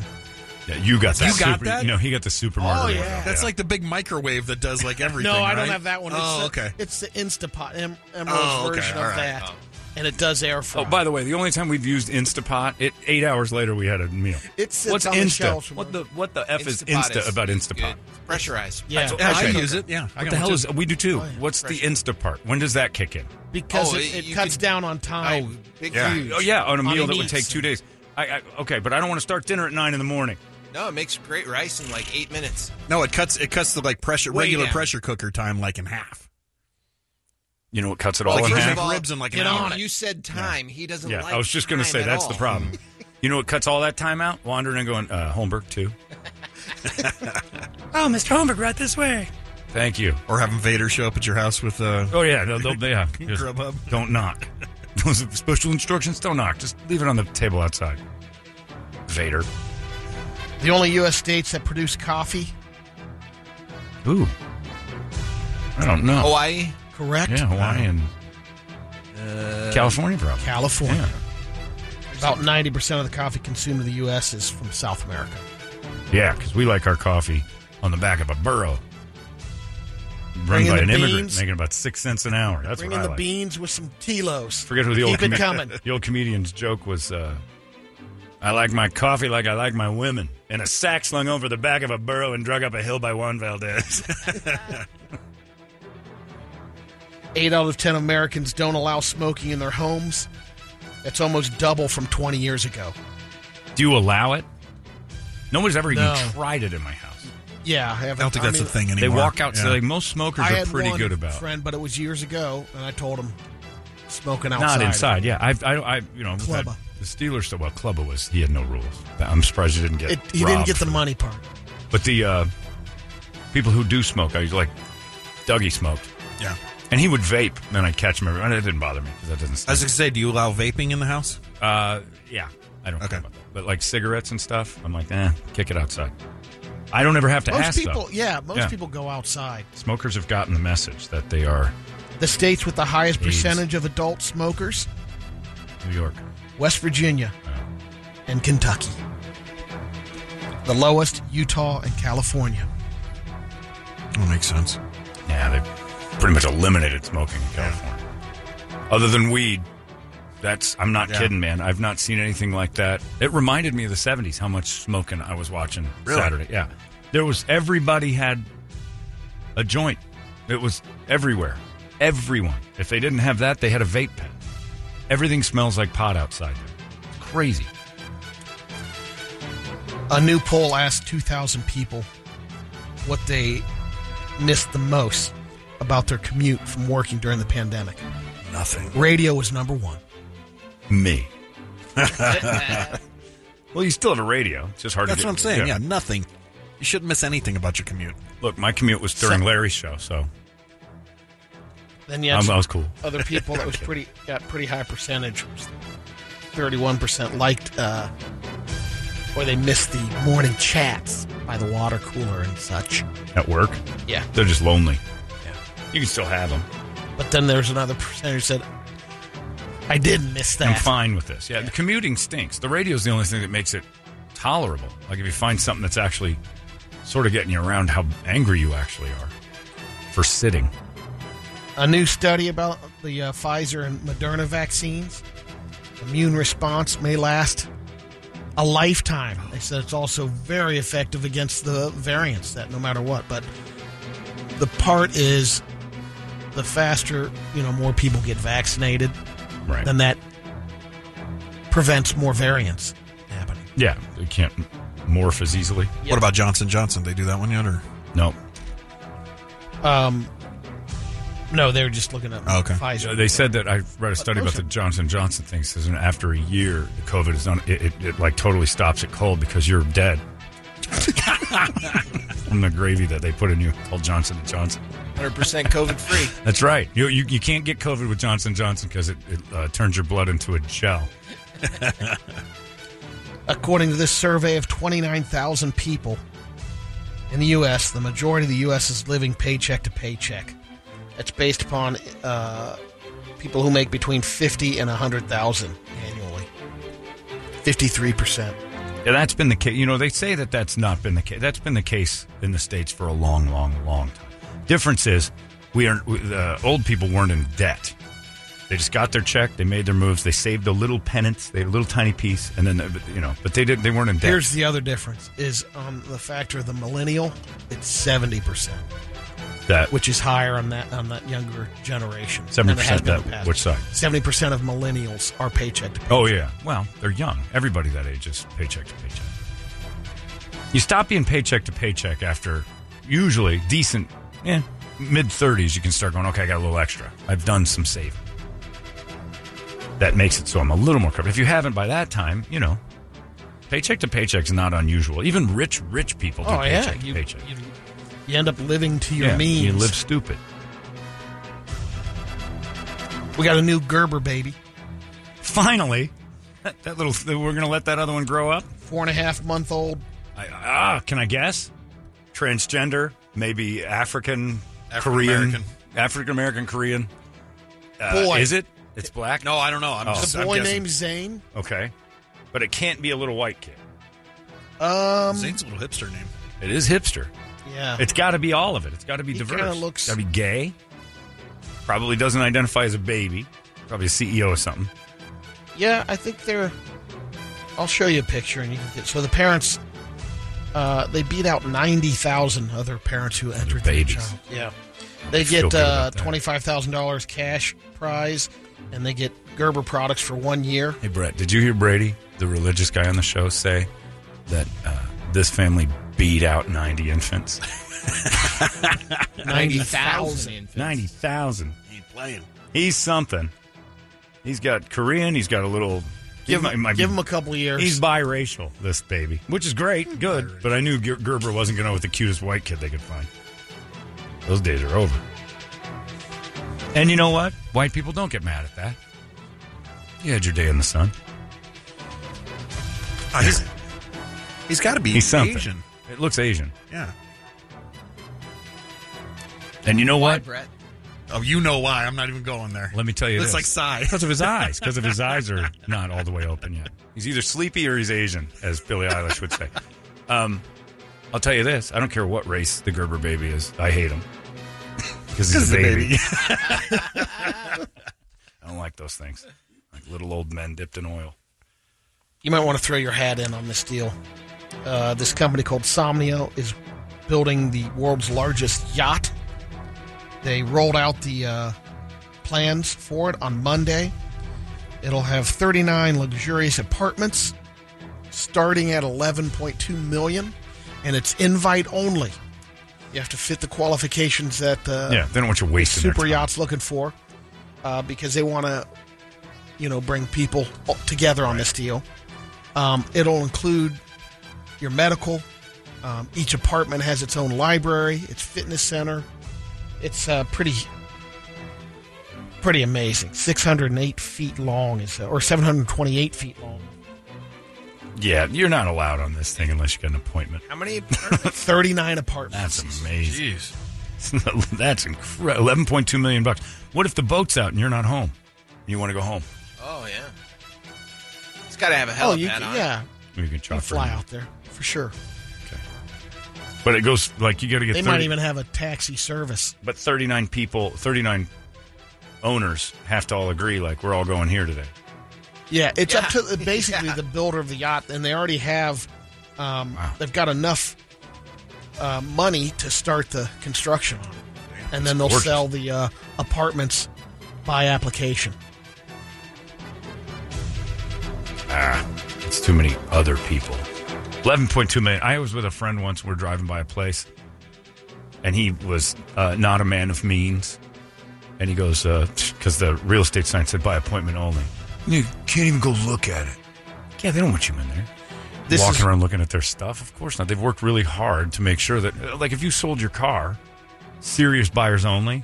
S1: Yeah, you got that.
S3: You got
S1: super,
S3: that? Oh,
S1: No, he got the super Margaritaville.
S2: yeah.
S3: That's like the big microwave that does like everything.
S2: No, I don't
S3: right?
S2: have that one. It's
S3: Oh,
S2: the,
S3: okay.
S2: It's the Instapot, em- Emerald's
S3: Oh, okay,
S2: version
S3: all
S2: of
S3: right.
S2: that. and it does air fry.
S1: Oh, by the way, the only time we've used Instapot, it eight hours later we had a meal.
S2: It sits
S1: What's
S2: on the
S1: Insta?
S2: shelves.
S1: What the what the f is
S2: Instapot
S1: Insta
S2: is
S1: about Instapot?
S5: Pressurized.
S1: That's what-
S3: I
S1: okay.
S3: use it. Yeah, I
S1: what
S3: got
S1: the
S3: one
S1: hell
S3: too. Oh,
S1: is we do too? What's the Insta part? When does that kick in?
S2: because
S5: Oh,
S2: it, it
S5: you
S2: cuts
S5: could-
S2: down on time.
S1: yeah. Oh yeah, on a meal that would
S5: meats.
S1: take two days. I, I okay, but I don't want to start dinner at nine in the morning.
S5: No, it makes great rice in like eight minutes.
S3: No, it cuts it cuts the like pressure
S5: Way
S3: regular
S5: down.
S3: pressure cooker time like in half.
S1: You know what cuts it all
S3: Like
S1: in
S3: you
S1: half?
S3: make ribs in like an hour.
S5: You said time. He doesn't
S1: Yeah,
S5: like
S1: I was just going to
S5: time
S1: say
S5: at
S1: that's
S5: all.
S1: the problem. you know what cuts all that time out? Wandering and going, uh, Holmberg too.
S11: Oh, Mr. Holmberg, right this way.
S1: Thank you.
S3: Or having Vader show up at your house with uh
S1: Oh yeah, no, they'll, yeah. Just
S3: Grubhub.
S1: Don't knock. Those are special instructions. Don't knock. Just leave it on the table outside. Vader.
S2: The only U.S. states that produce coffee.
S1: Ooh. I don't know.
S5: Hawaii.
S2: Correct.
S1: Yeah, Hawaii and California, probably.
S2: California. About ninety percent of the coffee consumed in the U.S. is from South America.
S1: Yeah, because we like our coffee on the back of a burro. Run
S2: Bring in
S1: by
S2: the
S1: an immigrant,
S2: beans.
S1: making about six cents an hour. That's
S2: Bring
S1: what
S2: in
S1: I
S2: the
S1: like.
S2: beans with some telos.
S1: Forget who the old
S2: Keep it
S1: comed-
S2: coming.
S1: [LAUGHS] The old comedian's joke was, uh, "I like my coffee like I like my women," and a sack slung over the back of a burro and drug up a hill by Juan Valdez.
S2: [LAUGHS]
S1: [LAUGHS]
S2: Eight out of ten Americans don't allow smoking in their homes. That's almost double from twenty years ago.
S1: Do you allow it? Nobody's ever even
S2: No.
S1: tried it in my house.
S2: Yeah, I haven't.
S3: don't think that's a thing
S1: They
S3: anymore.
S1: walk out. So
S3: Yeah.
S1: like most smokers
S2: I
S1: are
S2: had
S1: pretty
S2: one
S1: good about. it.
S2: friend, but it was years ago, and I told him smoking outside.
S1: Not inside. Yeah, I've, I, I, you know, we've had-
S2: Clubba.
S1: the Steelers. Still, well, Clubba was he had no rules. I'm surprised he didn't get.
S2: It, he didn't
S1: robbed
S2: get
S1: for that.
S2: the money part.
S1: But the uh, people who do smoke, I was like Dougie smoked.
S3: Yeah.
S1: And he would vape, and then I'd catch him. Every, and it didn't bother me because that doesn't.
S3: I was
S1: stink.
S3: gonna say, do you allow vaping in the house?
S1: Uh, yeah, I don't. Okay. About that. But like cigarettes and stuff, I'm like, eh, kick it outside. I don't ever have to
S2: most
S1: ask.
S2: people,
S1: though.
S2: yeah, most
S1: Yeah.
S2: people go outside.
S1: Smokers have gotten the message that they are
S2: The states with the highest
S1: Needs.
S2: percentage of adult smokers:
S1: New York.
S2: West Virginia and Kentucky. The lowest: Utah and California.
S3: That makes sense.
S1: Yeah, they pretty much eliminated smoking in California. Other than weed, that's I'm not
S3: Yeah.
S1: kidding, man. I've not seen anything like that. It reminded me of the 70s how much smoking I was watching
S3: Really?
S1: Saturday. Yeah. There was everybody had a joint. It was everywhere. Everyone. If they didn't have that, they had a vape pen. Everything smells like pot outside. It's crazy.
S2: A new poll asked 2,000 people what they missed the most about their commute from working during the pandemic.
S3: Nothing.
S2: Radio was number one.
S3: [LAUGHS]
S1: Me. well, you still have a radio. It's just hard
S3: That's
S1: to get
S3: what I'm saying. Yeah. nothing. You shouldn't miss anything about your commute.
S1: Look, my commute was during
S3: So-
S1: Larry's show, so
S2: Then you had
S1: I'm-
S2: some
S1: I was cool.
S2: [LAUGHS] other people that was pretty got pretty high percentage. 31% liked uh, or they missed the morning chats by the water cooler and such.
S1: At work?
S2: Yeah.
S1: They're just lonely. Yeah. You can still have them.
S2: But then there's another percentage that I did miss that.
S1: I'm fine with this. Yeah, the commuting stinks. The radio's the only thing that makes it tolerable. Like if you find something that's actually sort of getting you around how angry you actually are for sitting.
S2: A new study about the uh, Pfizer and Moderna vaccines. Immune response may last a lifetime. They said it's also very effective against the variants, that no matter what. But the part is the faster, you know, more people get vaccinated,
S1: Right.
S2: then that prevents more variants.
S1: Yeah, you can't morph as easily.
S3: What about Johnson Johnson? They do that one yet or
S1: No.
S2: Um, no, they were just looking at
S3: Oh, okay.
S2: Pfizer.
S1: They said that I read a study about the Johnson Johnson thing. Says you know, after a year, the COVID is on. It, it, it like totally stops it cold because you're dead from the gravy that they put in you called Johnson and Johnson.
S5: 100% COVID free.
S1: That's right. You, you, you can't get COVID with Johnson Johnson because it, it uh, turns your blood into a gel.
S2: According to this survey of 29,000 people in the U.S., the majority of the U.S. is living paycheck to paycheck. That's based upon uh, people who make between 50 and 100,000 annually. 53%.
S1: Yeah, that's been the case. You know, they say that that's not been the case. That's been the case in the states for a long, long, long time. Difference is, we are we- the old people weren't in debt. They just got their check. They made their moves. They saved a little penance. They had a little tiny piece, and then they- you know, but they didn't. They weren't in debt.
S2: Here's the other difference: is on the factor of the millennial, it's seventy percent,
S1: that
S2: which is higher on that on that younger generation.
S1: 70% that- which side?
S2: Seventy percent of millennials are paycheck to paycheck.
S1: Oh yeah. Well, they're young. Everybody that age is paycheck to paycheck. You stop being paycheck to paycheck after usually decent eh, mid thirties. You can start going. Okay, I got a little extra. I've done some saving. That makes it so I'm a little more covered. If you haven't by that time, you know, paycheck to paycheck's not unusual. Even rich, rich people do
S2: Oh, yeah.
S1: paycheck to
S2: You-
S1: paycheck.
S2: you- You end up living to your
S1: Yeah,
S2: means.
S1: You live stupid.
S2: We got a new Gerber baby.
S1: Finally, [LAUGHS] that, that little we're gonna let that other one grow up.
S2: Four and a half month old.
S1: I, ah, can I guess? Transgender, maybe African, Korean,
S3: African-American.
S1: African American, Korean. Uh,
S2: Boy.
S1: is it? It's black.
S3: No, I don't know. I'm
S1: Oh.
S3: just
S2: The
S3: I'm
S2: boy
S3: guessing.
S2: named Zane.
S1: Okay, but it can't be a little white kid.
S2: Um,
S3: Zane's a little hipster name.
S1: It is hipster.
S2: Yeah.
S1: It's got to be all of it. It's got to be
S2: He
S1: diverse.
S2: kinda looks-
S1: got to be gay. Probably doesn't identify as a baby. Probably a CEO or something.
S2: Yeah, I think they're. I'll show you a picture, and you can get. So the parents, uh, they beat out ninety thousand other parents who entered the
S1: babies.
S2: child. Yeah, they
S1: I feel
S2: get
S1: good
S2: uh,
S1: about that.
S2: twenty five thousand dollars cash prize, and they get Gerber products for one year.
S1: Hey, Brett, did you hear Brady, the religious guy on the show, say that uh, this family beat out 90 infants?
S5: 90,000 infants.
S1: 90,000.
S3: Ain't playing.
S1: He's something. He's got Korean. He's got a little.
S2: Give
S1: might-
S2: him,
S1: might be-
S2: give him a couple of years.
S1: He's biracial, this baby, which is great, good. But I knew Ger- Gerber wasn't going to with the cutest white kid they could find. Those days are over. And you know what? White people don't get mad at that. You had your day in the sun.
S3: Uh, he's he's got to be
S1: He's something.
S3: Asian.
S1: It looks Asian.
S3: Yeah.
S1: And you know what?
S5: Brett.
S3: Oh, you know why? I'm not even going there.
S1: Let me tell you
S3: Looks
S1: this.
S3: like
S1: [LAUGHS]
S3: Psy.
S1: Because of his eyes. Because of his eyes are not all the way open yet. He's either sleepy or he's Asian, as Billie Eilish would say. Um, I'll tell you this. I don't care what race the Gerber baby is. I hate him. Because he's a baby. I don't like those things. Like little old men dipped in oil.
S2: you might want to throw your hat in on this deal. Uh, this company called Somnio is building the world's largest yacht. They rolled out the uh, plans for it on Monday. It'll have 39 luxurious apartments, starting at 11.2 million, and it's invite only. You have to fit the qualifications that uh,
S1: yeah, they don't want you wasting their
S2: super
S1: time.
S2: yachts looking for uh, because they want to you know bring people all together on this deal um, it'll include your medical um, each apartment has its own library its fitness center it's uh, pretty pretty amazing 608 feet long is uh, or 728 feet long
S1: Yeah, you're not allowed on this thing unless you get an appointment.
S5: How many?
S2: 39 apartments
S1: That's [LAUGHS] amazing. Jeez. That's incredible. 11.2 million bucks. What if the boat's out and you're not home? You want to go home?
S5: Oh, yeah. It's got to have a hell
S2: oh
S5: of
S2: you
S5: a hat
S2: can,
S5: on.
S2: yeah
S1: We can chop
S2: you
S1: for
S2: fly
S1: now.
S2: out there for sure
S1: But it goes like you got to get.
S2: they
S1: 30,
S2: might even have a taxi service
S1: But thirty-nine people, thirty-nine owners have to all agree. Like we're all going here today.
S2: Yeah, it's up to the, basically the builder of the yacht, and they already have. Um, They've got enough uh, money to start the construction on it, and then they'll
S1: gorgeous.
S2: sell the uh, apartments by application.
S1: Ah, it's too many other people. Eleven point two million. I was with a friend once. We're driving by a place, and he was uh, not a man of means, and he goes because the real estate sign said by appointment only. You can't even go look at it. Yeah, they don't want you in there.
S2: This
S1: Walking
S2: is-
S1: around looking at their stuff? Of course not. They've worked really hard to make sure that, like, if you sold your car, serious buyers only,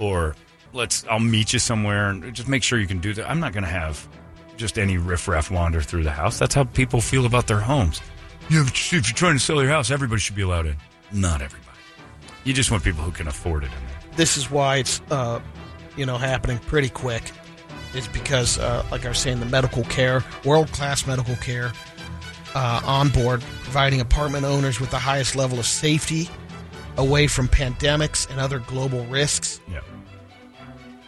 S1: or let's, I'll meet you somewhere and just make sure you can do that. I'm not going to have just any riffraff wander through the house. That's how people feel about their homes. You have, if you're trying to sell your house, everybody should be allowed in. Not everybody. You just want people who can afford it in there.
S2: This is why it's uh, you know happening pretty quick, is because uh, like I was saying, the medical care, world class medical care, uh, on board, providing apartment owners with the highest level of safety, away from pandemics and other global risks.
S1: Yeah.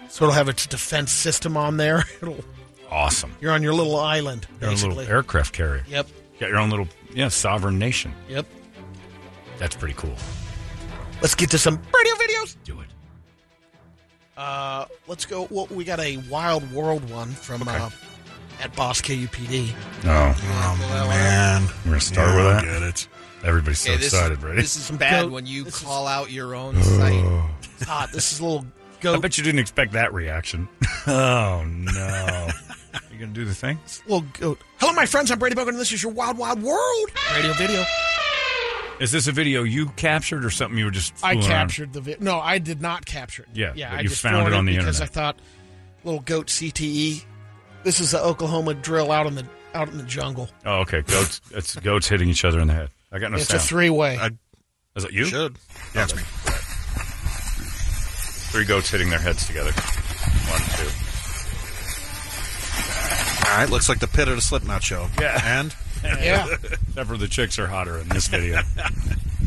S2: So it'll have its defense system on there. [LAUGHS] It'll,
S1: Awesome.
S2: you're on your little island,
S1: Your own little
S2: basically.
S1: aircraft carrier.
S2: Yep.
S1: Got your own little yeah sovereign nation.
S2: Yep.
S1: That's pretty cool.
S2: Let's get to some radio videos.
S1: Do it.
S2: Uh, let's go. Well, we got a Wild World one from uh, at Boss KUPD.
S1: No.
S2: Oh,
S3: man.
S1: We're going to start
S3: Yeah,
S1: with
S3: I
S1: that.
S3: get it.
S1: Everybody's so
S5: Okay, this,
S1: excited,
S5: is,
S1: right?
S5: This is bad when you call out your own site.
S2: Hot. This is a little
S1: [LAUGHS] I bet you didn't expect that reaction. [LAUGHS] oh, no. you going to do the thing?
S2: Well, go. Hello, my friends. I'm Brady Bogan, and this is your Wild Wild World radio video.
S1: Is this a video you captured or something you were just
S2: I
S1: fooling around?
S2: captured the video. No, I did not capture it.
S1: Yeah,
S2: yeah.
S1: but
S2: I
S1: you
S2: just
S1: found it
S2: forwarded
S1: on the
S2: because
S1: internet.
S2: I thought little goat CTE. This is the Oklahoma drill out in the out in the jungle.
S1: Oh, okay. Goats. it's goats hitting each other in the head. I got no
S2: it's
S1: sound.
S2: a three way.
S1: Is it you? Should. Yeah, it's me. Three goats hitting their heads together. One, two.
S3: All right, looks like the pit at a Slipknot show.
S1: Yeah.
S3: And?
S2: Yeah.
S1: Except for the chicks are hotter in this video.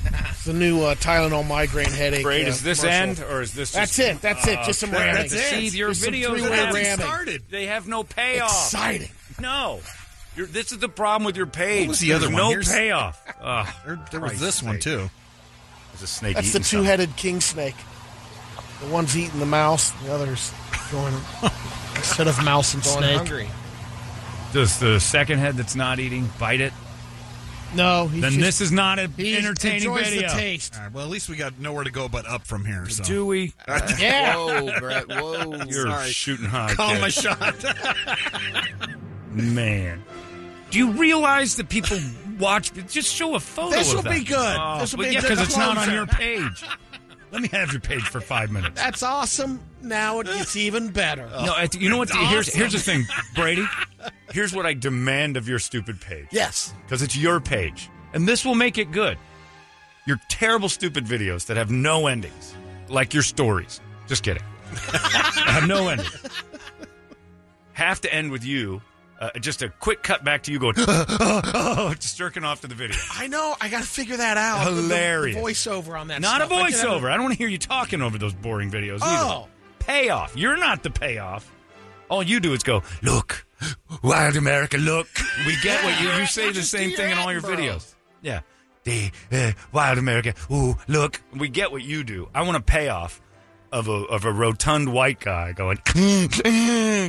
S2: It's the new uh, Tylenol migraine headache.
S1: Brady,
S2: uh,
S1: does this
S2: commercial.
S1: end or is this?
S2: That's
S1: just-
S2: it. That's it. Just
S5: Oh,
S2: some
S1: Okay.
S2: rambling.
S1: That's it.
S2: See, your Just some videos three-way
S1: haven't
S2: ramming.
S1: They have no payoff.
S2: Exciting.
S1: No. You're, this is the problem with your page.
S3: What was the
S1: There's
S3: other one?
S1: No
S3: Here's-
S1: payoff. Ugh.
S3: There, there was
S1: Christ's
S3: this one,
S1: sake.
S3: too.
S1: There's a snake
S2: That's the
S1: eating
S2: two
S1: something.
S2: headed king snake. The one's eating the mouse, the other's
S5: [LAUGHS]
S2: going instead of mouse and
S5: Going
S2: snake.
S5: hungry.
S1: Does the second head that's not eating bite it?
S2: No, he's
S1: Then
S2: just-
S1: this is not an
S2: he
S1: entertaining
S2: enjoys
S1: video.
S2: The taste.
S3: All right, well, at least we got nowhere to go but up from here. So.
S1: Do we?
S2: Yeah.
S5: [LAUGHS] Whoa, Brett. Whoa.
S1: You're shooting high.
S3: Calling
S1: kid.
S3: my shot.
S1: [LAUGHS] Man. Do you realize that people watch? Just show a photo
S2: This will
S1: of that.
S2: be good.
S1: Oh,
S2: This will
S1: but
S2: be a
S1: yeah,
S2: good
S1: because it's not on
S2: closer.
S1: your page. Let me have your page for five minutes.
S2: That's awesome. Now it gets
S1: Eh.
S2: even better.
S1: No, I th- you know what? Here's here's the thing, Brady. Here's what I demand of your stupid page.
S2: Yes.
S1: because it's your page, and this will make it good. Your terrible, stupid videos that have no endings, like your stories. Just kidding. [LAUGHS] I have no ending. Have to end with you. Uh, just a quick cut back to you going, [LAUGHS] oh, just jerking off to the video.
S2: I know. I got to figure that out. The- the-
S1: Hilarious.
S2: The, voiceover on that.
S1: Not a
S2: stuff. I can have-
S1: voiceover. I don't want to hear you talking over those boring videos
S2: Oh.
S1: either. Payoff. You're not the payoff. All you do is go, look, wild America, look. We get what you, you say the
S2: Just
S1: same
S2: do
S1: thing
S2: your
S1: in all your
S2: Attenborough.
S1: videos. Yeah. The uh, wild America, ooh, look. We get what you do. I want a payoff of a, of a rotund white guy going, [LAUGHS]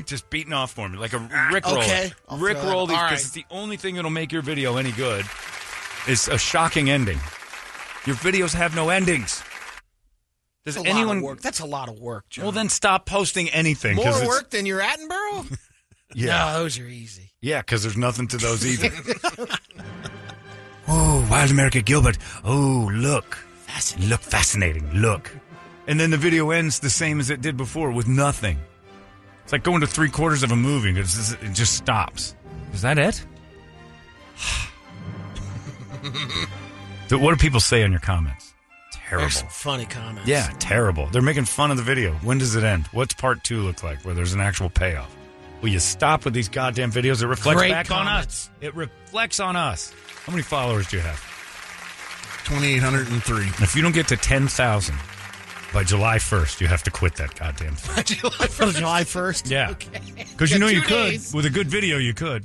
S1: just beating off for me like a Rick roll.
S2: Okay. I'll
S1: Rick
S2: throw
S1: roll
S2: that-
S1: these
S2: all
S1: because
S2: right.
S1: it's the only thing that'll make your video any good is a shocking ending. Your videos have no endings. Does
S2: That's a lot
S1: anyone
S2: of work. That's a lot of work, John.
S1: Well, then stop posting anything. 'cause
S5: More
S1: it's-
S5: work than your Attenborough?
S1: Yeah,
S2: No, those are easy.
S1: yeah, because there's nothing to those
S2: [LAUGHS]
S1: either. oh, Wild America Gilbert. Oh, look, fascinating. look fascinating. Look, and then the video ends the same as it did before with nothing. It's like going to three quarters of a movie. and It's, it's- it just stops. Is that
S2: [LAUGHS]
S1: it? Dude, what do people say in your comments? Terrible.
S2: There's some funny comments.
S1: Yeah,
S2: [LAUGHS]
S1: terrible. They're making fun of the video. When does it end? What's part two look like where there's an actual payoff? Will you stop with these goddamn videos? It reflects
S2: Great
S1: back on us.
S2: comments.
S1: It reflects on us. How many followers do you have?
S3: 2,803.
S1: And if you don't get to 10,000 by July 1st, you have to quit that goddamn thing.
S2: For July 1st.
S1: Yeah. Because you
S2: Got
S1: know
S2: two
S1: you
S2: days.
S1: could. With a good video, you could.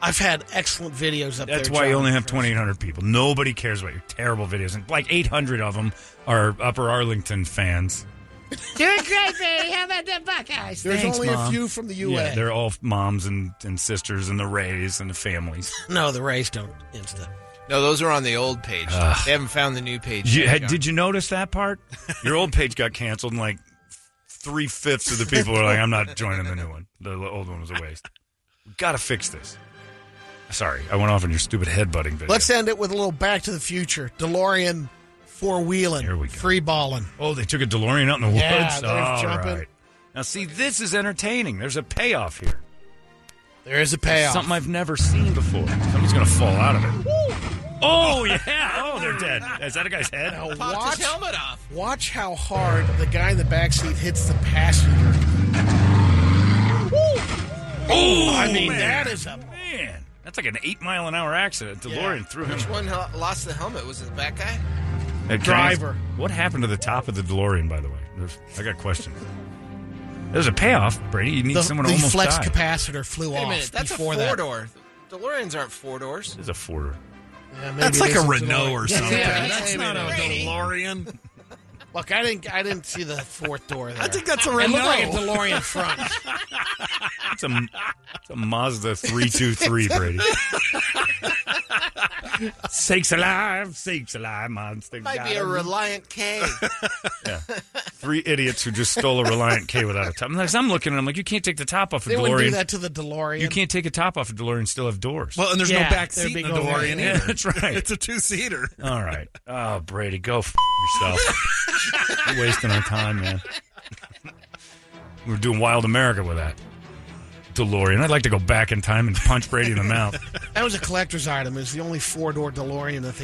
S2: I've had excellent videos up there.
S1: That's why you
S2: John.
S1: only have 2,800 people. Nobody cares about your terrible videos. And like 800 of them are Upper Arlington fans.
S4: Doing great, baby. How about the Buckeyes?
S2: There's
S1: Thanks,
S2: only a
S1: Mom.
S2: few from the UA.
S1: Yeah, they're all moms and, and sisters and the Rays and the families.
S2: no, the Rays don't Insta.
S5: No, those are on the old page. they haven't found the new page.
S1: You,
S5: yet,
S1: had,
S5: John.
S1: did you notice that part? Your old page got canceled, and like three fifths of the people were like, "I'm not joining the new one. The old one was a waste. We got to fix this." Sorry, I went off on your stupid headbutting video.
S2: Let's end it with a little Back to the Future. DeLorean four wheeling.
S1: Here we go.
S2: Free balling.
S1: oh, they took a DeLorean out in the
S2: Yeah,
S1: woods.
S2: they're
S1: All
S2: jumping.
S1: right. Now, see, this is entertaining. There's a payoff here.
S2: There is a payoff.
S1: Something I've never seen before. Somebody's gonna fall out of it. Oh yeah! Oh, they're dead. Is that a guy's head?
S2: Now
S5: Popped
S2: watch,
S5: his helmet off.
S2: watch how hard the guy in the backseat hits the passenger.
S1: Oh,
S2: I mean, that is a
S1: man. That's like an eight mile an hour accident. DeLorean threw him.
S5: Which one hel- lost the helmet? Was it the back guy?
S1: Uh, Can I ask-
S2: Driver.
S1: what happened to the top of the DeLorean, by the way? There's, I got questions. There's a payoff, Brady. You need
S2: the,
S1: someone
S2: the
S1: to almost
S2: flex
S1: die.
S2: capacitor flew
S5: Wait
S2: off
S5: a minute, that's a
S2: before
S5: four
S2: that.
S5: door. DeLoreans aren't four doors.
S1: There's a four.
S2: Yeah,
S3: That's
S2: maybe
S3: like
S2: it
S3: a
S2: is
S3: Renault or
S2: DeLorean. Yeah,
S3: something.
S2: yeah,
S3: that's
S2: yeah,
S3: not a
S2: maybe.
S3: DeLorean.
S2: Look, I didn't, I didn't see the fourth door. There. I
S3: think that's a
S2: It looked like a
S3: Renault.
S2: DeLorean front.
S1: It's a, it's a Mazda
S2: [LAUGHS]
S1: 323, Brady. sakes alive, sakes alive, monster.
S5: [LAUGHS] Might be
S1: God.
S5: a Reliant K.
S1: Yeah. Three idiots who just stole a Reliant K without a top. And as I'm looking at them, like, you can't take the top off a
S2: They
S1: DeLorean.
S2: wouldn't do that to the DeLorean.
S1: You can't take a top off a DeLorean and still have doors.
S3: Well, and there's no
S2: Yeah,
S3: back
S2: they're
S3: seat in
S2: big
S3: a
S2: old
S3: DeLorean
S1: [LAUGHS] Yeah, [LAUGHS]
S3: either.
S1: that's right.
S3: It's a two seater.
S1: All right. Oh, Brady, go f- yourself. You're wasting our time, man. We're doing Wild America with that. DeLorean. I'd like to go back in time and punch Brady in the mouth.
S2: That was a collector's item. It was the only four door DeLorean that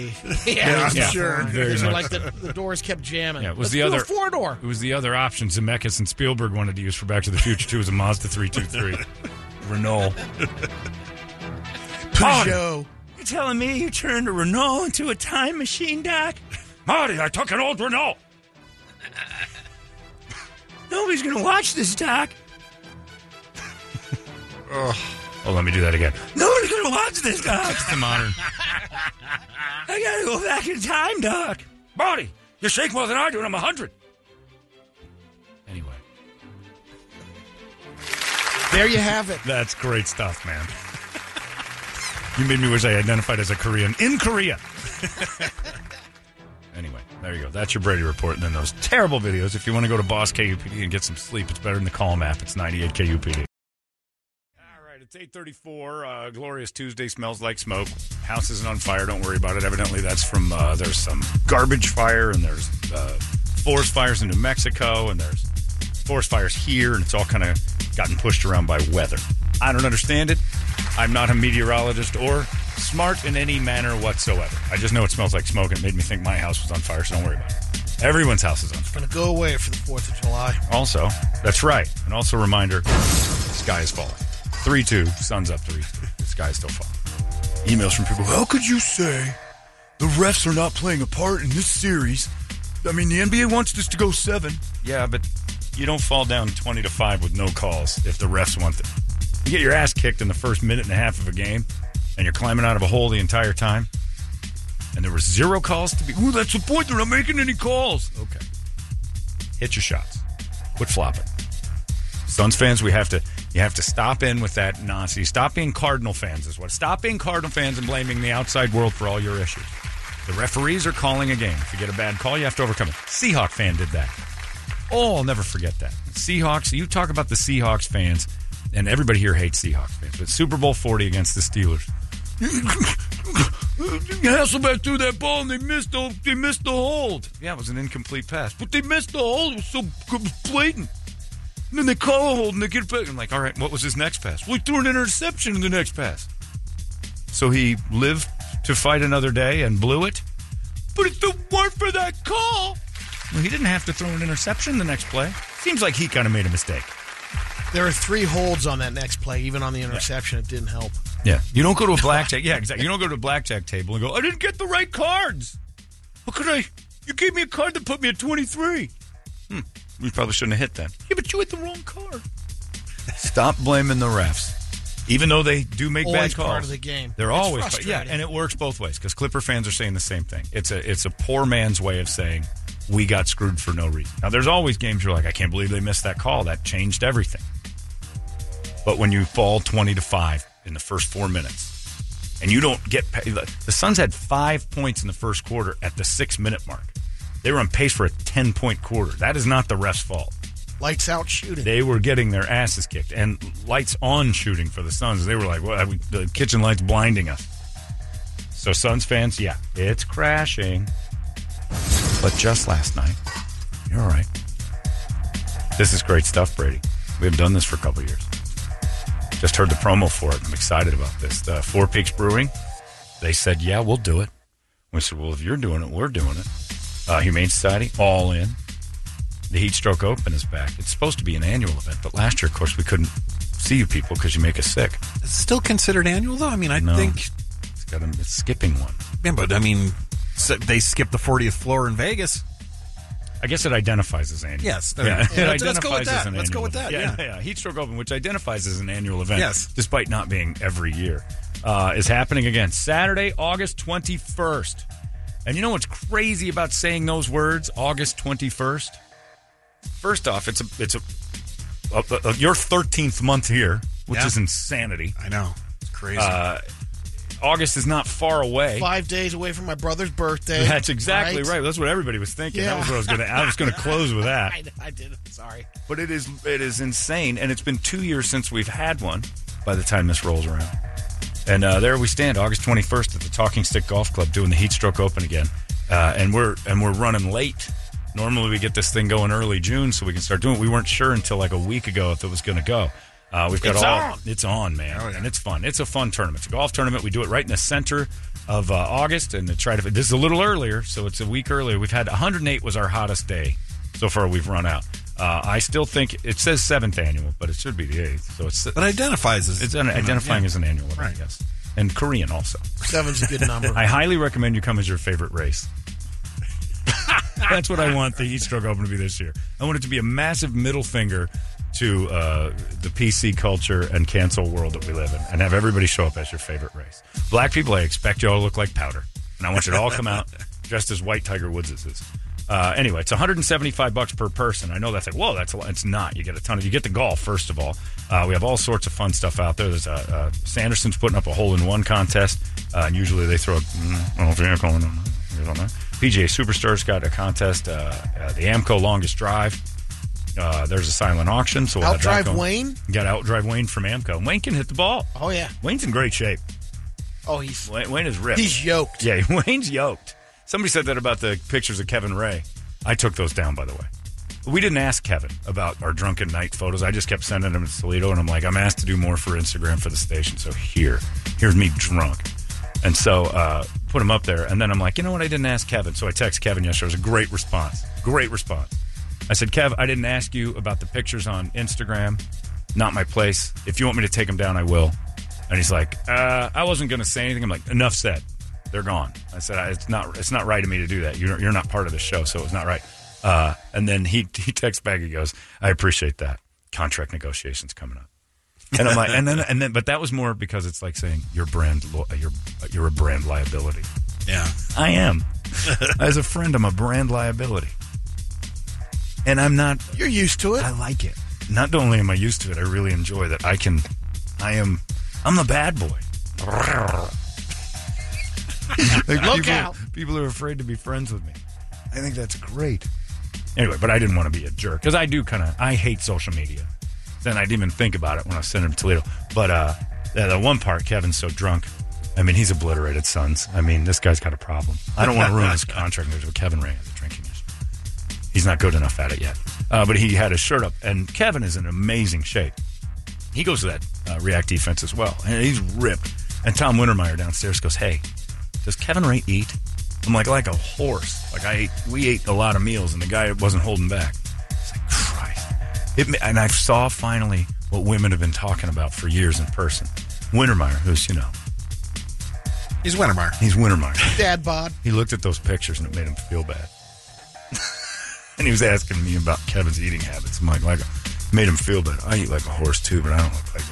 S5: [LAUGHS]
S2: they.
S1: Yeah, I'm sure. Very
S2: Because
S1: much.
S2: like the, the doors kept jamming.
S1: Yeah, it was
S2: Let's
S1: the
S2: do
S1: other
S2: a four door.
S1: It was the other option Zemeckis and Spielberg wanted to use for Back to the Future too. Was a Mazda three two three [LAUGHS] Renault.
S2: Peugeot.
S6: You're telling me you turned a Renault into a time machine, Doc?
S1: Marty, I took an old [LAUGHS] Renault.
S6: Nobody's gonna watch this,
S1: [LAUGHS]
S6: Doc.
S1: Oh, let me do that again.
S6: Nobody's gonna watch this, Doc.
S1: It's the [LAUGHS] modern.
S6: I gotta go back in time, Doc.
S1: Marty, you shake more than I do, and I'm a hundred. Anyway,
S2: There you have it.
S1: that's great stuff, man. You made me wish I identified as a Korean in Korea. [LAUGHS] Anyway, there you go. That's your Brady report, and then those terrible videos. If you want to go to Boss KUPD and get some sleep, it's better than the Calm app. It's 98 KUPD. All right, it's 834. Uh, glorious Tuesday smells like smoke. House isn't on fire. Don't worry about it. Evidently, that's from uh, there's some garbage fire, and there's uh, forest fires in New Mexico, and there's forest fires here, and it's all kind of gotten pushed around by weather. I don't understand it. I'm not a meteorologist or smart in any manner whatsoever. I just know it smells like smoke, and it made me think my house was on fire, so don't worry about it. Everyone's house is on fire.
S2: Gonna go away for the Fourth of July.
S1: Also, that's right. And also, a reminder sky is falling. 3 2, sun's up 3 2. Sky is still falling. Emails from people
S13: How could you say the refs are not playing a part in this series? I mean, the NBA wants this to go seven.
S1: Yeah, but you don't fall down 20 to 5 with no calls if the refs want it. You get your ass kicked in the first minute and a half of a game, and you're climbing out of a hole the entire time, and there was zero calls to be. Ooh, that's the point. They're not making any calls. Okay. Hit your shots. Quit flopping. Suns fans, we have to you have to stop in with that nonsense. Stop being Cardinal fans is what. Stop being Cardinal fans and blaming the outside world for all your issues. The referees are calling a game. If you get a bad call, you have to overcome it. Seahawk fan did that. Oh, I'll never forget that. Seahawks, you talk about the Seahawks fans, and everybody here hates Seahawks fans, but Super Bowl 40 against the Steelers.
S13: [LAUGHS] Hasselbeck threw that ball and they missed the they missed the hold.
S1: Yeah, it was an incomplete pass.
S13: But they missed the hold. It was so it was blatant. And then they call a hold and they get it back. I'm like, all right,
S1: What was his next pass?
S13: well, he threw an interception in the next pass.
S1: So he lived to fight another day and blew it?
S13: But if it weren't for that call,
S1: Well, he didn't have to throw an interception the next play. Seems like he kind of made a mistake.
S2: There were three holds on that next play. Even on the interception, it didn't help.
S1: Yeah. You don't go [LAUGHS] to a blackjack. Yeah, exactly. You don't go to a blackjack table and go, I didn't get the right cards. How could I? You gave me a card that put me at 23. Hmm. We probably shouldn't have hit that.
S13: yeah, but you hit the wrong card.
S1: Stop blaming the refs. Even though they do make
S2: Always
S1: bad calls,
S2: part of the game.
S1: They're
S2: It's
S1: always part, yeah,
S2: frustrating.
S1: and it works both ways because Clipper fans are saying the same thing. It's a it's a poor man's way of saying we got screwed for no reason. Now there's always games you're like I can't believe they missed that call that changed everything. But when you fall twenty to five in the first four minutes, and you don't get pa- the, the Suns had five points in the first quarter at the six minute mark. They were on pace for a ten point quarter. That is not the refs' fault.
S2: Lights out shooting.
S1: They were getting their asses kicked and lights on shooting for the Suns. They were like, well, we, the kitchen light's blinding us. So, Suns fans, yeah, it's crashing. But just last night, you're all right. This is great stuff, Brady. We have done this for a couple years. Just heard the promo for it. I'm excited about this. The Four Peaks Brewing, they said, yeah, we'll do it. We said, well, if you're doing it, we're doing it. Uh, Humane Society, all in. The Heat Stroke Open is back. It's supposed to be an annual event, but last year, of course, we couldn't see you people because you make us sick.
S3: It's still considered annual, though. I mean, I
S1: No.
S3: think.
S1: It's got a it's skipping one.
S3: Yeah, but I mean, so they skipped the 40th floor in Vegas.
S1: I guess it identifies as annual.
S3: Yes,
S1: [LAUGHS]
S3: there-
S1: Yeah.
S3: yeah,
S1: it
S3: let's- let's go with
S1: identifies as
S3: that.
S1: an
S3: Let's go
S1: annual
S3: with that,
S1: event.
S3: yeah.
S1: Yeah, yeah. Heat stroke open, which identifies as an annual event,
S3: Yes.
S1: despite not being every year, uh, is happening again Saturday, August 21st. And you know what's crazy about saying those words, August 21st? First off, it's a it's a, a, a- a- your 13th month here, which
S3: Yeah.
S1: is insanity.
S3: I know. It's crazy.
S1: Uh, August is not far away.
S2: Five days away from my brother's birthday.
S1: That's exactly right. That's what everybody was thinking. That
S2: Yeah.
S1: was what I was going to. I was
S3: [LAUGHS]
S1: going to close with that.
S2: I, I did. it. Sorry.
S1: But it is it is insane, and it's been two years since we've had one. By the time this rolls around, and uh, there we stand, August twenty first at the Talking Stick Golf Club, doing the Heat Stroke Open again, uh, and we're and we're running late. Normally we get this thing going early June so we can start doing it. We weren't sure until like a week ago if it was going to go. Uh, we've got
S6: It's
S1: all
S6: on. Oh,
S1: it's on, man, and it's fun. It's a fun tournament. It's a golf tournament. We do it right in the center of uh, August, and to try to this is a little earlier, so it's a week earlier. We've had 108 was our hottest day so far. We've run out. Uh, I still think it says seventh annual, but it should be the eighth. So it's
S3: But identifies as
S1: it's an,
S3: you know,
S1: identifying
S3: yeah.
S1: as an annual, event,
S3: Right.
S1: Yes, and Korean also.
S2: Seven's a good [LAUGHS] number.
S1: I highly recommend you come as your favorite race. That's what I want the Heat Stroke Open to be this year. I want it to be a massive middle finger to uh, the PC culture and cancel world that we live in, and have everybody show up as your favorite race. Black people, I expect you all to look like powder, and I want you to all come out dressed as white Tiger Woods is. Uh, anyway, it's 175 bucks per person. I know that's like, whoa, that's a lot. It's not. You get a ton of. You get the golf first of all. Uh, we have all sorts of fun stuff out there. There's a uh, Sanderson's putting up a hole in one contest, uh, and usually they throw. A, mm, I don't know if you're calling them. I don't know. PGA Superstars got a contest. Uh, uh, the Amco Longest Drive. Uh, there's a silent auction. So we'll have that
S2: Outdrive
S1: going.
S2: Wayne?
S1: You got outdrive Wayne from Amco. And Wayne can hit the ball.
S2: Oh yeah.
S1: Wayne's in great shape.
S2: Oh, he's
S1: Wayne, Wayne is ripped.
S2: He's yoked.
S1: Yeah, [LAUGHS] Wayne's yoked. Somebody said that about the pictures of Kevin Ray. I took those down, by the way. We didn't ask Kevin about our drunken night photos. I just kept sending them to Toledo, and I'm like, I'm asked to do more for Instagram for the station. So here, here's me drunk. And so uh, put him up there. And then I'm like, you know what? I didn't ask Kevin. So I text Kevin yesterday. It was a great response. Great response. I said, Kev, I didn't ask you about the pictures on Instagram. Not my place. If you want me to take them down, I will. And he's like, uh, I wasn't going to say anything. I'm like, enough said. They're gone. I said, I- it's not it's not right of me to do that. You're, you're not part of the show, so it's not right. Uh, and then he, he texts back. He goes, I appreciate that. Contract negotiations coming up. And I'm like, and then and then, but that was more because it's like saying your brand, lo- you're you're a brand liability.
S3: Yeah,
S1: I am. As a friend, I'm a brand liability, and I'm not.
S2: You're used to it.
S1: I like it. Not only am I used to it, I really enjoy that I can. I am. I'm the bad
S6: [LAUGHS]
S1: boy. Like,
S6: Look
S1: people,
S6: out.
S1: People are afraid to be friends with me. I think that's great. Anyway, but I didn't want to be a jerk because I do kind of I hate social media. Then I didn't even think about it when I was sending him to Toledo. But uh, the, the one part, Kevin's so drunk. I mean, he's obliterated, sons. I mean, this guy's got a problem. I don't want to [LAUGHS] ruin his contract. There's Kevin Ray has a drinking issue. He's not good enough at it yet. Uh, but he had his shirt up, and Kevin is in amazing shape. He goes to that uh, React defense as well, and he's ripped. And Tom Wintermeyer downstairs goes, "Hey, does Kevin Ray eat?" I'm like, "Like a horse. Like I ate. We ate a lot of meals, and the guy wasn't holding back." It, ma- and I saw finally what women have been talking about for years in person. Wintermeyer, who's, you know.
S3: He's Wintermeyer.
S1: He's Wintermeyer.
S2: Dad bod.
S1: He looked at those pictures and it made him feel bad. [LAUGHS] and he was asking me about Kevin's eating habits. I'm like, like, made him feel bad. I eat like a horse too, but I don't look like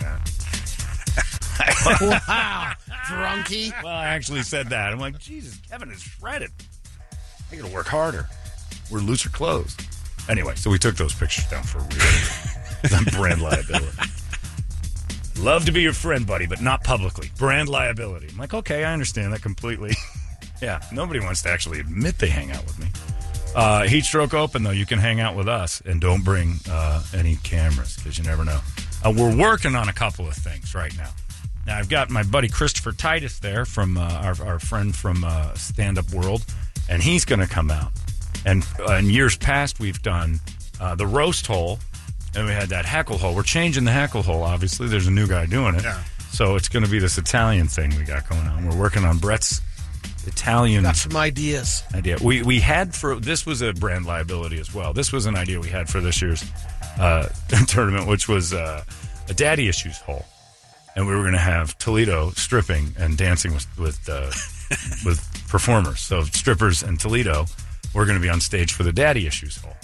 S1: that.
S2: wow. Drunky.
S1: Well, I actually said that. I'm like, Jesus, Kevin is shredded. I gotta work harder. We're looser clothes. Anyway, so we took those pictures down for a [LAUGHS] reason. I'm brand liability. Love to be your friend, buddy, but not publicly. Brand liability. I'm like, okay, I understand that completely. [LAUGHS] yeah, nobody wants to actually admit they hang out with me. Uh, heat stroke open though. You can hang out with us and don't bring uh, any cameras because you never know. Uh, we're working on a couple of things right now. Now I've got my buddy Christopher Titus there from uh, our, our friend from uh, Stand Up World, and he's going to come out. And uh, in years past, we've done uh, the roast hole, and we had that hackle hole. We're changing the hackle hole. Obviously, there's a new guy doing it.
S3: Yeah.
S1: So it's going to be this Italian thing we got going on. We're working on Brett's Italian
S2: Got some ideas.
S1: idea. We we had for this was a brand liability as well. This was an idea we [LAUGHS] had for this year's uh, tournament, which was uh, a daddy issues hole. and we were going to have Toledo stripping and dancing with with
S3: [LAUGHS]
S1: uh, with performers. So strippers and Toledo were going to be on stage for the Daddy Issues Hall.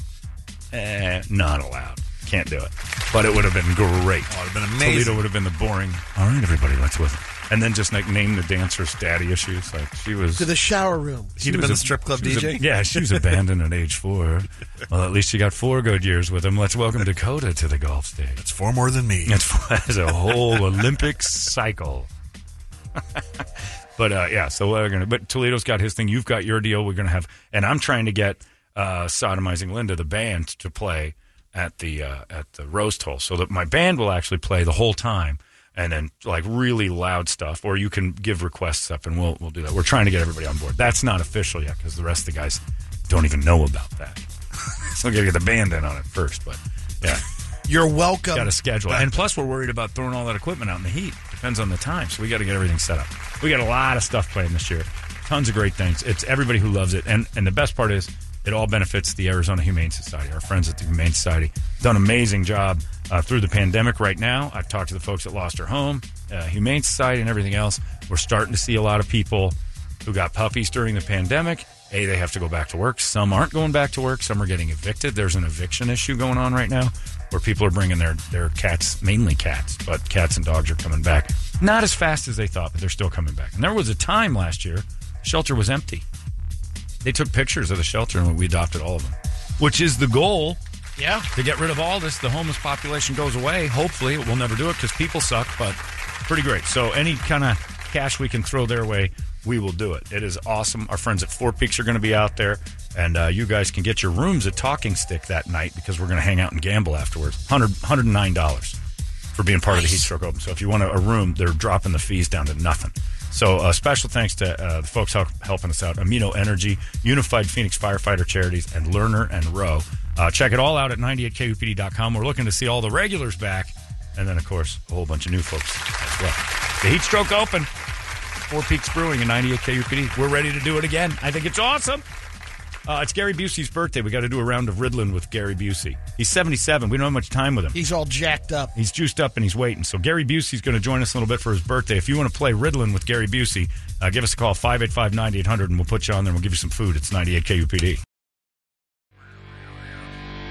S1: Eh, not allowed. Can't do it. But it would have been great.
S3: Oh, it would have been amazing.
S1: Toledo would have been the boring. All right, everybody, let's with it. And then just like name the dancers Daddy Issues. Like she was
S2: to the shower room.
S1: she was a- she was a- yeah, she was abandoned at age four. Well, at least she got four good years with him. Let's welcome Dakota to the golf stage. That's
S3: four more
S1: [LAUGHS]
S3: than me.
S1: That's, that's a whole Olympic cycle. [LAUGHS] but uh, yeah, so we're gonna. But Toledo's got his thing. You've got your deal. We're gonna have, and I'm trying to get uh, sodomizing Linda, the band, to play at the uh, at the roast hole, so that my band will actually play the whole time. And then, like really loud stuff, or you can give requests up, and we'll we'll do that. We're trying to get everybody on board. That's not official yet because the rest of the guys don't even know about that. [LAUGHS] so we got to get the band in on it first. But yeah,
S2: you're welcome.
S1: Got to schedule, it. and plus we're worried about throwing all that equipment out in the heat. Depends on the time, so we got to get everything set up. We got a lot of stuff playing this year. Tons of great things. It's everybody who loves it, and and the best part is it all benefits the Arizona Humane Society. Our friends at the Humane Society done an amazing job uh, through the pandemic. Right now, I've talked to the folks that lost their home, uh, Humane Society, and everything else. We're starting to see a lot of people who got puppies during the pandemic. A, they have to go back to work. Some aren't going back to work. Some are getting evicted. There's an eviction issue going on right now where people are bringing their, their cats, mainly cats, but cats and dogs are coming back. Not as fast as they thought, but they're still coming back. And there was a time last year, shelter was empty. They took pictures of the shelter and we adopted all of them, which is the goal.
S2: Yeah.
S1: To get rid of all this, the homeless population goes away. Hopefully, we'll never do it because people suck, but pretty great. So, any kind of cash we can throw their way, we will do it. It is awesome. Our friends at Four Peaks are going to be out there, and uh, you guys can get your rooms at Talking Stick that night because we're going to hang out and gamble afterwards. 100, $109 for being part of the Heat Stroke Open. So, if you want a, a room, they're dropping the fees down to nothing. So, uh, special thanks to uh, the folks help, helping us out Amino Energy, Unified Phoenix Firefighter Charities, and Lerner and Rowe. Uh, check it all out at 98kupd.com. We're looking to see all the regulars back, and then, of course, a whole bunch of new folks as well. The Heat Stroke Open, Four Peaks Brewing and 98kupd. We're ready to do it again. I think it's awesome. Uh, it's Gary Busey's birthday. We got to do a round of Riddlin with Gary Busey. He's 77. We don't have much time with him.
S2: He's all jacked up.
S1: He's juiced up and he's waiting. So Gary Busey's going to join us in a little bit for his birthday. If you want to play Riddlin with Gary Busey, uh, give us a call 585-9800 and we'll put you on there and we'll give you some food. It's 98KUPD.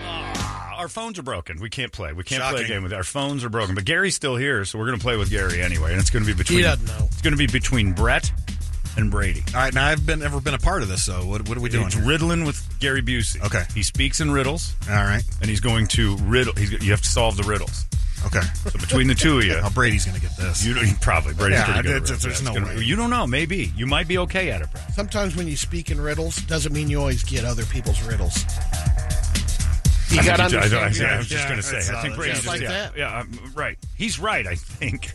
S1: Ah, Our phones are broken. We can't play. We can't play a
S3: Shocking.
S1: game with our phones are broken. But Gary's still here, so we're going to play with Gary anyway. And it's going to be between
S3: doesn't know.
S1: It's going to be between Brett and Brady.
S3: All right, now I've been ever been a part of this, so what, what are we doing?
S1: It's riddling with Gary Busey.
S3: Okay.
S1: He speaks in riddles.
S3: All right.
S1: And he's going to riddle. He's, you have to solve the riddles.
S3: Okay.
S1: So between the two of
S3: [LAUGHS]
S1: you,
S3: Now Brady's going to get this.
S1: you don't- probably Brady's
S3: Yeah,
S1: pretty good. at
S3: it's-
S1: riddles.
S3: there's
S1: it's
S3: no
S1: gonna-
S3: way.
S1: You don't know. Maybe you might be okay at it, Brad.
S2: Sometimes when you speak in riddles, doesn't mean you always get other people's riddles. You
S1: I
S2: got to
S1: think
S2: understand.
S1: I, I, I,
S2: your-
S1: was just going to say. I think Brady's
S2: Just like
S1: yeah,
S2: that.
S1: Yeah, I'm right. He's right. I think.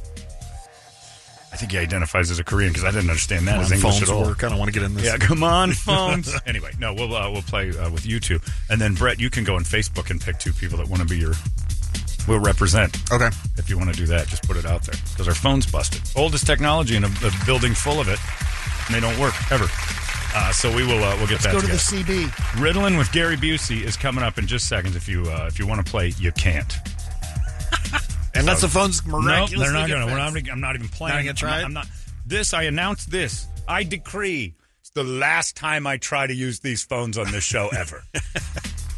S1: I think he identifies as a Korean because I didn't understand that
S3: Come
S1: as
S3: on,
S1: English
S3: phones
S1: at all.
S3: work. I don't wanna get in this.
S1: Yeah, come on, phones. [LAUGHS] anyway, no, we'll uh, we'll play uh, with you two, and then Brett, you can go on Facebook and pick two people that want to be your. We'll represent.
S3: Okay.
S1: If you want to do that, just put it out there because our phone's busted. Oldest technology in a, a building full of it, and they don't work ever. Uh, so we will uh, we'll get
S2: Let's
S1: that.
S2: go to the
S1: together.
S2: CB.
S1: Riddlin' with Gary Busey is coming up in just seconds. If you uh, if you want to play, you can't.
S3: Unless
S1: So-
S3: the phone's miraculously
S1: Nope, they're not
S3: get
S1: gonna. We're not-
S3: fixed.
S1: I'm not even playing.
S3: Not gonna try
S1: I'm,
S3: it?
S1: not, I'm not. This I announce. This I decree. It's the last time I try to use these phones on this show
S3: [LAUGHS]
S1: ever.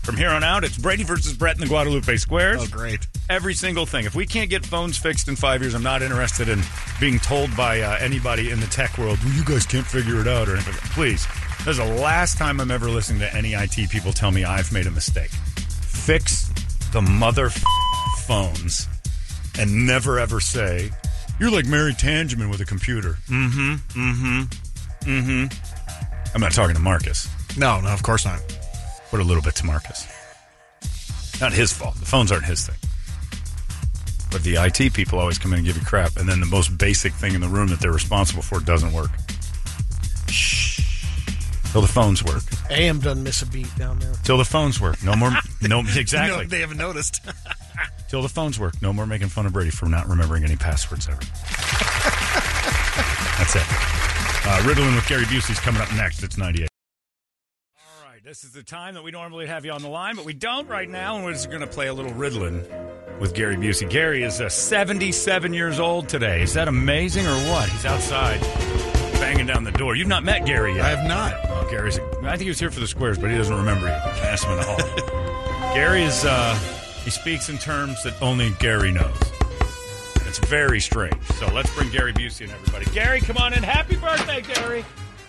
S1: From here on out, it's Brady versus Brett in the Guadalupe Squares.
S3: Oh, great.
S1: Every single thing. If we can't get phones fixed in five years, I'm not interested in being told by uh, anybody in the tech world, well, you guys can't figure it out or anything. Please. This is the last time I'm ever listening to any IT people tell me I've made a mistake. Fix the mother f- phones and never ever say, you're like Mary Tangeman with a computer. Mm hmm. Mm hmm. Mm hmm. I'm not talking to Marcus.
S3: No, no, of course not.
S1: Put a little bit to Marcus. Not his fault. The phones aren't his thing. But the IT people always come in and give you crap, and then the most basic thing in the room that they're responsible for doesn't work. Shh. Till the phones work.
S2: AM doesn't miss a beat down there.
S1: Till the phones work. No more. no, [LAUGHS] exactly.
S3: [LAUGHS] No, they haven't noticed. [LAUGHS]
S1: Till the phones work. No more making fun of Brady for not remembering any passwords ever. That's it. Uh, Riddling with Gary Busey's coming up next. It's 98. All right, this is the time that we normally have you on the line, but we don't right now, and we're just going to play a little riddling
S14: with Gary Busey. Gary is uh, 77 years old today. Is that amazing or what? He's outside banging down the door. You've not met Gary yet. I have
S5: not.
S14: Oh, Gary's. I think he was here for the squares, but he doesn't remember you. Ask him in the hall. Gary is. Uh, he speaks in terms that only Gary knows. And It's very strange. So let's bring Gary Busey and everybody. Gary, come on in. Happy birthday, Gary.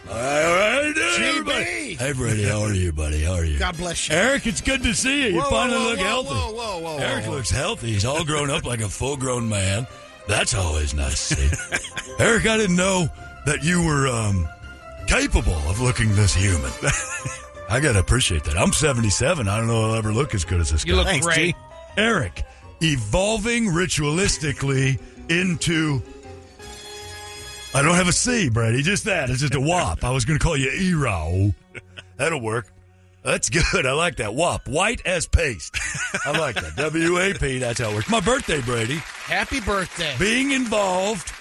S1: All right, how you doing, everybody? Hey, Brady, how are you, buddy? How are you?
S2: God bless
S1: you. Eric, it's good to see you. You
S2: Whoa,
S1: finally
S2: whoa,
S1: look
S2: whoa,
S1: healthy.
S2: whoa, whoa, whoa,
S1: Eric
S2: whoa.
S1: looks healthy. He's all grown up like a full grown man. That's always nice to see. Eric, I didn't know that you were um, capable of looking this human. I got to appreciate that. I'm 77. I don't know I'll ever look as good as this
S15: You
S1: guy.
S15: look Thanks, great. G.
S1: Eric, evolving ritualistically into I don't have a C, Brady. Just that. It's just a WAP. I was going to call you Ero. That'll work. That's good. I like that. WAP. White as paste. I like that. W A P. That's how it works. My birthday, Brady.
S2: Happy birthday.
S1: Being involved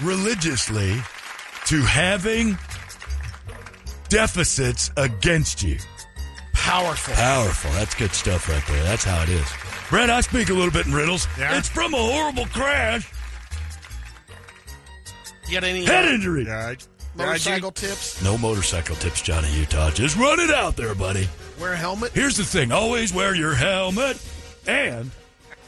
S1: religiously to having deficits against you.
S2: Powerful.
S1: Powerful. That's good stuff right there. That's how it is. Brad, I speak a little bit in riddles. It's from a horrible crash.
S2: You got any
S1: Head
S2: uh,
S1: injury.
S2: motorcycle tips?
S1: No motorcycle tips, Johnny Utah. Just run it out there, buddy.
S2: Wear a helmet.
S1: Here's the thing always wear your helmet and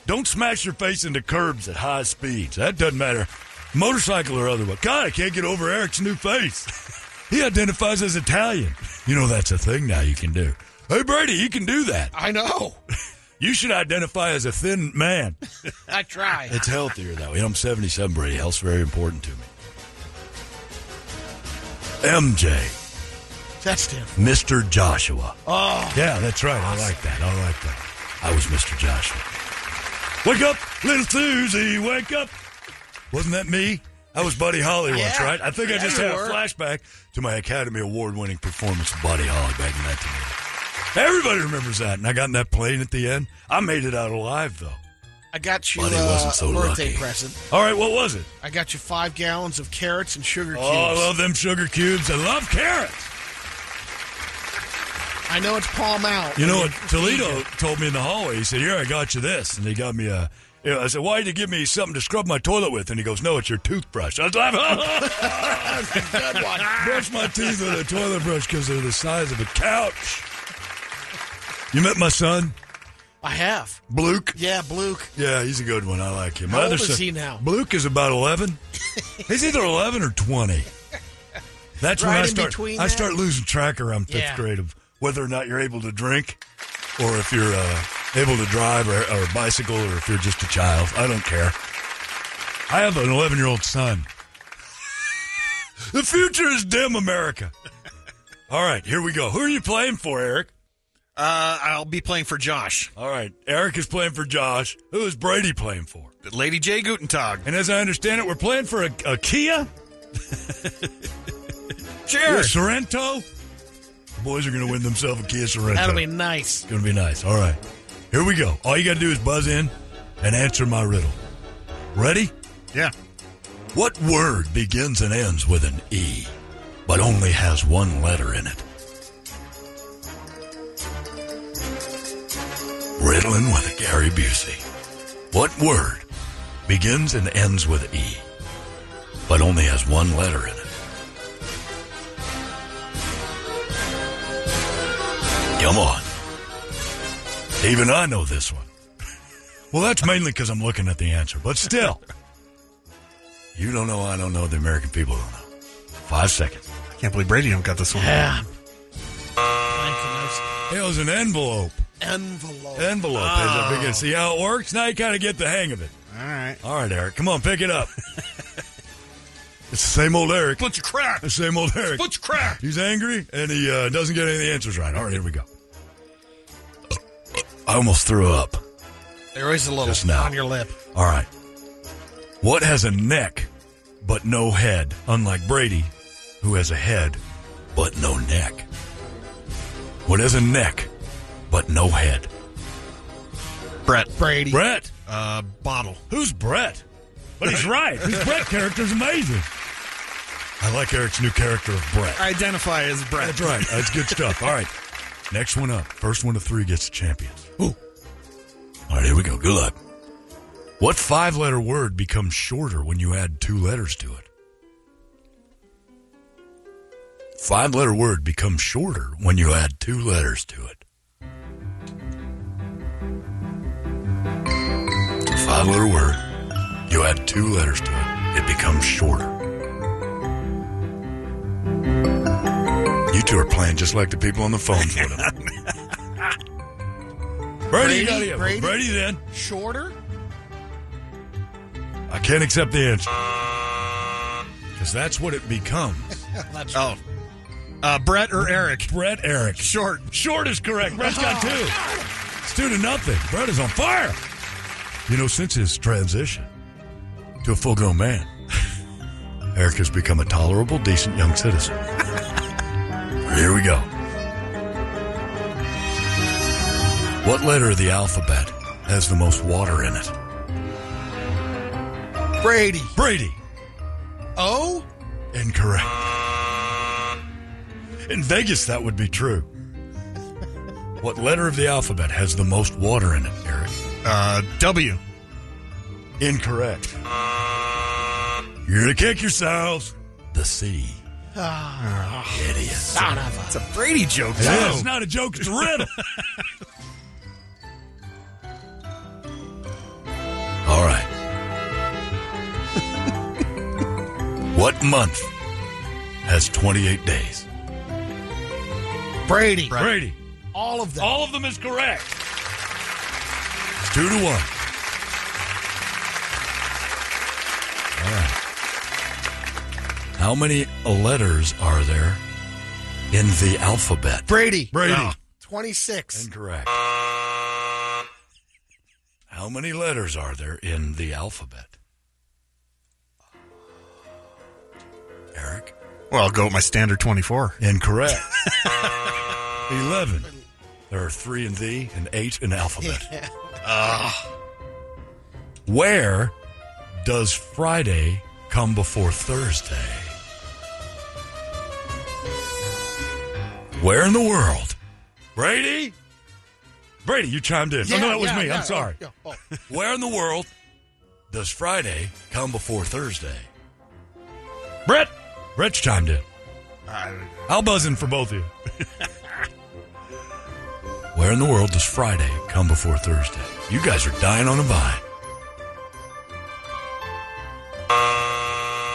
S1: don't smash your face into curbs at high speeds. That doesn't matter. Motorcycle or otherwise. God, I can't get over Eric's new face. [LAUGHS] he identifies as Italian. You know, that's a thing now you can do. Hey, Brady, you can do that.
S2: I know.
S1: [LAUGHS] You should identify as a thin man.
S2: I try.
S1: It's healthier that way. I'm 77, Brady. Health's very important to me. MJ,
S2: That's him.
S1: Mr. Joshua.
S2: Oh.
S1: Yeah, that's right. I like that. I like that. I was Mr. Joshua. Wake up, little Susie, wake up. Wasn't that me? I was Buddy Holly once,
S15: Yeah.
S1: right? I think I
S15: Yeah,
S1: just
S15: you
S1: had a
S15: were.
S1: flashback to my Academy Award winning performance of Buddy Holly back in 1980. Everybody remembers that. And I got in that plane at the end. I made it out alive, though.
S2: I got you
S1: Buddy
S2: uh,
S1: wasn't so
S2: a birthday
S1: lucky.
S2: present.
S1: All right, what was it?
S2: I got you five gallons of carrots and sugar cubes.
S1: Oh, I love them sugar cubes. I love carrots.
S2: I know it's palm out.
S1: You know
S2: I
S1: what?
S2: mean,
S1: Toledo told me in the hallway. He said, "Here, I got you this," and he got me a. you know, I said, "Why'd you give me something to scrub my toilet with?" And he goes, "No, it's your toothbrush." I was like, [LAUGHS] "Oh, "Brush my teeth with a toilet brush because they're the size of a couch." You met my son,
S2: I have.
S1: Bluke.
S2: Yeah, Bluke.
S1: Yeah, he's a good one. I like him.
S2: How
S1: my other
S2: old is
S1: son,
S2: he now?
S1: Bluke is about
S2: [LAUGHS]
S1: eleven. he's either eleven or twenty. That's
S2: Right
S1: when I
S2: in
S1: start.
S2: between
S1: I
S2: that?
S1: start losing track around fifth
S2: Yeah.
S1: grade of whether or not you're able to drink, or if you're uh, able to drive or, or bicycle, or if you're just a child. I don't care. I have an 11 year old son. the future is dim, America. All right, here we go. Who are you playing for, Eric?
S5: Uh, I'll be playing for Josh.
S1: All right, Eric is playing for Josh. Who is Brady playing for?
S5: Lady J. Gutentag.
S1: And as I understand it, we're playing for a, a
S2: [LAUGHS]
S1: Kia.
S5: Sure.
S1: Yeah, Sorrento. The boys are going to win themselves a Kia Sorrento.
S2: That'll be nice.
S1: It's going to be nice. All right. Here we go. All you got to do is buzz in and answer my riddle. Ready?
S5: Yeah.
S1: What word begins and ends with an E, but only has one letter in it? Riddling with a Gary Busey. What word begins and ends with E, but only has one letter in it? Come on. Even I know this one. [LAUGHS] Well, that's mainly because I'm looking at the answer, but still. You don't know, I don't know, the American people don't know. Five seconds.
S5: I can't believe Brady don't got this one.
S1: Yeah.
S2: Nice.
S1: It was an envelope.
S2: Envelope.
S1: Envelope.
S2: Oh.
S1: Is a big, see how it works? Now you kind of get the hang of it.
S5: All right.
S1: All right, Eric. Come on, pick it
S5: [LAUGHS]
S1: up. it's the same old Eric.
S5: Bunch of crap.
S1: The same old Eric.
S5: Bunch of crap.
S1: He's angry and he uh, doesn't get any of the answers right. All right, here we go. I almost threw up.
S2: There is a little
S1: Just now.
S2: on your lip.
S1: All right. What has a neck but no head, unlike Brady, who has a head but no neck? What has a neck but no head?
S5: Brett.
S2: Brady.
S1: Brett.
S5: Uh, bottle.
S1: Who's Brett? But [LAUGHS] he's right. His Brett character's amazing. I like Eric's new character of Brett.
S5: I identify as Brett.
S1: That's right. That's good stuff. All right. Next one up. First one to three gets the champions. Ooh. All right, here we go. Good luck. What five letter word becomes shorter when you add two letters to it? Five letter word becomes shorter when you add two letters to it. Five letter word, you add two letters to it, it becomes shorter. You two are playing just like the people on the phone for [LAUGHS] them. Brady, you gotta get- Brady, then.
S2: Shorter?
S1: I can't accept the answer. Because that's what it becomes.
S3: oh. Uh, Brett or Eric?
S1: Brett, Eric.
S3: Short.
S1: Short is correct. Brett's got
S2: Oh,
S1: two. It's two to nothing. Brett is on fire. You know, since his transition to a full grown man, [LAUGHS] Eric has become a tolerable, decent young citizen. [LAUGHS] Here we go. What letter of the alphabet has the most water in it?
S2: Brady.
S1: Brady.
S2: O?
S1: Incorrect. In Vegas, that would be true. What letter of the alphabet has the most water in it, Eric?
S3: Uh, W.
S1: Incorrect. You're going to kick yourselves. The C.
S2: Ah,
S1: Idiot.
S2: Son of a.
S3: It's a Brady joke.
S1: It is. It's not a joke, it's a riddle. [LAUGHS] All right. what month has 28 days?
S2: Brady.
S1: Brady.
S2: All of
S1: Oh.
S2: them.
S16: All of them is correct.
S1: It's two to one. All right. How many letters are there in the alphabet?
S2: Brady.
S1: Brady.
S2: 26.
S1: Incorrect. How many letters are there in the alphabet? Eric?
S3: Well, I'll go with my standard 24.
S1: [LAUGHS] Incorrect. 11. There are three in the and eight in alphabet. Ah. Where does Friday come before Thursday? Where in the world? Brady? Brady, you chimed in. oh, no, that was me. I'm sorry.
S2: Oh,
S1: Where in the world does Friday come before Thursday? Brett. Brett's chimed in. I'll buzz in for both of you. [LAUGHS] Where in the world does Friday come before Thursday? You guys are dying on a vine.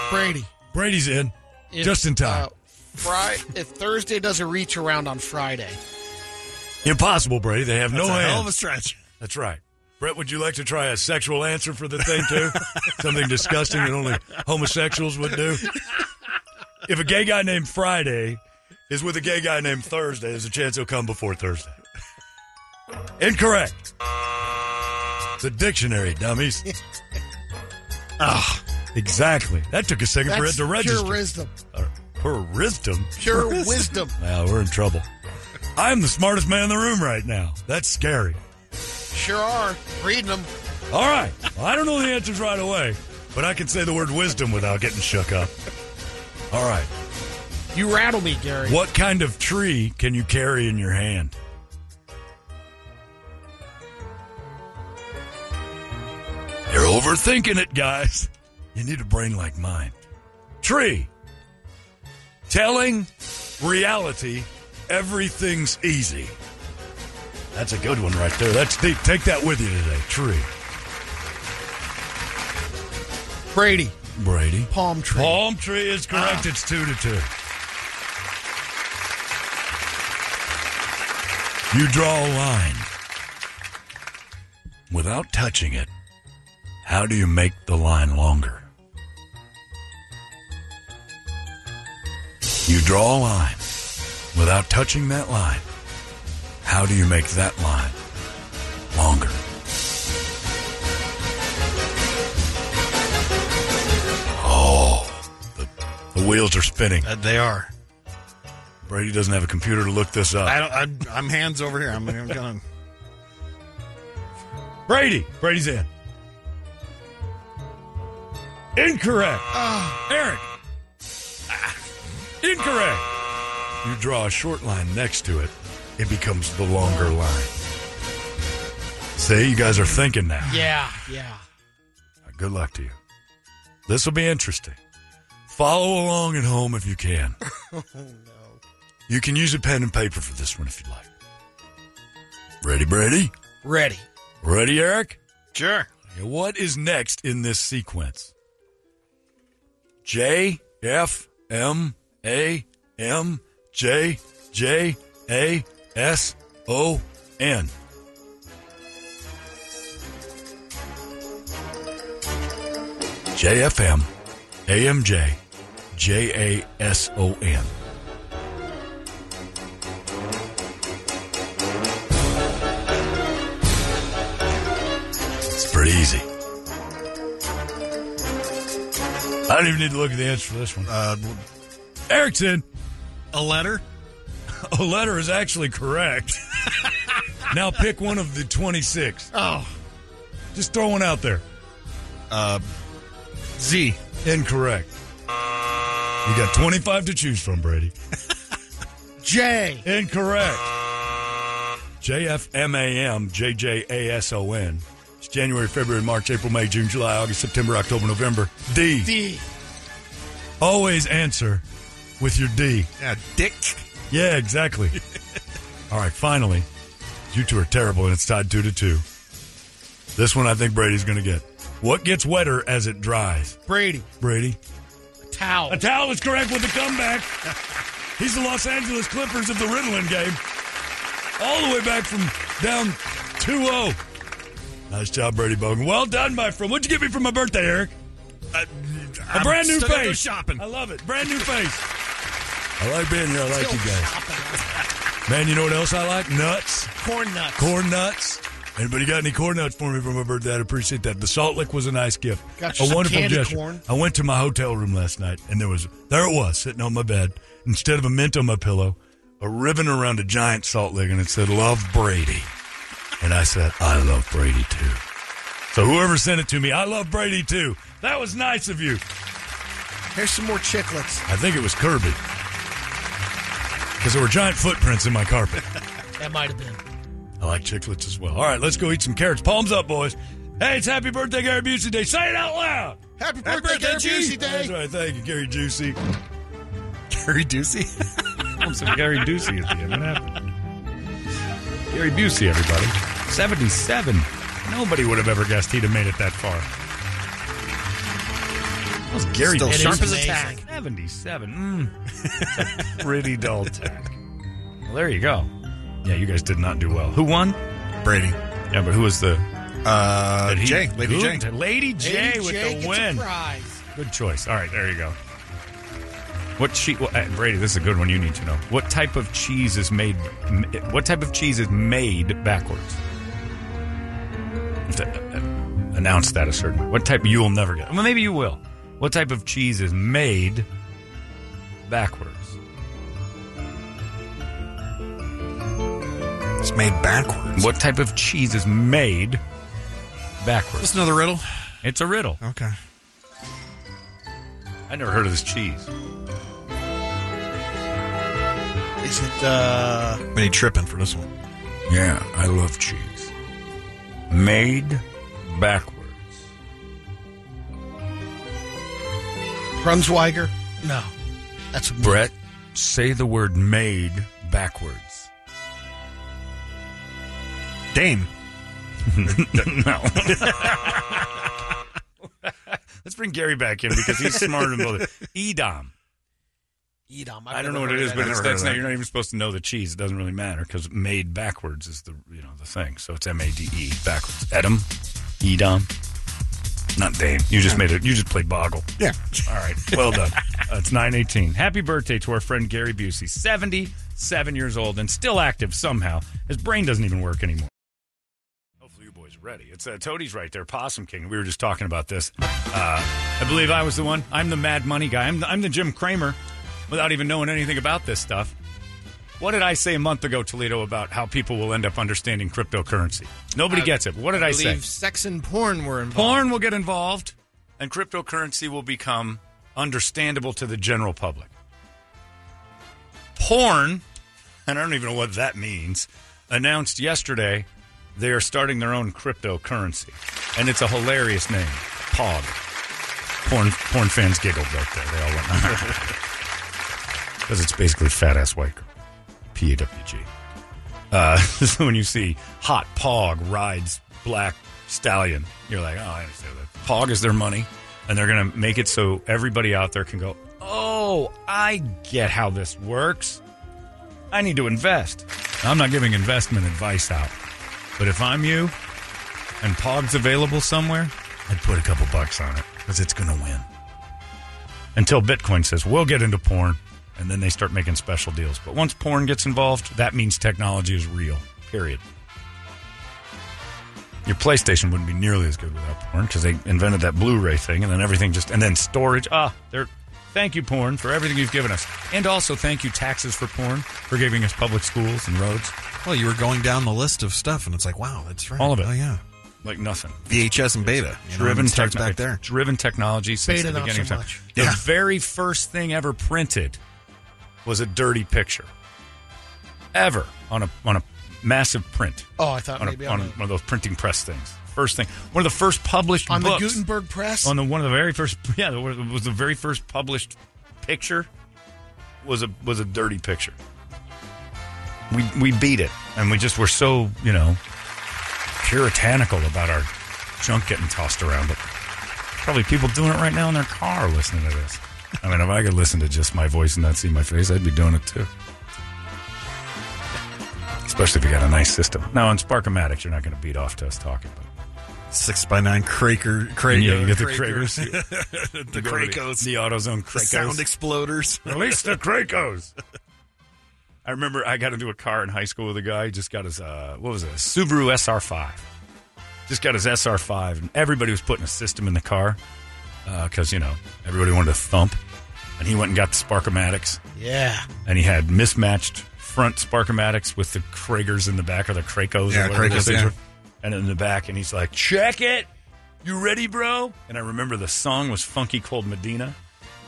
S2: Brady.
S1: Brady's in.
S2: If,
S1: Just in time.
S2: uh, Fri- if Thursday doesn't reach around on Friday,
S1: Impossible, Brady. They have no
S3: That's a
S1: hands.
S3: hell of a stretch.
S1: That's right. Brett, would you like to try a sexual answer for the thing,
S2: [LAUGHS]
S1: too? Something disgusting that only homosexuals would do? If a gay guy named Friday is with a gay guy named Thursday, there's a chance he'll come before Thursday. Incorrect. It's a dictionary, dummies. Ah, exactly. That took a second for it
S2: that's
S1: to
S2: pure
S1: register.
S2: wisdom.
S1: Her wisdom. [LAUGHS]
S2: Pure wisdom.
S1: Now we're in trouble. I'm the smartest man in the room right now. That's scary.
S2: Sure are. Reading them.
S1: All right. Well, I don't know the answers right away, but I can say the word wisdom without getting shook up. All right.
S2: You rattle me, Gary.
S1: What kind of tree can you carry in your hand? You're overthinking it, guys. You need a brain like mine. Tree. Telling reality everything's easy. That's a good one right there. That's deep. Take that with you today. Tree.
S2: Brady.
S1: Brady.
S2: Palm tree.
S1: Palm tree is correct. It's two to two. You draw a line without touching it. How do you make the line longer? You draw a line without touching that line. How do you make that line longer? Oh, the, the wheels Uh, are spinning.
S3: they are.
S1: Brady doesn't have a computer to look this up.
S3: I don't, I'm, I'm hands over here. I'm, I'm going to.
S1: Brady. Brady's in. Incorrect. Eric.
S17: Ah.
S1: Incorrect. You draw a short line next to it, it becomes the longer line. See, you guys are thinking now.
S2: Yeah, yeah.
S17: Good luck to you. This will be interesting. Follow along at home if you can.
S2: oh,
S17: You can use a pen and paper for this one if you'd like. Ready, Brady?
S2: Ready.
S17: Ready, Eric?
S2: Sure.
S17: What is next in this sequence? J, F, M, A, M, J, J, A, S, O, N. JFM, AMJ, JASON. It's pretty easy. I don't even need to look at the answer for this one. Uh, Erickson.
S3: A letter?
S17: [LAUGHS] A letter is actually correct. now pick one of the 26.
S2: Oh.
S17: Just throw one out there. Uh, Z. Incorrect. You got 25 to choose from, Brady.
S2: J.
S17: Incorrect. JFMAM, JJASON. It's January, February, March, April, May, June, July, August, September, October, November. D.
S2: D.
S17: Always answer with your D.
S3: Yeah, dick.
S17: Yeah, exactly. All right, finally. You two are terrible, and it's tied two to two. This one I think Brady's going to get. What gets wetter as it dries?
S2: Brady.
S17: Brady.
S2: Towel.
S17: A towel is correct with the comeback. [LAUGHS] He's the Los Angeles Clippers of the Ritalin game. All the way back from down 2 0. Nice job, Brady Bogan. Well done, my friend. What'd you get me for my birthday, Eric? Uh, A
S3: I'm
S17: brand new
S3: still gonna go
S17: face.
S3: shopping.
S17: I love it. Brand new face. [LAUGHS] I like being here. I like you guys. Man, you know what else I like? Nuts.
S2: Corn nuts.
S17: Corn nuts. Anybody got any corn nuts for me for my birthday? I'd appreciate that. The Salt Lick was a nice gift.
S2: Got
S17: a
S2: you some
S17: wonderful
S2: candy
S17: gesture.
S2: corn.
S17: I went to my hotel room last night and there was there it was, sitting on my bed. Instead of a mint on my pillow, a ribbon around a giant salt lick and it said, Love Brady. And I said, I love Brady too. So whoever sent it to me, I love Brady too. That was nice of you.
S2: Here's some more chiclets.
S17: I think it was Kirby. Because there were giant footprints in my carpet.
S2: That might have been.
S17: I like chiclets as well. All right, let's go eat some carrots. Palms up, boys. Hey, it's happy birthday, Gary Busey Day. Say it out loud.
S2: Happy
S17: birthday,
S2: Gary Busey Day.
S17: That's right. Thank you, Gary Juicy.
S3: Gary Ducey?
S1: [LAUGHS] I'm some Gary Ducey at the end. What happened? Gary Busey, everybody. 77. Nobody would have ever guessed he'd have made it that far. That was Gary
S3: Still
S1: Busey.
S3: sharp as a tack.
S1: 77. Mm. Pretty dull tack. Well, there you go. Yeah, you guys did not do well. Who won?
S3: [LAUGHS] Brady.
S1: Yeah, but who was the.
S3: Uh,
S1: Did he-
S3: J. Lady
S1: Good.
S3: J.
S1: Lady J
S2: Lady
S1: with
S2: J
S1: the
S2: gets a
S1: win.
S2: prize.
S1: Good choice. All right, there you go. What cheese? Well, uh, Brady, this is a good one. You need to know what type of cheese is made. m- What type of cheese is made backwards? You have to, uh, uh, announce that a certain way. What type? You will never get. Well, maybe you will. What type of cheese is made backwards?
S3: It's made backwards.
S1: What type of cheese is made backwards?
S3: That's another riddle.
S1: It's a riddle.
S3: Okay.
S1: I never heard of this cheese.
S2: Is it, uh.
S3: We need tripping for this one.
S1: Yeah, I love cheese. Made backwards.
S2: Brunswiger? No. That's
S1: Brett, say the word made backwards. [LAUGHS]
S3: Dame.
S1: no. [LAUGHS] Let's bring Gary back in because he's smarter than both. Edam.
S2: Edam.
S1: I don't know what it is, but it's, that's not, you're not even supposed to know the cheese. It doesn't really matter because made backwards is the you know the thing. So it's M A D E backwards. Edam, Edam, not Dame. You just made it. You just played Boggle.
S3: Yeah.
S1: All right. Well done. [LAUGHS] Uh, it's nine eighteen. Happy birthday to our friend Gary Busey, seventy seven years old and still active somehow. His brain doesn't even work anymore. Hopefully, you boys are ready. It's uh, Toadie's right there, Possum King. We were just talking about this. Uh, I believe I was the one. I'm the Mad Money guy. I'm the, I'm the Jim Kramer without even knowing anything about this stuff. What did I say a month ago, Toledo, about how people will end up understanding cryptocurrency? Nobody
S5: I-
S1: gets it. What did I, say?
S5: believe sex and porn were involved.
S1: Porn will get involved, and cryptocurrency will become understandable to the general public. Porn, and I don't even know what that means, announced yesterday they are starting their own cryptocurrency, and it's a hilarious name. Pog. Porn porn fans giggled right there. They all went [LAUGHS] because it's basically fat ass white girl. P A W G. Uh, [LAUGHS] so when you see hot Pog rides black stallion, you're like, oh, I understand that. Pog is their money, and they're gonna make it so everybody out there can go. Oh, I get how this works. I need to invest. I'm not giving investment advice out, but if I'm you, and Pog's available somewhere, I'd put a couple bucks on it because it's going to win. Until Bitcoin says, we'll get into porn, and then they start making special deals. But once porn gets involved, that means technology is real, period. Your PlayStation wouldn't be nearly as good without porn because they invented that Blu ray thing, and then everything just, and then storage. Ah, they're. Thank you, porn, for everything you've given us. And also, thank you, taxes, for porn, for giving us public schools and roads.
S3: Well, you were going down the list of stuff, and it's like, wow, that's right.
S1: All of it.
S3: Oh, yeah.
S1: Like nothing.
S3: VHS and beta. you know,
S1: driven
S3: it starts
S1: techno-
S3: back there.
S1: Driven technology since
S3: Beta
S1: the
S3: not
S1: beginning
S3: so
S1: of time.
S3: much.
S1: The
S3: Yeah.
S1: very first thing ever printed was a dirty picture. Ever on a on a massive print.
S2: Oh, I thought
S1: on a-
S2: maybe
S1: on
S2: on
S1: a-
S2: the-
S1: one of those printing press things. First thing, one of the first published
S2: On the
S1: books-
S2: Gutenberg press?
S1: On the one of the very first, [LAUGHS] yeah, it was it was the very first published picture was a was a dirty picture. We we beat it, and we just were so you know puritanical about our junk getting tossed around. But probably people doing it right now in their car listening to this. I mean, if I could listen to just my voice and not see my face, I'd be doing it too. Especially if you got a nice system. Now on Sparkomatics, you're not going to beat off to us talking.
S3: Six by nine Kraker, Kraker,
S1: Yeah, you get the [LAUGHS]
S3: Krakers, [LAUGHS] the
S1: You go to the-
S3: Krakos,
S1: the AutoZone
S3: The
S1: Krakos. [LAUGHS]
S3: sound exploders.
S1: Release
S3: [LAUGHS]
S1: the Krakos. I remember I got into a car in high school with a guy. He just got his uh, what was it, a Subaru SR5. Just got his SR5, and everybody was putting a system in the car because you know everybody wanted to thump. And he went and got the Sparkomatics.
S2: Yeah.
S1: and he had mismatched front Sparkomatics with the Kragers in the back or the Krakos
S3: Yeah,
S1: or whatever those
S3: Krakos,
S1: things
S3: yeah.
S1: were. And in the back, and he's like, check it. You ready, bro? And I remember the song was Funky Cold Medina.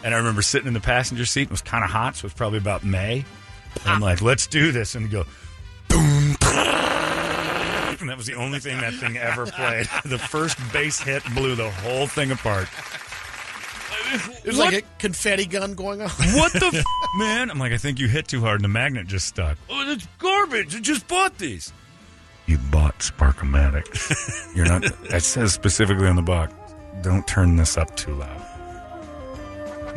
S1: And I remember sitting in the passenger seat. It was kind of hot, so it was probably about May. And I'm like, let's do this. And go, boom. And that was the only thing that thing ever played. [LAUGHS] the first bass hit blew the whole thing apart.
S2: There's
S1: What?
S2: like a confetti gun going on. [LAUGHS]
S1: What the f- man? I'm like, I think you hit too hard and the magnet just stuck. Oh, that's garbage. I just bought these. You bought
S3: [LAUGHS]
S1: Sparkomatic. You're not. It says specifically on the box, don't turn this up too loud.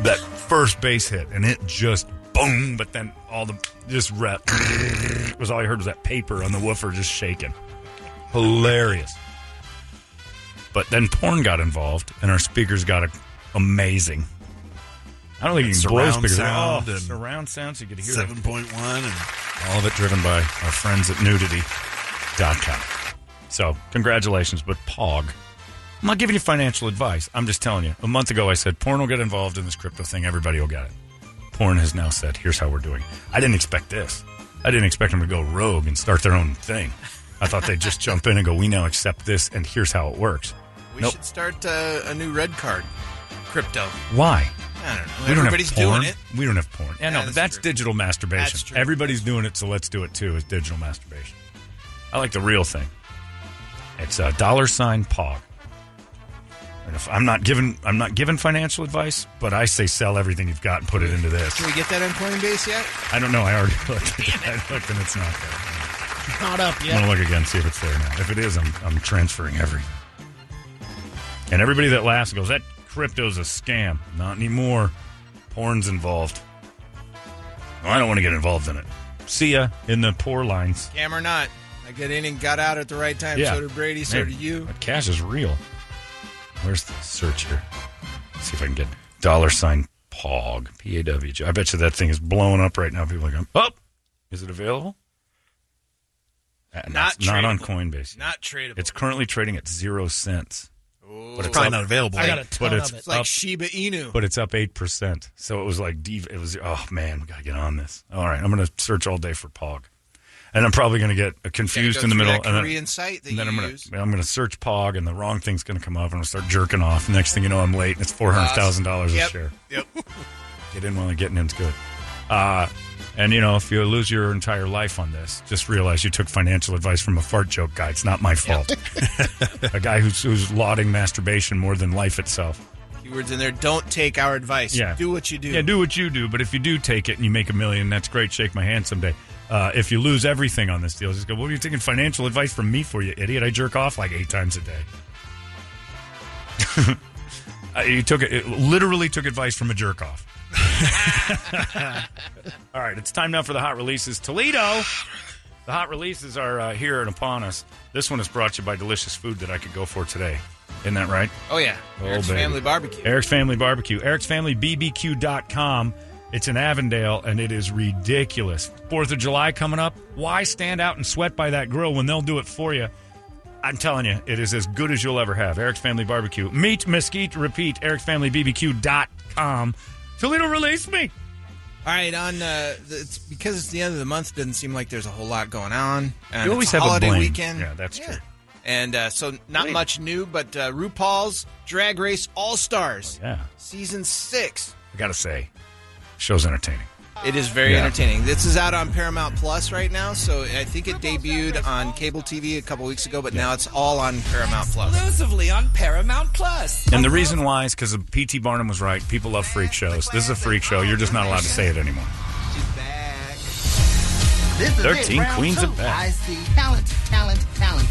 S1: That first bass hit, and it just boom. But then all the just rep was all I heard was that paper on the woofer just shaking. Hilarious. But then porn got involved, and our speakers got a, amazing. I don't think you can blow
S3: Surround
S1: speakers.
S3: sound
S1: Oh,
S3: and
S1: surround sound, so you could hear
S3: seven point one and
S1: all of it driven by our friends at nudity.com. So, congratulations, but Pog. I'm not giving you financial advice. I'm just telling you. A month ago, I said porn will get involved in this crypto thing. Everybody will get it. Porn has now said, here's how we're doing. it." I didn't expect this. I didn't expect them to go rogue and start their own thing. I thought they'd just jump in and go, we now accept this, and here's how it works.
S5: We
S1: Nope.
S5: should start uh, a new red card, crypto.
S1: Why?
S5: I don't know.
S1: We don't
S5: Everybody's
S1: have porn.
S5: doing it.
S1: We don't have porn. Yeah, no, but
S5: Yeah, that's
S1: that's
S5: true.
S1: digital masturbation.
S5: That's true.
S1: Everybody's doing it, so let's do it too. Is digital masturbation. I like the real thing. It's a dollar sign pog. And if I'm not giving, I'm not giving financial advice, but I say sell everything you've got and put it into this.
S5: Can we get that on Coinbase yet?
S1: I don't know. I already [LAUGHS] looked. I looked and it's not there.
S2: Not up
S1: I'm
S2: yet.
S1: gonna look again, see if it's there now. If it is, I'm I'm transferring everything. And everybody that laughs goes, "That crypto's a scam." Not anymore. Porn's involved. Well, I don't want to get involved in it. See ya in the poor lines.
S5: Scam or not, I get in and got out at the right time. So did Brady. So
S1: Hey,
S5: did you.
S1: But cash is real. Where's the search here? Let's see if I can get dollar sign POG. P A W G. I bet you that thing is blowing up right now. People are going, "Up, is it available?" Uh, no,
S5: Not
S1: it's not on
S5: tradable.
S1: Coinbase.
S5: Not tradable.
S1: It's currently trading at zero cents.
S5: Ooh.
S1: But
S5: It's probably
S1: up-
S5: not available. I got a ton
S1: but
S5: of
S1: it's
S5: it. It's like
S1: up-
S5: Shiba Inu.
S1: But it's up eight percent. So it was like div- it was. Oh man, we gotta get on this. All right, I'm gonna search all day for Pog, and I'm probably gonna get uh, confused
S5: go
S1: in the
S5: through
S1: middle.
S5: that
S1: and then,
S5: Korean site that
S1: and then
S5: you
S1: I'm gonna
S5: use.
S1: I'm gonna search Pog, and the wrong thing's gonna come up, and I'm gonna start jerking off. Next thing you know, I'm late, and it's four hundred thousand dollars a
S5: Yep,
S1: share.
S5: Yep.
S1: Get in while they're getting in's good. Uh, and, you know, if you lose your entire life on this, just realize you took financial advice from a fart joke guy. It's not my fault. [LAUGHS] a guy who's, who's lauding masturbation more than life itself.
S5: Keywords in there. Don't take our advice.
S1: Yeah.
S5: Do what you do.
S1: Yeah, do what you do. But if you do take it and you make a million, that's great. Shake my hand someday. Uh, if you lose everything on this deal, just go, what are you taking financial advice from me for, you idiot? I jerk off like eight times a day. [LAUGHS] Uh, you took it, it literally took advice from a jerk off. [LAUGHS] All right, it's time now for the hot releases. Toledo, the hot releases are uh, here and upon us. This one is brought to you by delicious food that I could go for today. Isn't that right?
S5: Oh, yeah. Eric's
S1: baby.
S5: Family Barbecue.
S1: Eric's Family Barbecue. Eric's Family BBQ.com. It's in Avondale and it is ridiculous. Fourth of July coming up. Why stand out and sweat by that grill when they'll do it for you? I'm telling you, it is as good as you'll ever have. Eric's Family Barbecue. Meet, mesquite, repeat. Eric's Family BBQ.com. Toledo release me.
S5: All right, on uh, th- it's because it's the end of the month. Doesn't seem like there's a whole lot going on. And
S1: You always
S5: it's
S1: have a
S5: holiday
S1: blame.
S5: weekend.
S1: Yeah, that's true.
S5: And uh, so not much new, but uh, RuPaul's Drag Race All Stars,
S1: Oh, Yeah,
S5: season six.
S1: I got to say, show's entertaining.
S5: It is very
S1: Yeah.
S5: entertaining. This is out on Paramount Plus right now, so I think it debuted on cable TV a couple weeks ago, but now it's all on Paramount Plus.
S18: Exclusively on Paramount Plus.
S1: And the reason why is because P.T. Barnum was right. People love freak shows. This is a freak show. You're just not allowed to say it anymore.
S19: This is
S1: 13
S19: it, round
S1: queens
S19: two.
S1: of bed.
S19: I see talent, talent, talent.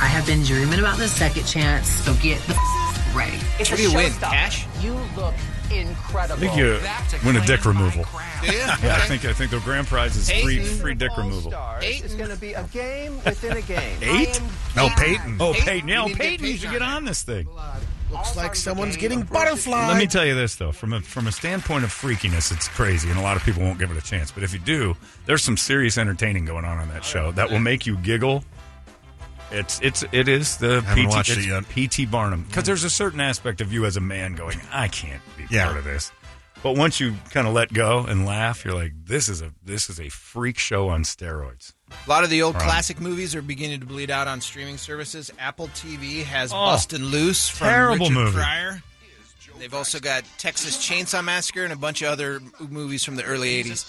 S20: I have been dreaming about the second chance, so get the f- ready.
S5: It's What a do you win, showstopper. cash?
S20: You look
S1: I
S20: incredible.
S1: think you win a dick removal.
S5: Do you?
S1: Yeah, I
S5: Okay.
S1: think I think the grand prize is
S5: Hey,
S1: free
S5: Steve.
S1: free dick removal.
S5: Eight is going to be a game within a game.
S1: Eight? No, Peyton. Oh, Peyton. Yeah,
S2: We need to get
S1: Peyton needs to
S2: Peyton
S1: get
S2: on
S1: on this thing.
S2: Looks like someone's getting butterflies.
S1: Let me tell you this though, from a from a standpoint of freakiness, it's crazy, and a lot of people won't give it a chance. But if you do, there's some serious entertaining going on on that show that will make you giggle. It's it's it is the
S3: Haven't
S1: PT,
S3: watched it
S1: it's PT Barnum because there's a certain aspect of you as a man going, I can't be
S3: Yeah.
S1: part of this. But once you kind of let go and laugh, you're like, this is a this is a freak show on steroids.
S5: A lot of the old
S1: Right.
S5: classic movies are beginning to bleed out on streaming services. Apple TV has
S1: Oh,
S5: Bustin' Loose from
S1: terrible
S5: Richard
S1: movie.
S5: Pryor. They've also got Texas Chainsaw Massacre and a bunch of other movies from the early 80s.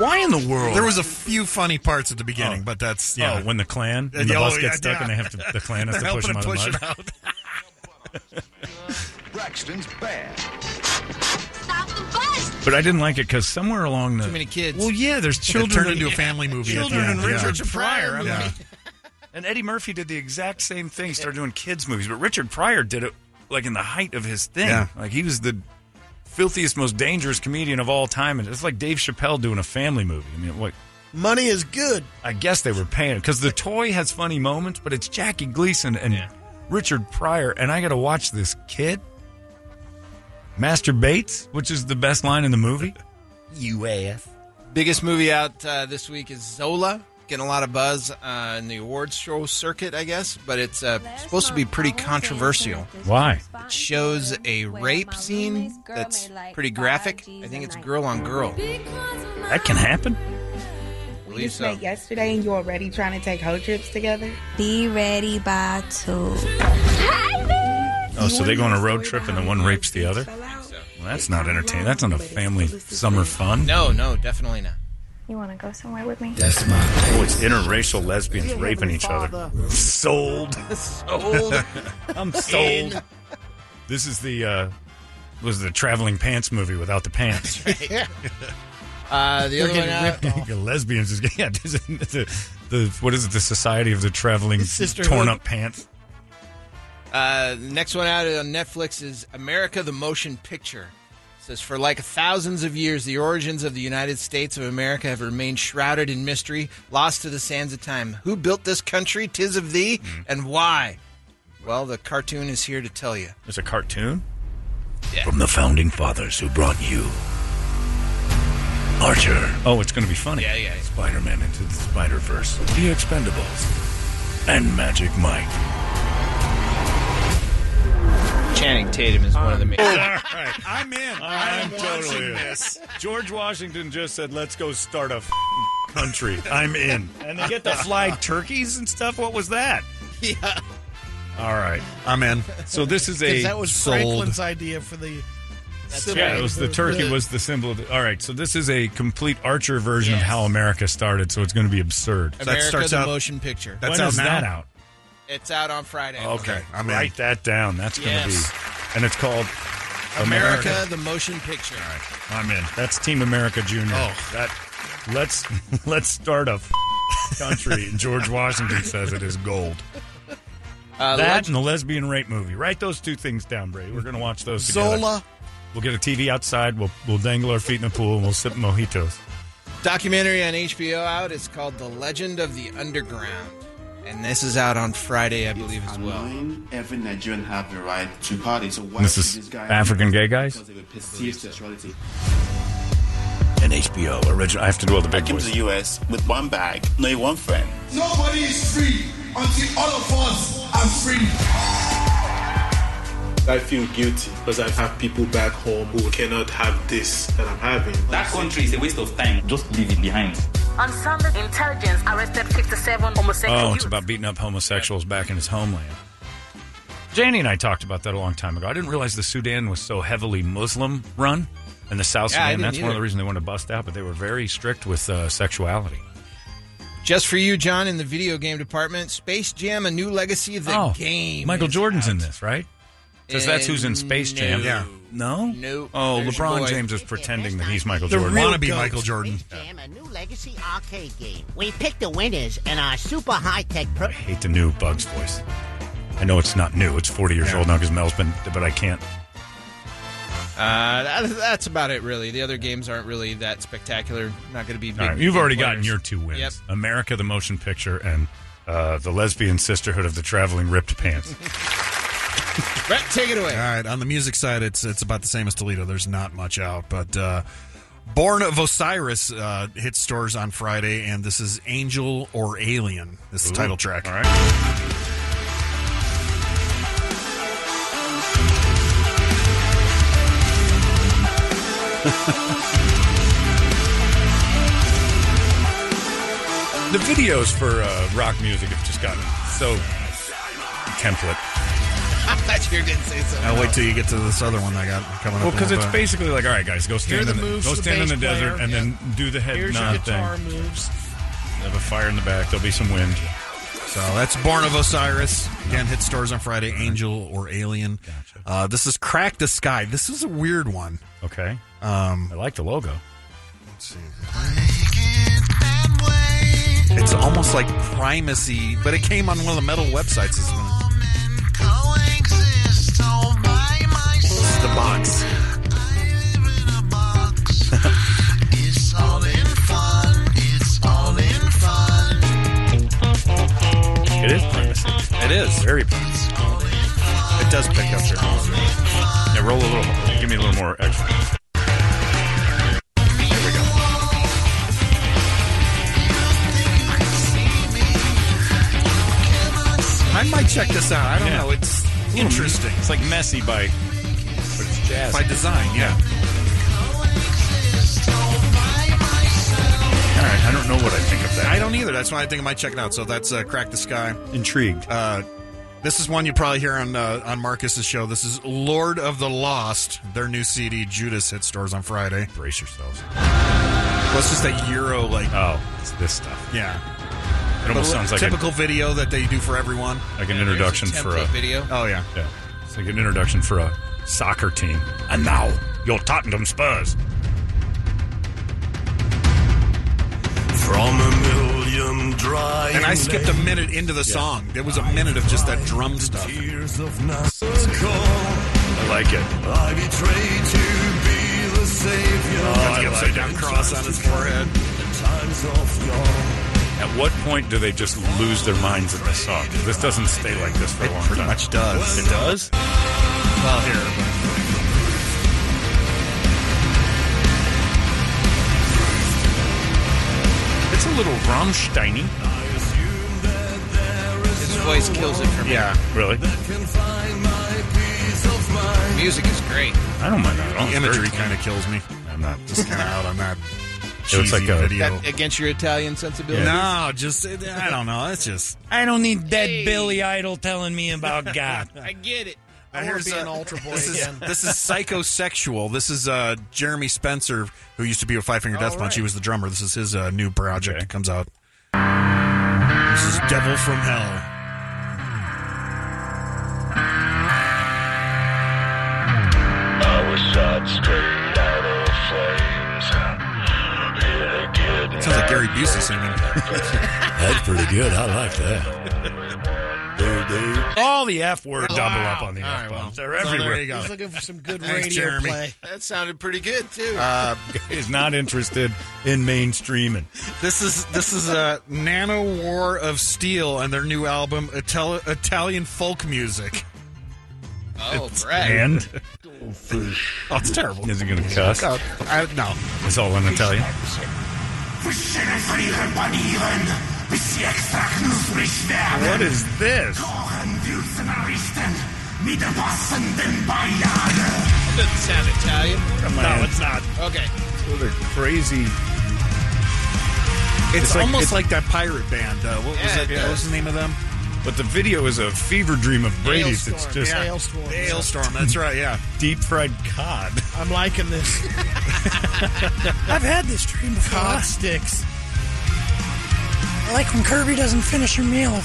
S1: Why in the world?
S3: There was a few funny parts at the beginning, but that's yeah.
S1: Oh, when the Klan when the
S3: Yeah,
S1: bus
S3: oh,
S1: gets
S3: yeah,
S1: stuck
S3: yeah.
S1: and they have to the Klan has
S3: [LAUGHS] They're
S1: to push them out
S3: helping
S1: of the
S3: him
S1: mud.
S3: push
S1: [LAUGHS]
S3: it out.
S10: Braxton's bad.
S1: But I didn't like it because somewhere along the
S5: Too many kids.
S1: Well, yeah, there's children.
S3: turned into a
S1: [LAUGHS]
S3: family movie at the
S1: Children
S3: end,
S1: and
S3: yeah.
S1: Richard Pryor. I mean,
S3: Yeah.
S1: And Eddie Murphy did the exact same thing. He started doing kids movies, but Richard Pryor did it like in the height of his thing.
S3: Yeah.
S1: Like he was the filthiest, most dangerous comedian of all time, and it's like Dave Chappelle doing a family movie. I mean, like
S2: money is good.
S1: I guess they were paying because the toy has funny moments, but it's Jackie Gleason and Richard Pryor, and I got to watch this kid masturbates, which is the best line in the movie.
S5: UAF. Biggest movie out uh, this week is Zola. Getting a lot of buzz uh, in the awards show circuit, I guess, but it's uh, supposed to be pretty controversial.
S1: Why?
S5: It shows a rape scene that's pretty graphic. I think it's girl on girl.
S1: That can happen.
S5: believe
S21: just
S5: so.
S21: met yesterday and you already trying to take hoe trips together? Be ready by two.
S1: Oh, so they go on a road trip and the one rapes the other? Well, that's not entertaining. That's not a family summer fun.
S5: No, no, definitely not.
S22: You want to go somewhere with me?
S1: Oh, it's interracial lesbians raping each other. Sold.
S22: Sold.
S1: [LAUGHS] I'm sold. This is the uh was the traveling pants movie without the [LAUGHS] pants.
S5: Uh, the
S1: They're
S5: other one
S1: getting [LAUGHS]
S5: out,
S1: ripped off. lesbians is [LAUGHS] yeah. this is- the, the what is it? The Society of the Traveling
S5: Sisterhood.
S1: Torn Up Pants.
S5: uh, the next one out on Netflix is America: The Motion Picture. It says for like thousands of years, the origins of the United States of America have remained shrouded in mystery, lost to the sands of time. Who built this country? Tis of thee,
S1: Mm-hmm.
S5: and why? Well, the cartoon is here to tell you.
S1: There's a cartoon
S5: from
S1: the founding fathers who brought you Archer. Oh, it's going to be funny.
S5: Yeah, yeah.
S1: Spider-Man into the Spider-Verse, The Expendables, and Magic Mike.
S5: Channing Tatum is one of the main. [LAUGHS]
S1: I'm in. I'm, totally in. George Washington just said, "Let's go start a f- country." I'm in. And they get the flag turkeys and stuff. What was that?
S5: Yeah.
S1: All right,
S3: I'm in.
S1: So this is
S2: 'Cause
S1: a
S2: that was
S1: sold.
S2: Franklin's idea for the
S1: yeah, it was the turkey was the symbol. Of the, all right, so this is a complete Archer version of how America started. So it's going to be absurd.
S5: America the motion picture.
S1: That's When out is now? that out?
S5: It's out on Friday.
S1: Okay, write that down. That's going to
S5: Yes.
S1: be, and it's called
S5: America, the motion picture.
S1: I'm in. That's Team America Junior. Oh, that let's [LAUGHS] let's start a [LAUGHS] f- country. And George Washington says it is gold.
S5: Uh,
S1: that
S5: leg-
S1: and the lesbian rape movie. Write those two things down, Brady. We're going to watch those. Together.
S5: Zola.
S1: We'll get a TV outside. We'll we'll dangle our feet in the pool and we'll sip mojitos.
S5: documentary on HBO out. It's called The Legend of the Underground. And this is out on Friday, I believe, as well.
S23: Every Nigerian have the right to party. So why
S1: This
S23: should
S1: is
S23: this guy
S1: African gay guys?
S23: Because they were perceived sexuality.
S1: An HBO original. I have to do all the
S23: I
S1: big
S23: came to
S1: boys.
S23: the US with one bag, not one friend.
S12: Nobody is free until all of us are free.
S23: I feel guilty because I have people back home who cannot have this that I'm having. That country is a waste of time. Just leave it behind.
S24: On Sunday, intelligence arrested 57 homosexual
S1: Oh, it's about beating up homosexuals back in his homeland. Janie and I talked about that a long time ago. I didn't realize the Sudan was so heavily Muslim run, and the South
S5: Yeah,
S1: Sudan.
S5: I didn't
S1: That's one of
S5: either.
S1: the reasons they wanted to bust out, but they were very strict with uh, sexuality.
S5: Just for you, John, in the video game department, Space Jam: A New Legacy of the
S1: Oh,
S5: Game.
S1: Michael
S5: is
S1: Jordan's in this, right? Because that's who's in Space
S5: Uh,
S1: Jam.
S5: no.
S1: Yeah. No.
S5: No.
S1: Oh,
S5: There's your
S1: LeBron
S5: boy.
S1: James is pretending that he's Michael
S3: The
S1: Jordan.
S3: real Wannabe goat. Michael
S1: Jordan.
S25: Jam, a new legacy arcade game. We pick the winners in our super high tech pro.
S1: hate the new Bugs voice. I know it's not new. It's 40 years old now because Mel's been, but I can't.
S5: Uh, that, that's about it, really. The other games aren't really that spectacular. Not going to be. Big,
S1: All right, you've already
S5: big
S1: gotten your
S5: players.
S1: two wins
S5: Yep.
S1: America, the motion picture, and uh, the lesbian sisterhood of the traveling ripped [LAUGHS] pants.
S5: Brett, take it away.
S3: All right. On the music side, it's it's about the same as Toledo. There's not much out, but uh, Born of Osiris uh, hits stores on Friday, and this is Angel or Alien. This is the
S1: Ooh.
S3: title track. All
S1: right. [LAUGHS] the videos for uh, rock music have just gotten so template.
S5: I thought you were going to say something.
S3: Now wait
S5: else.
S3: till you get to this other one I got coming
S1: Well,
S3: up. in
S1: because
S3: a
S1: it's
S3: bit.
S1: basically like, all right, guys, go
S3: Here are
S1: stand
S3: the
S1: in the,
S3: moves
S1: go
S3: for the
S1: stand in the
S3: bass
S1: desert
S3: player.
S1: and then do the head
S3: Here's your
S1: nod
S3: guitar
S1: thing. Have a fire in the back. There'll be some wind.
S3: So that's Born of Osiris. Again, hit stores on Friday. Angel or Alien. Uh, this is Crack the Sky. This is a weird one.
S1: Okay.
S3: Um,
S1: I like the logo.
S3: Let's see. It's almost like primacy, but it came on one of the metal websites this morning. This is the box.
S12: It's all in fun. It's all in fun.
S1: It is primacy.
S3: It is.
S1: Very primacy.
S3: It does pick up your
S1: Yeah, roll a little. Give me a little more extra. There we go.
S3: I might check this out. I don't
S1: Yeah.
S3: know. It's interesting.
S1: It's like messy by, but it's jazz.
S3: By design, yeah.
S1: All right, I don't know what I think of that.
S3: I don't either. That's why I think I might check it out. So that's uh, Crack the Sky.
S1: Intrigued.
S3: Uh, this is one you probably hear on uh, on Marcus's show. This is Lord of the Lost. Their new CD, Judas, hit stores on Friday.
S1: Brace yourselves.
S3: Well, it's just that Euro, like.
S1: Oh, it's this stuff.
S3: Yeah.
S1: It almost
S3: But
S1: sounds like a-
S3: typical video that they do for everyone.
S1: Like an introduction for uh, a
S3: Oh yeah,
S1: yeah. It's like an introduction for a soccer team. And now your Tottenham Spurs.
S3: From a million dry. And I skipped a minute into the song. There was a minute of just that drum stuff.
S1: I like it.
S12: I betrayed to be the savior.
S3: Got the upside down cross on his forehead.
S12: Times of yore.
S1: At what point do they just lose their minds in this song? 'Cause This doesn't stay like this for a long
S3: Pretty
S1: time.
S3: much does.
S1: It does?
S3: Well, here.
S1: It's a little Rammsteiny.
S5: His voice kills it for me.
S3: Yeah.
S1: Really?
S5: Music is great.
S1: I don't mind that at all.
S3: The imagery kind of kills me.
S1: I'm not.
S3: Just kind of out on that.
S1: [LAUGHS] It looks like
S3: cheesy
S1: a-
S3: video.
S5: That against your Italian sensibility.
S3: No, just I don't know. It's just
S6: I don't need dead Billy Idol telling me about God.
S5: I get it.
S2: I wanna be
S3: uh,
S2: an Ultra Boy
S3: This is,
S5: [LAUGHS]
S2: again.
S3: this is psychosexual. This is uh, Jeremy Spencer, who used to be with Five Finger Death Punch. He was the drummer. This is his uh, new project that comes out. This is Devil from Hell.
S7: I was shot straight out of flames. Hit again.
S3: Sounds like Gary Busey [LAUGHS] singing.
S17: That's pretty good. I
S3: [LAUGHS]
S17: like that.
S1: All the F word double up on the
S3: All right,
S1: F
S3: well,
S1: bombs. They're
S3: so there
S1: everywhere.
S3: you go.
S2: He's looking for some good
S3: Thanks,
S2: radio
S3: Jeremy.
S2: play.
S5: That sounded pretty good too.
S1: Uh, is not interested in mainstreaming.
S3: This is this is a Nano War of Steel and their new album Ital- Italian folk music.
S5: Oh,
S3: It's-
S5: Brad.
S1: And
S3: Oh, it's terrible.
S1: Is he going to cuss? Uh,
S3: Oh, I, no.
S1: It's all in Italian. What is this?
S5: That doesn't sound Italian.
S1: Come on.
S5: No, it's not. Okay.
S1: Those are crazy.
S3: It's,
S1: It's like-
S3: almost
S1: it's-
S3: like that pirate band. Uh, what was
S5: Yeah,
S3: it?
S5: it
S3: What was the name of them?
S1: But the video is a fever dream of Brady's. It's just
S2: Hailstorm.
S3: Hailstorm. That's right. Yeah.
S1: deep fried cod.
S2: I'm liking this.
S11: I've had this dream before.
S2: Cod sticks.
S11: I like when Kirby doesn't finish her meal of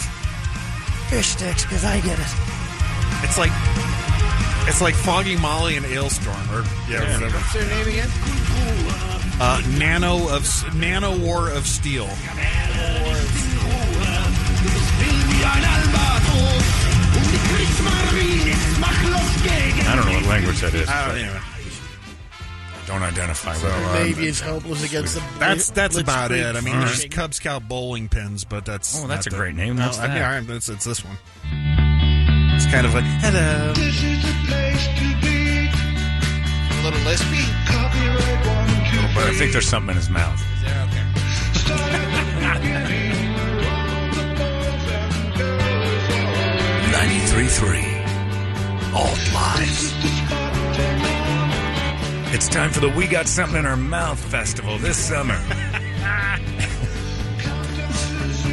S11: fish sticks because I get it.
S3: It's like it's like Foggy Molly and Hailstorm, or yeah, whatever.
S5: What's their name again?
S3: Uh, Nano of S- Nano War of Steel.
S1: I don't know what language that is.
S3: I
S1: but
S3: don't, anyway,
S1: don't identify
S2: The
S1: well. uh,
S2: Navy is hopeless against the.
S3: that's that's
S2: Blitzkrieg
S3: about it. I mean, there's
S2: Fishing.
S3: Cub Scout bowling pins, but that's
S1: Oh, that's
S3: not
S1: a
S3: the-
S1: great name.
S3: No,
S1: What's
S3: I-
S1: that?
S3: yeah, I am- it's, it's this one. It's kind of like hello.
S5: A little lispy.
S1: But I think there's something in his mouth.
S5: There, okay.
S17: Ninety-three-three. Alt lives.
S1: It's time for the We Got Something in Our Mouth Festival this summer.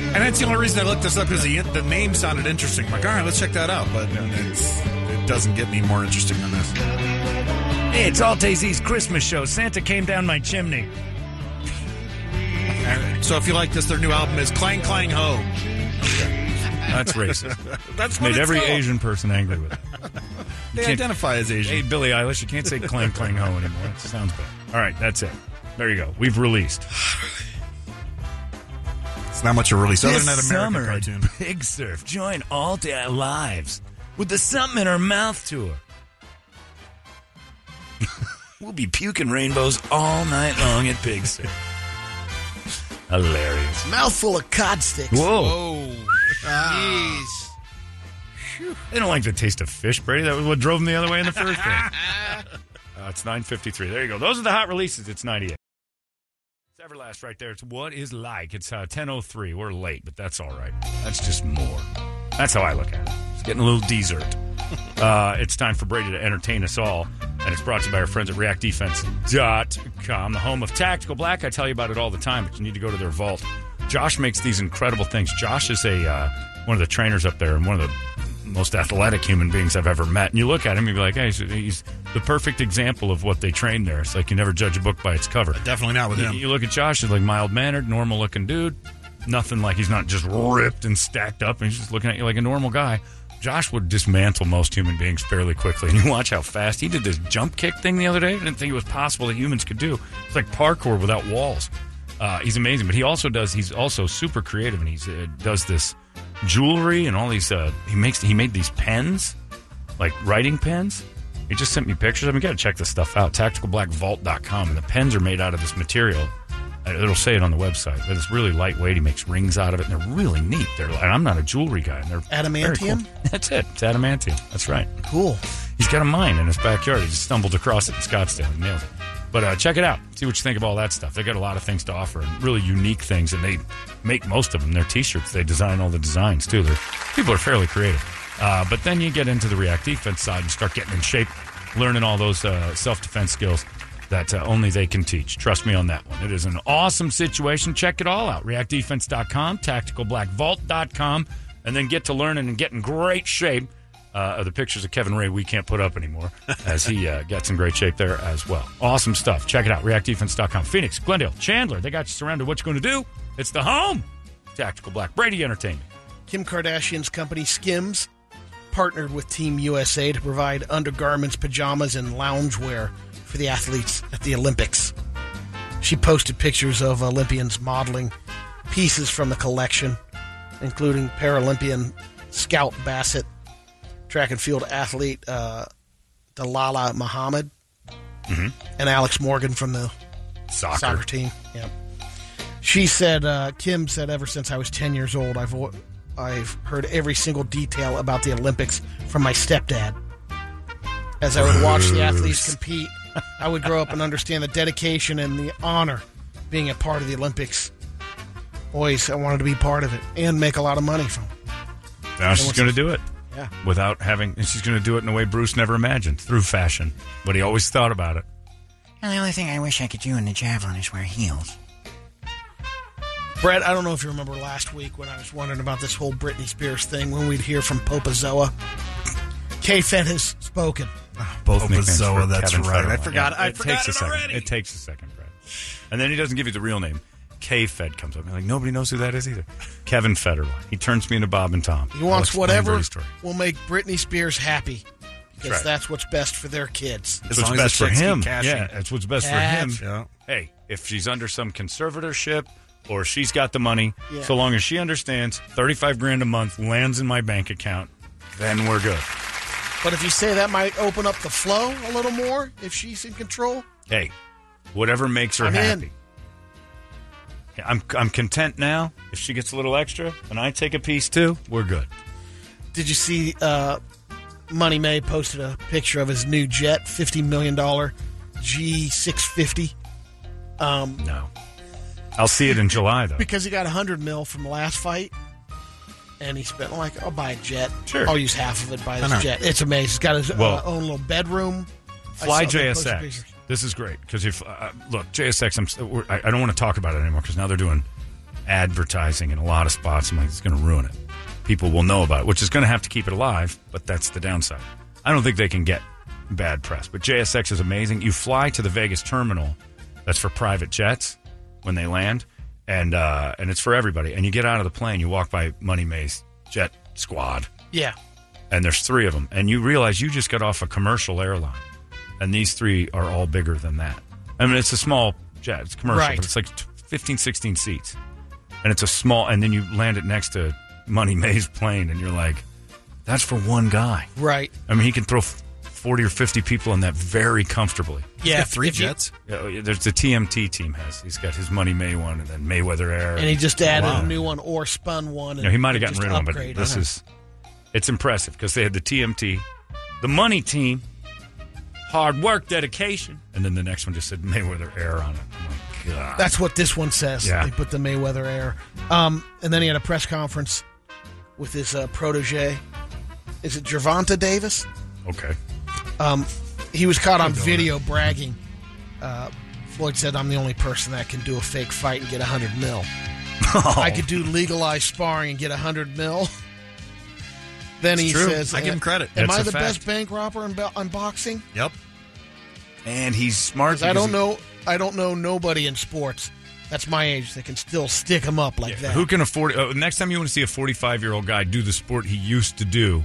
S3: And that's the only reason I E looked this up because the, the name sounded interesting. I'm like, all right, let's check that out. But it's, it doesn't get any more interesting than this.
S1: hey, it's Alt AZ's Christmas show. Santa came down my chimney.
S3: And so if you like this, their new album is Clang Clang Ho.
S1: That's racist. [LAUGHS]
S3: That's
S1: Made
S3: what it's
S1: every
S3: called.
S1: Asian person angry with it.
S3: They
S1: can't-
S3: identify as Asian.
S1: [LAUGHS] Hey, Billie Eilish, you can't say clang clang ho anymore. It sounds bad. All right, that's it. There you go. We've released.
S3: It's not much of a release other
S17: This
S3: than that American
S17: summer at
S3: cartoon.
S1: [LAUGHS]
S17: Big Surf. Join all day lives with the something in her
S3: [LAUGHS]
S17: mouth tour. we'll be puking rainbows all night long at Big Surf. Hilarious.
S2: Mouthful of cod sticks.
S1: Whoa.
S5: Oh, jeez.
S1: They don't like the taste of fish, Brady. That was what drove them the other way in the first place.
S3: [LAUGHS]
S1: Uh, it's 9.53. There you go. Those are the hot releases. It's 98. It's Everlast right there. It's What is Like. It's uh, 10.03. We're late, but that's all right. That's just more. That's how I look at it. It's getting a little dessert. Uh, it's time for Brady to entertain us all, and it's brought to you by our friends at reactdefense.com, the home of Tactical Black. I tell you about it all the time, but you need to go to their vault. Josh makes these incredible things. Josh is a uh, one of the trainers up there and one of the most athletic human beings I've ever met. And you look at him, you'd be like, hey, he's, he's the perfect example of what they train there. It's like you never judge a book by its cover.
S3: Definitely not with
S1: You,
S3: him.
S1: you look at Josh, he's like mild mannered, normal looking dude. Nothing like he's not just ripped and stacked up. And he's just looking at you like a normal guy. Josh would dismantle most human beings fairly quickly. And you [LAUGHS] watch how fast he did this jump kick thing the other day. I didn't think it was possible that humans could do. It's like parkour without walls. Uh, he's amazing, but he also does. He's also super creative, and he uh, does this jewelry and all these. Uh, he makes. He made these pens, like writing pens. He just sent me pictures of them. You got to check this stuff out. TacticalBlackVault.com. And the pens are made out of this material. Uh, It'll say it on the website, but it's really lightweight. He makes rings out of it, and they're really neat. They're, and I'm not a jewelry guy. And they're very cool. [LAUGHS]
S2: Adamantium?
S1: That's it. It's adamantium. That's right.
S2: Cool.
S1: He's got a mine in his backyard. He just stumbled across it in Scottsdale and nailed it. But uh, check it out. See what you think of all that stuff. They got a lot of things to offer and really unique things, and they make most of them. Their T-shirts, they design all the designs too. They're, people are fairly creative. Uh, but then you get into the react defense side and start getting in shape, learning all those uh, self-defense skills that uh, only they can teach. Trust me on that one. It is an awesome situation. Check it all out. ReactDefense.com, TacticalBlackVault.com, and then get to learning and get in great shape uh, are the pictures of Kevin Ray we can't put up anymore, as he uh, gets in great shape there as well. Awesome stuff. Check it out. ReactDefense.com. Phoenix, Glendale, Chandler. They got you surrounded. What you going to do? It's the home. Tactical Black Brady Entertainment.
S2: Kim Kardashian's company Skims partnered with Team USA to provide undergarments, pajamas, and loungewear for the athletes at the Olympics. She posted pictures of Olympians modeling pieces from the collection, including Paralympian Scout Bassett, track and field athlete uh, Dalala Muhammad,
S1: Mhm.
S2: and Alex Morgan from the
S1: Soccer.
S2: team. Yeah. She said, uh, Kim said, ever since I was 10 years old, I've, o- I've heard every single detail about the Olympics from my stepdad. As I would watch the athletes
S12: Gross.
S2: compete, I would grow up and understand the dedication and the honor being a part of the Olympics. Always, I wanted to be part of it and make a lot of money from it.
S1: Now she's
S2: what's
S1: going to
S2: the-
S1: do it.
S2: Yeah.
S1: Without having, and she's going to do it in a way Bruce never imagined through fashion, but he always thought about it.
S11: And the only thing I wish I could do in the javelin is wear heels.
S2: Brett, I don't know if you remember last week when I was wondering about this whole Britney Spears thing when we'd hear from Popazoa. K Fed has spoken.
S1: Both
S3: Opa
S1: nicknames
S3: Zoa,
S1: for
S3: that's
S1: Kevin
S3: right.
S1: Federline.
S3: I forgot- I
S1: it
S3: forgot
S1: takes
S3: it
S1: a second.
S3: already.
S1: It takes a second, Brett. And then he doesn't give you the real name. K Fed comes up. You're like nobody knows who that is either. Kevin Federline. He turns me into Bob and Tom.
S2: He
S1: I'll
S2: wants
S1: explain
S2: whatever
S1: Brady's story.
S2: will make Britney Spears happy because
S1: right.
S2: that's what's best for their kids.
S1: That's what's best for him. Yeah, that's what's best
S2: That's-
S1: for him. Hey, if she's under some conservatorship or she's got the money,
S2: Yeah.
S1: so long as she understands 35 grand a month lands in my bank account, then we're good.
S2: But if you say that might open up the flow a little more if she's in control,
S1: Hey, whatever makes her
S2: I'm in.
S1: happy. I'm I'm content now. If she gets a little extra and I take a piece too, we're good.
S2: Did you see uh, Money May posted a picture of his new jet, fifty million dollar G six fifty? Um,
S1: no, I'll see it in July
S2: [LAUGHS]
S1: though.
S2: because he got hundred mil from the last fight, and he spent like I'll buy a jet.
S1: Sure.
S2: I'll use half of it buy
S1: I
S2: this
S1: know.
S2: jet. It's amazing. He's got his
S1: Well-
S2: uh, own little bedroom. I
S1: Fly
S2: saw them post
S1: JSX.
S2: pictures.
S1: This is great because if uh, look JSX, I'm, s- we're- I, I don't want to talk about it anymore because now they're doing advertising in a lot of spots. I'm like, it's going to ruin it. People will know about it, which is going to have to keep it alive, but that's the downside. I don't think they can get bad press, but JSX is amazing. You fly to the Vegas terminal that's for private jets when they land, and uh, and it's for everybody. And you get out of the plane, you walk by Money May's jet squad
S2: Yeah.
S1: and there's three of them, and you realize you just got off a commercial airline, and these three are all bigger than that. I mean, it's a small jet, it's commercial,
S2: Right.
S1: but it's like t- 15, 16 seats, and it's a small, and then you land it next to Money May's plane, and you're like, that's for one guy.
S2: Right.
S1: I mean, he can throw f- 40 or 50 people in that very comfortably.
S2: Yeah, He's got three if you- jets?
S1: Yeah, there's the TMT team has. He's got his Money May one, and then Mayweather Air,
S2: And he just added
S1: Oh, Wow.
S2: a new one or spun one. And
S1: No, he might have
S2: just
S1: gotten rid of him,
S2: upgraded.
S1: but this is it's impressive because they had the TMT, the money team, hard work, dedication, and then the next one just said Mayweather air on it. Oh my god.
S2: That's what this one says.
S1: Yeah.
S2: They put the Mayweather air. Um, and then he had a press conference with his uh, protege. Is it Gervonta Davis?
S1: okay.
S2: Um, he was caught on
S1: Keep going.
S2: video bragging. Uh, Floyd said, "I'm the only person that can do a fake fight and get a hundred
S1: [LAUGHS]
S2: mil. I could do legalized sparring and get a hundred mil." Then
S3: It's
S2: he
S3: true.
S2: says,
S3: I give him
S2: uh,
S3: credit.
S2: Am
S3: That's
S2: I
S3: a
S2: the
S3: fact.
S2: best bank robber in, bo- in boxing?
S3: Yep.
S1: And he's smart.
S2: 'Cause I don't know. I don't know nobody in sports that's my age that can still stick him up like that.
S1: Who can afford? Uh, next time you want to see a 45 year old guy do the sport he used to do,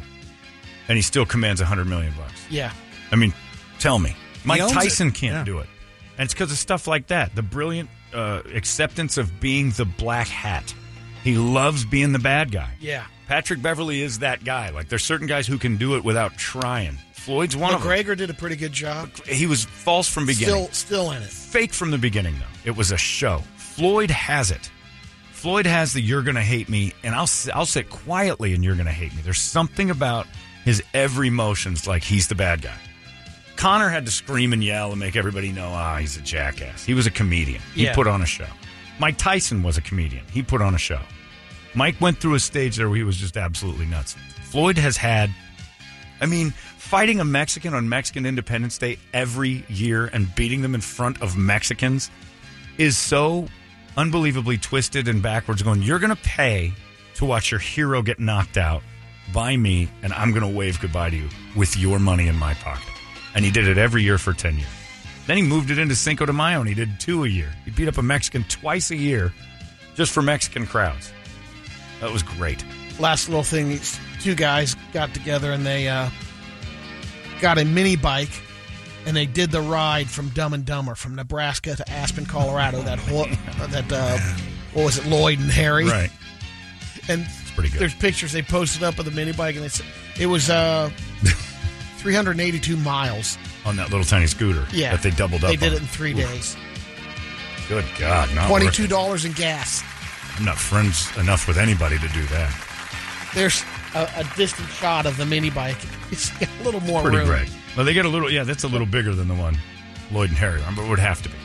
S1: and he still commands 100 million bucks.
S2: Yeah.
S1: I mean, tell me, Mike
S2: owns it.
S1: Tyson can't
S2: Yeah.
S1: do it, and it's because of stuff like that. The brilliant uh, acceptance of being the black hat. He loves being the bad guy.
S2: Yeah.
S1: Patrick Beverly is that guy. Like there's certain guys who can do it without trying. Floyd's one of
S2: McGregor did a pretty good job.
S1: them. He was false from beginning.
S2: Still, still in it.
S1: Fake from the beginning though. It was a show. Floyd has it. Floyd has the you're going to hate me and I'll s- I'll sit quietly and you're going to hate me. There's something about his every motions like he's the bad guy. Connor had to scream and yell and make everybody know, ah, he's a jackass. He was a comedian. He
S6: Yeah.
S1: put on a show. Mike Tyson was a comedian. He put on a show. Mike went through a stage there where he was just absolutely nuts. Floyd has had, I mean, fighting a Mexican on Mexican Independence Day every year and beating them in front of Mexicans is so unbelievably twisted and backwards going, you're going to pay to watch your hero get knocked out buy me, and I'm going to wave goodbye to you with your money in my pocket. And he did it every year for 10 years. Then he moved it into Cinco de Mayo, and he did two a year. He beat up a Mexican twice a year just for Mexican crowds. That was great.
S2: Last little thing: these two guys got together and they uh, got a mini bike, and they did the ride from Dumb and Dumber from Nebraska to Aspen, Colorado.
S1: [LAUGHS]
S2: that whole, uh, that uh, what was it, Lloyd and Harry?
S1: Right.
S2: And
S1: pretty good.
S2: There's pictures they posted up of the mini bike, and they said it
S1: [LAUGHS]
S2: was uh, 382 miles.
S1: On that little tiny scooter
S2: Yeah,
S1: that they doubled up
S2: They did
S1: on.
S2: it in three
S1: Ooh,
S2: days.
S1: Good God. Not worth
S2: Twenty-two
S1: it.
S2: dollars in gas.
S1: I'm not friends enough with anybody to do that.
S2: There's a, a distant shot of the mini bike. [LAUGHS] It's got a little more
S1: Pretty
S2: room.
S1: great. Well, they get a little, yeah, that's a little bigger than the one Lloyd and Harry run, but it would have to be.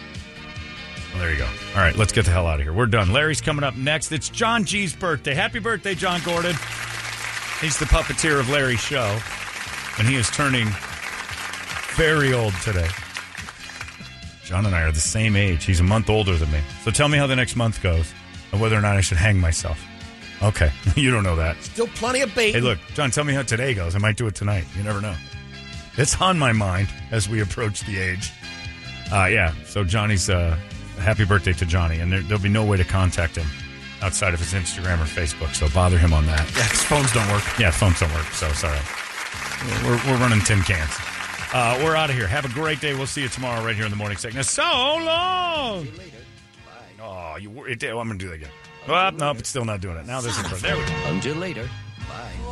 S1: Well, there you go. All right, let's get the hell out of here. We're done. Larry's coming up next. It's John G's birthday. Happy birthday, John Gordon. He's the puppeteer of Larry's show, and he is turning very old today. John and I are the same age. He's a month older than me. So tell me how the next month goes and whether or not I should hang myself. Okay, [LAUGHS] you don't know that.
S2: Still plenty of bait.
S1: Hey, look, John, tell me how today goes. I might do it tonight. You never know. It's on my mind as we approach the age. Uh, yeah, so Johnny's uh, happy birthday to Johnny, and there, there'll be no way to contact him outside of his Instagram or Facebook, so bother him on that. Yeah, his phones don't work. Yeah, phones don't work, so sorry. We're, we're running tin cans. Uh, we're out of here. Have a great day. We'll see you tomorrow right here in the morning sickness. So long. Oh, you wor- it, did- I'm going to do that again. Well, nope, it's still not doing it. Now there's a. There we go.
S10: Until later. Bye.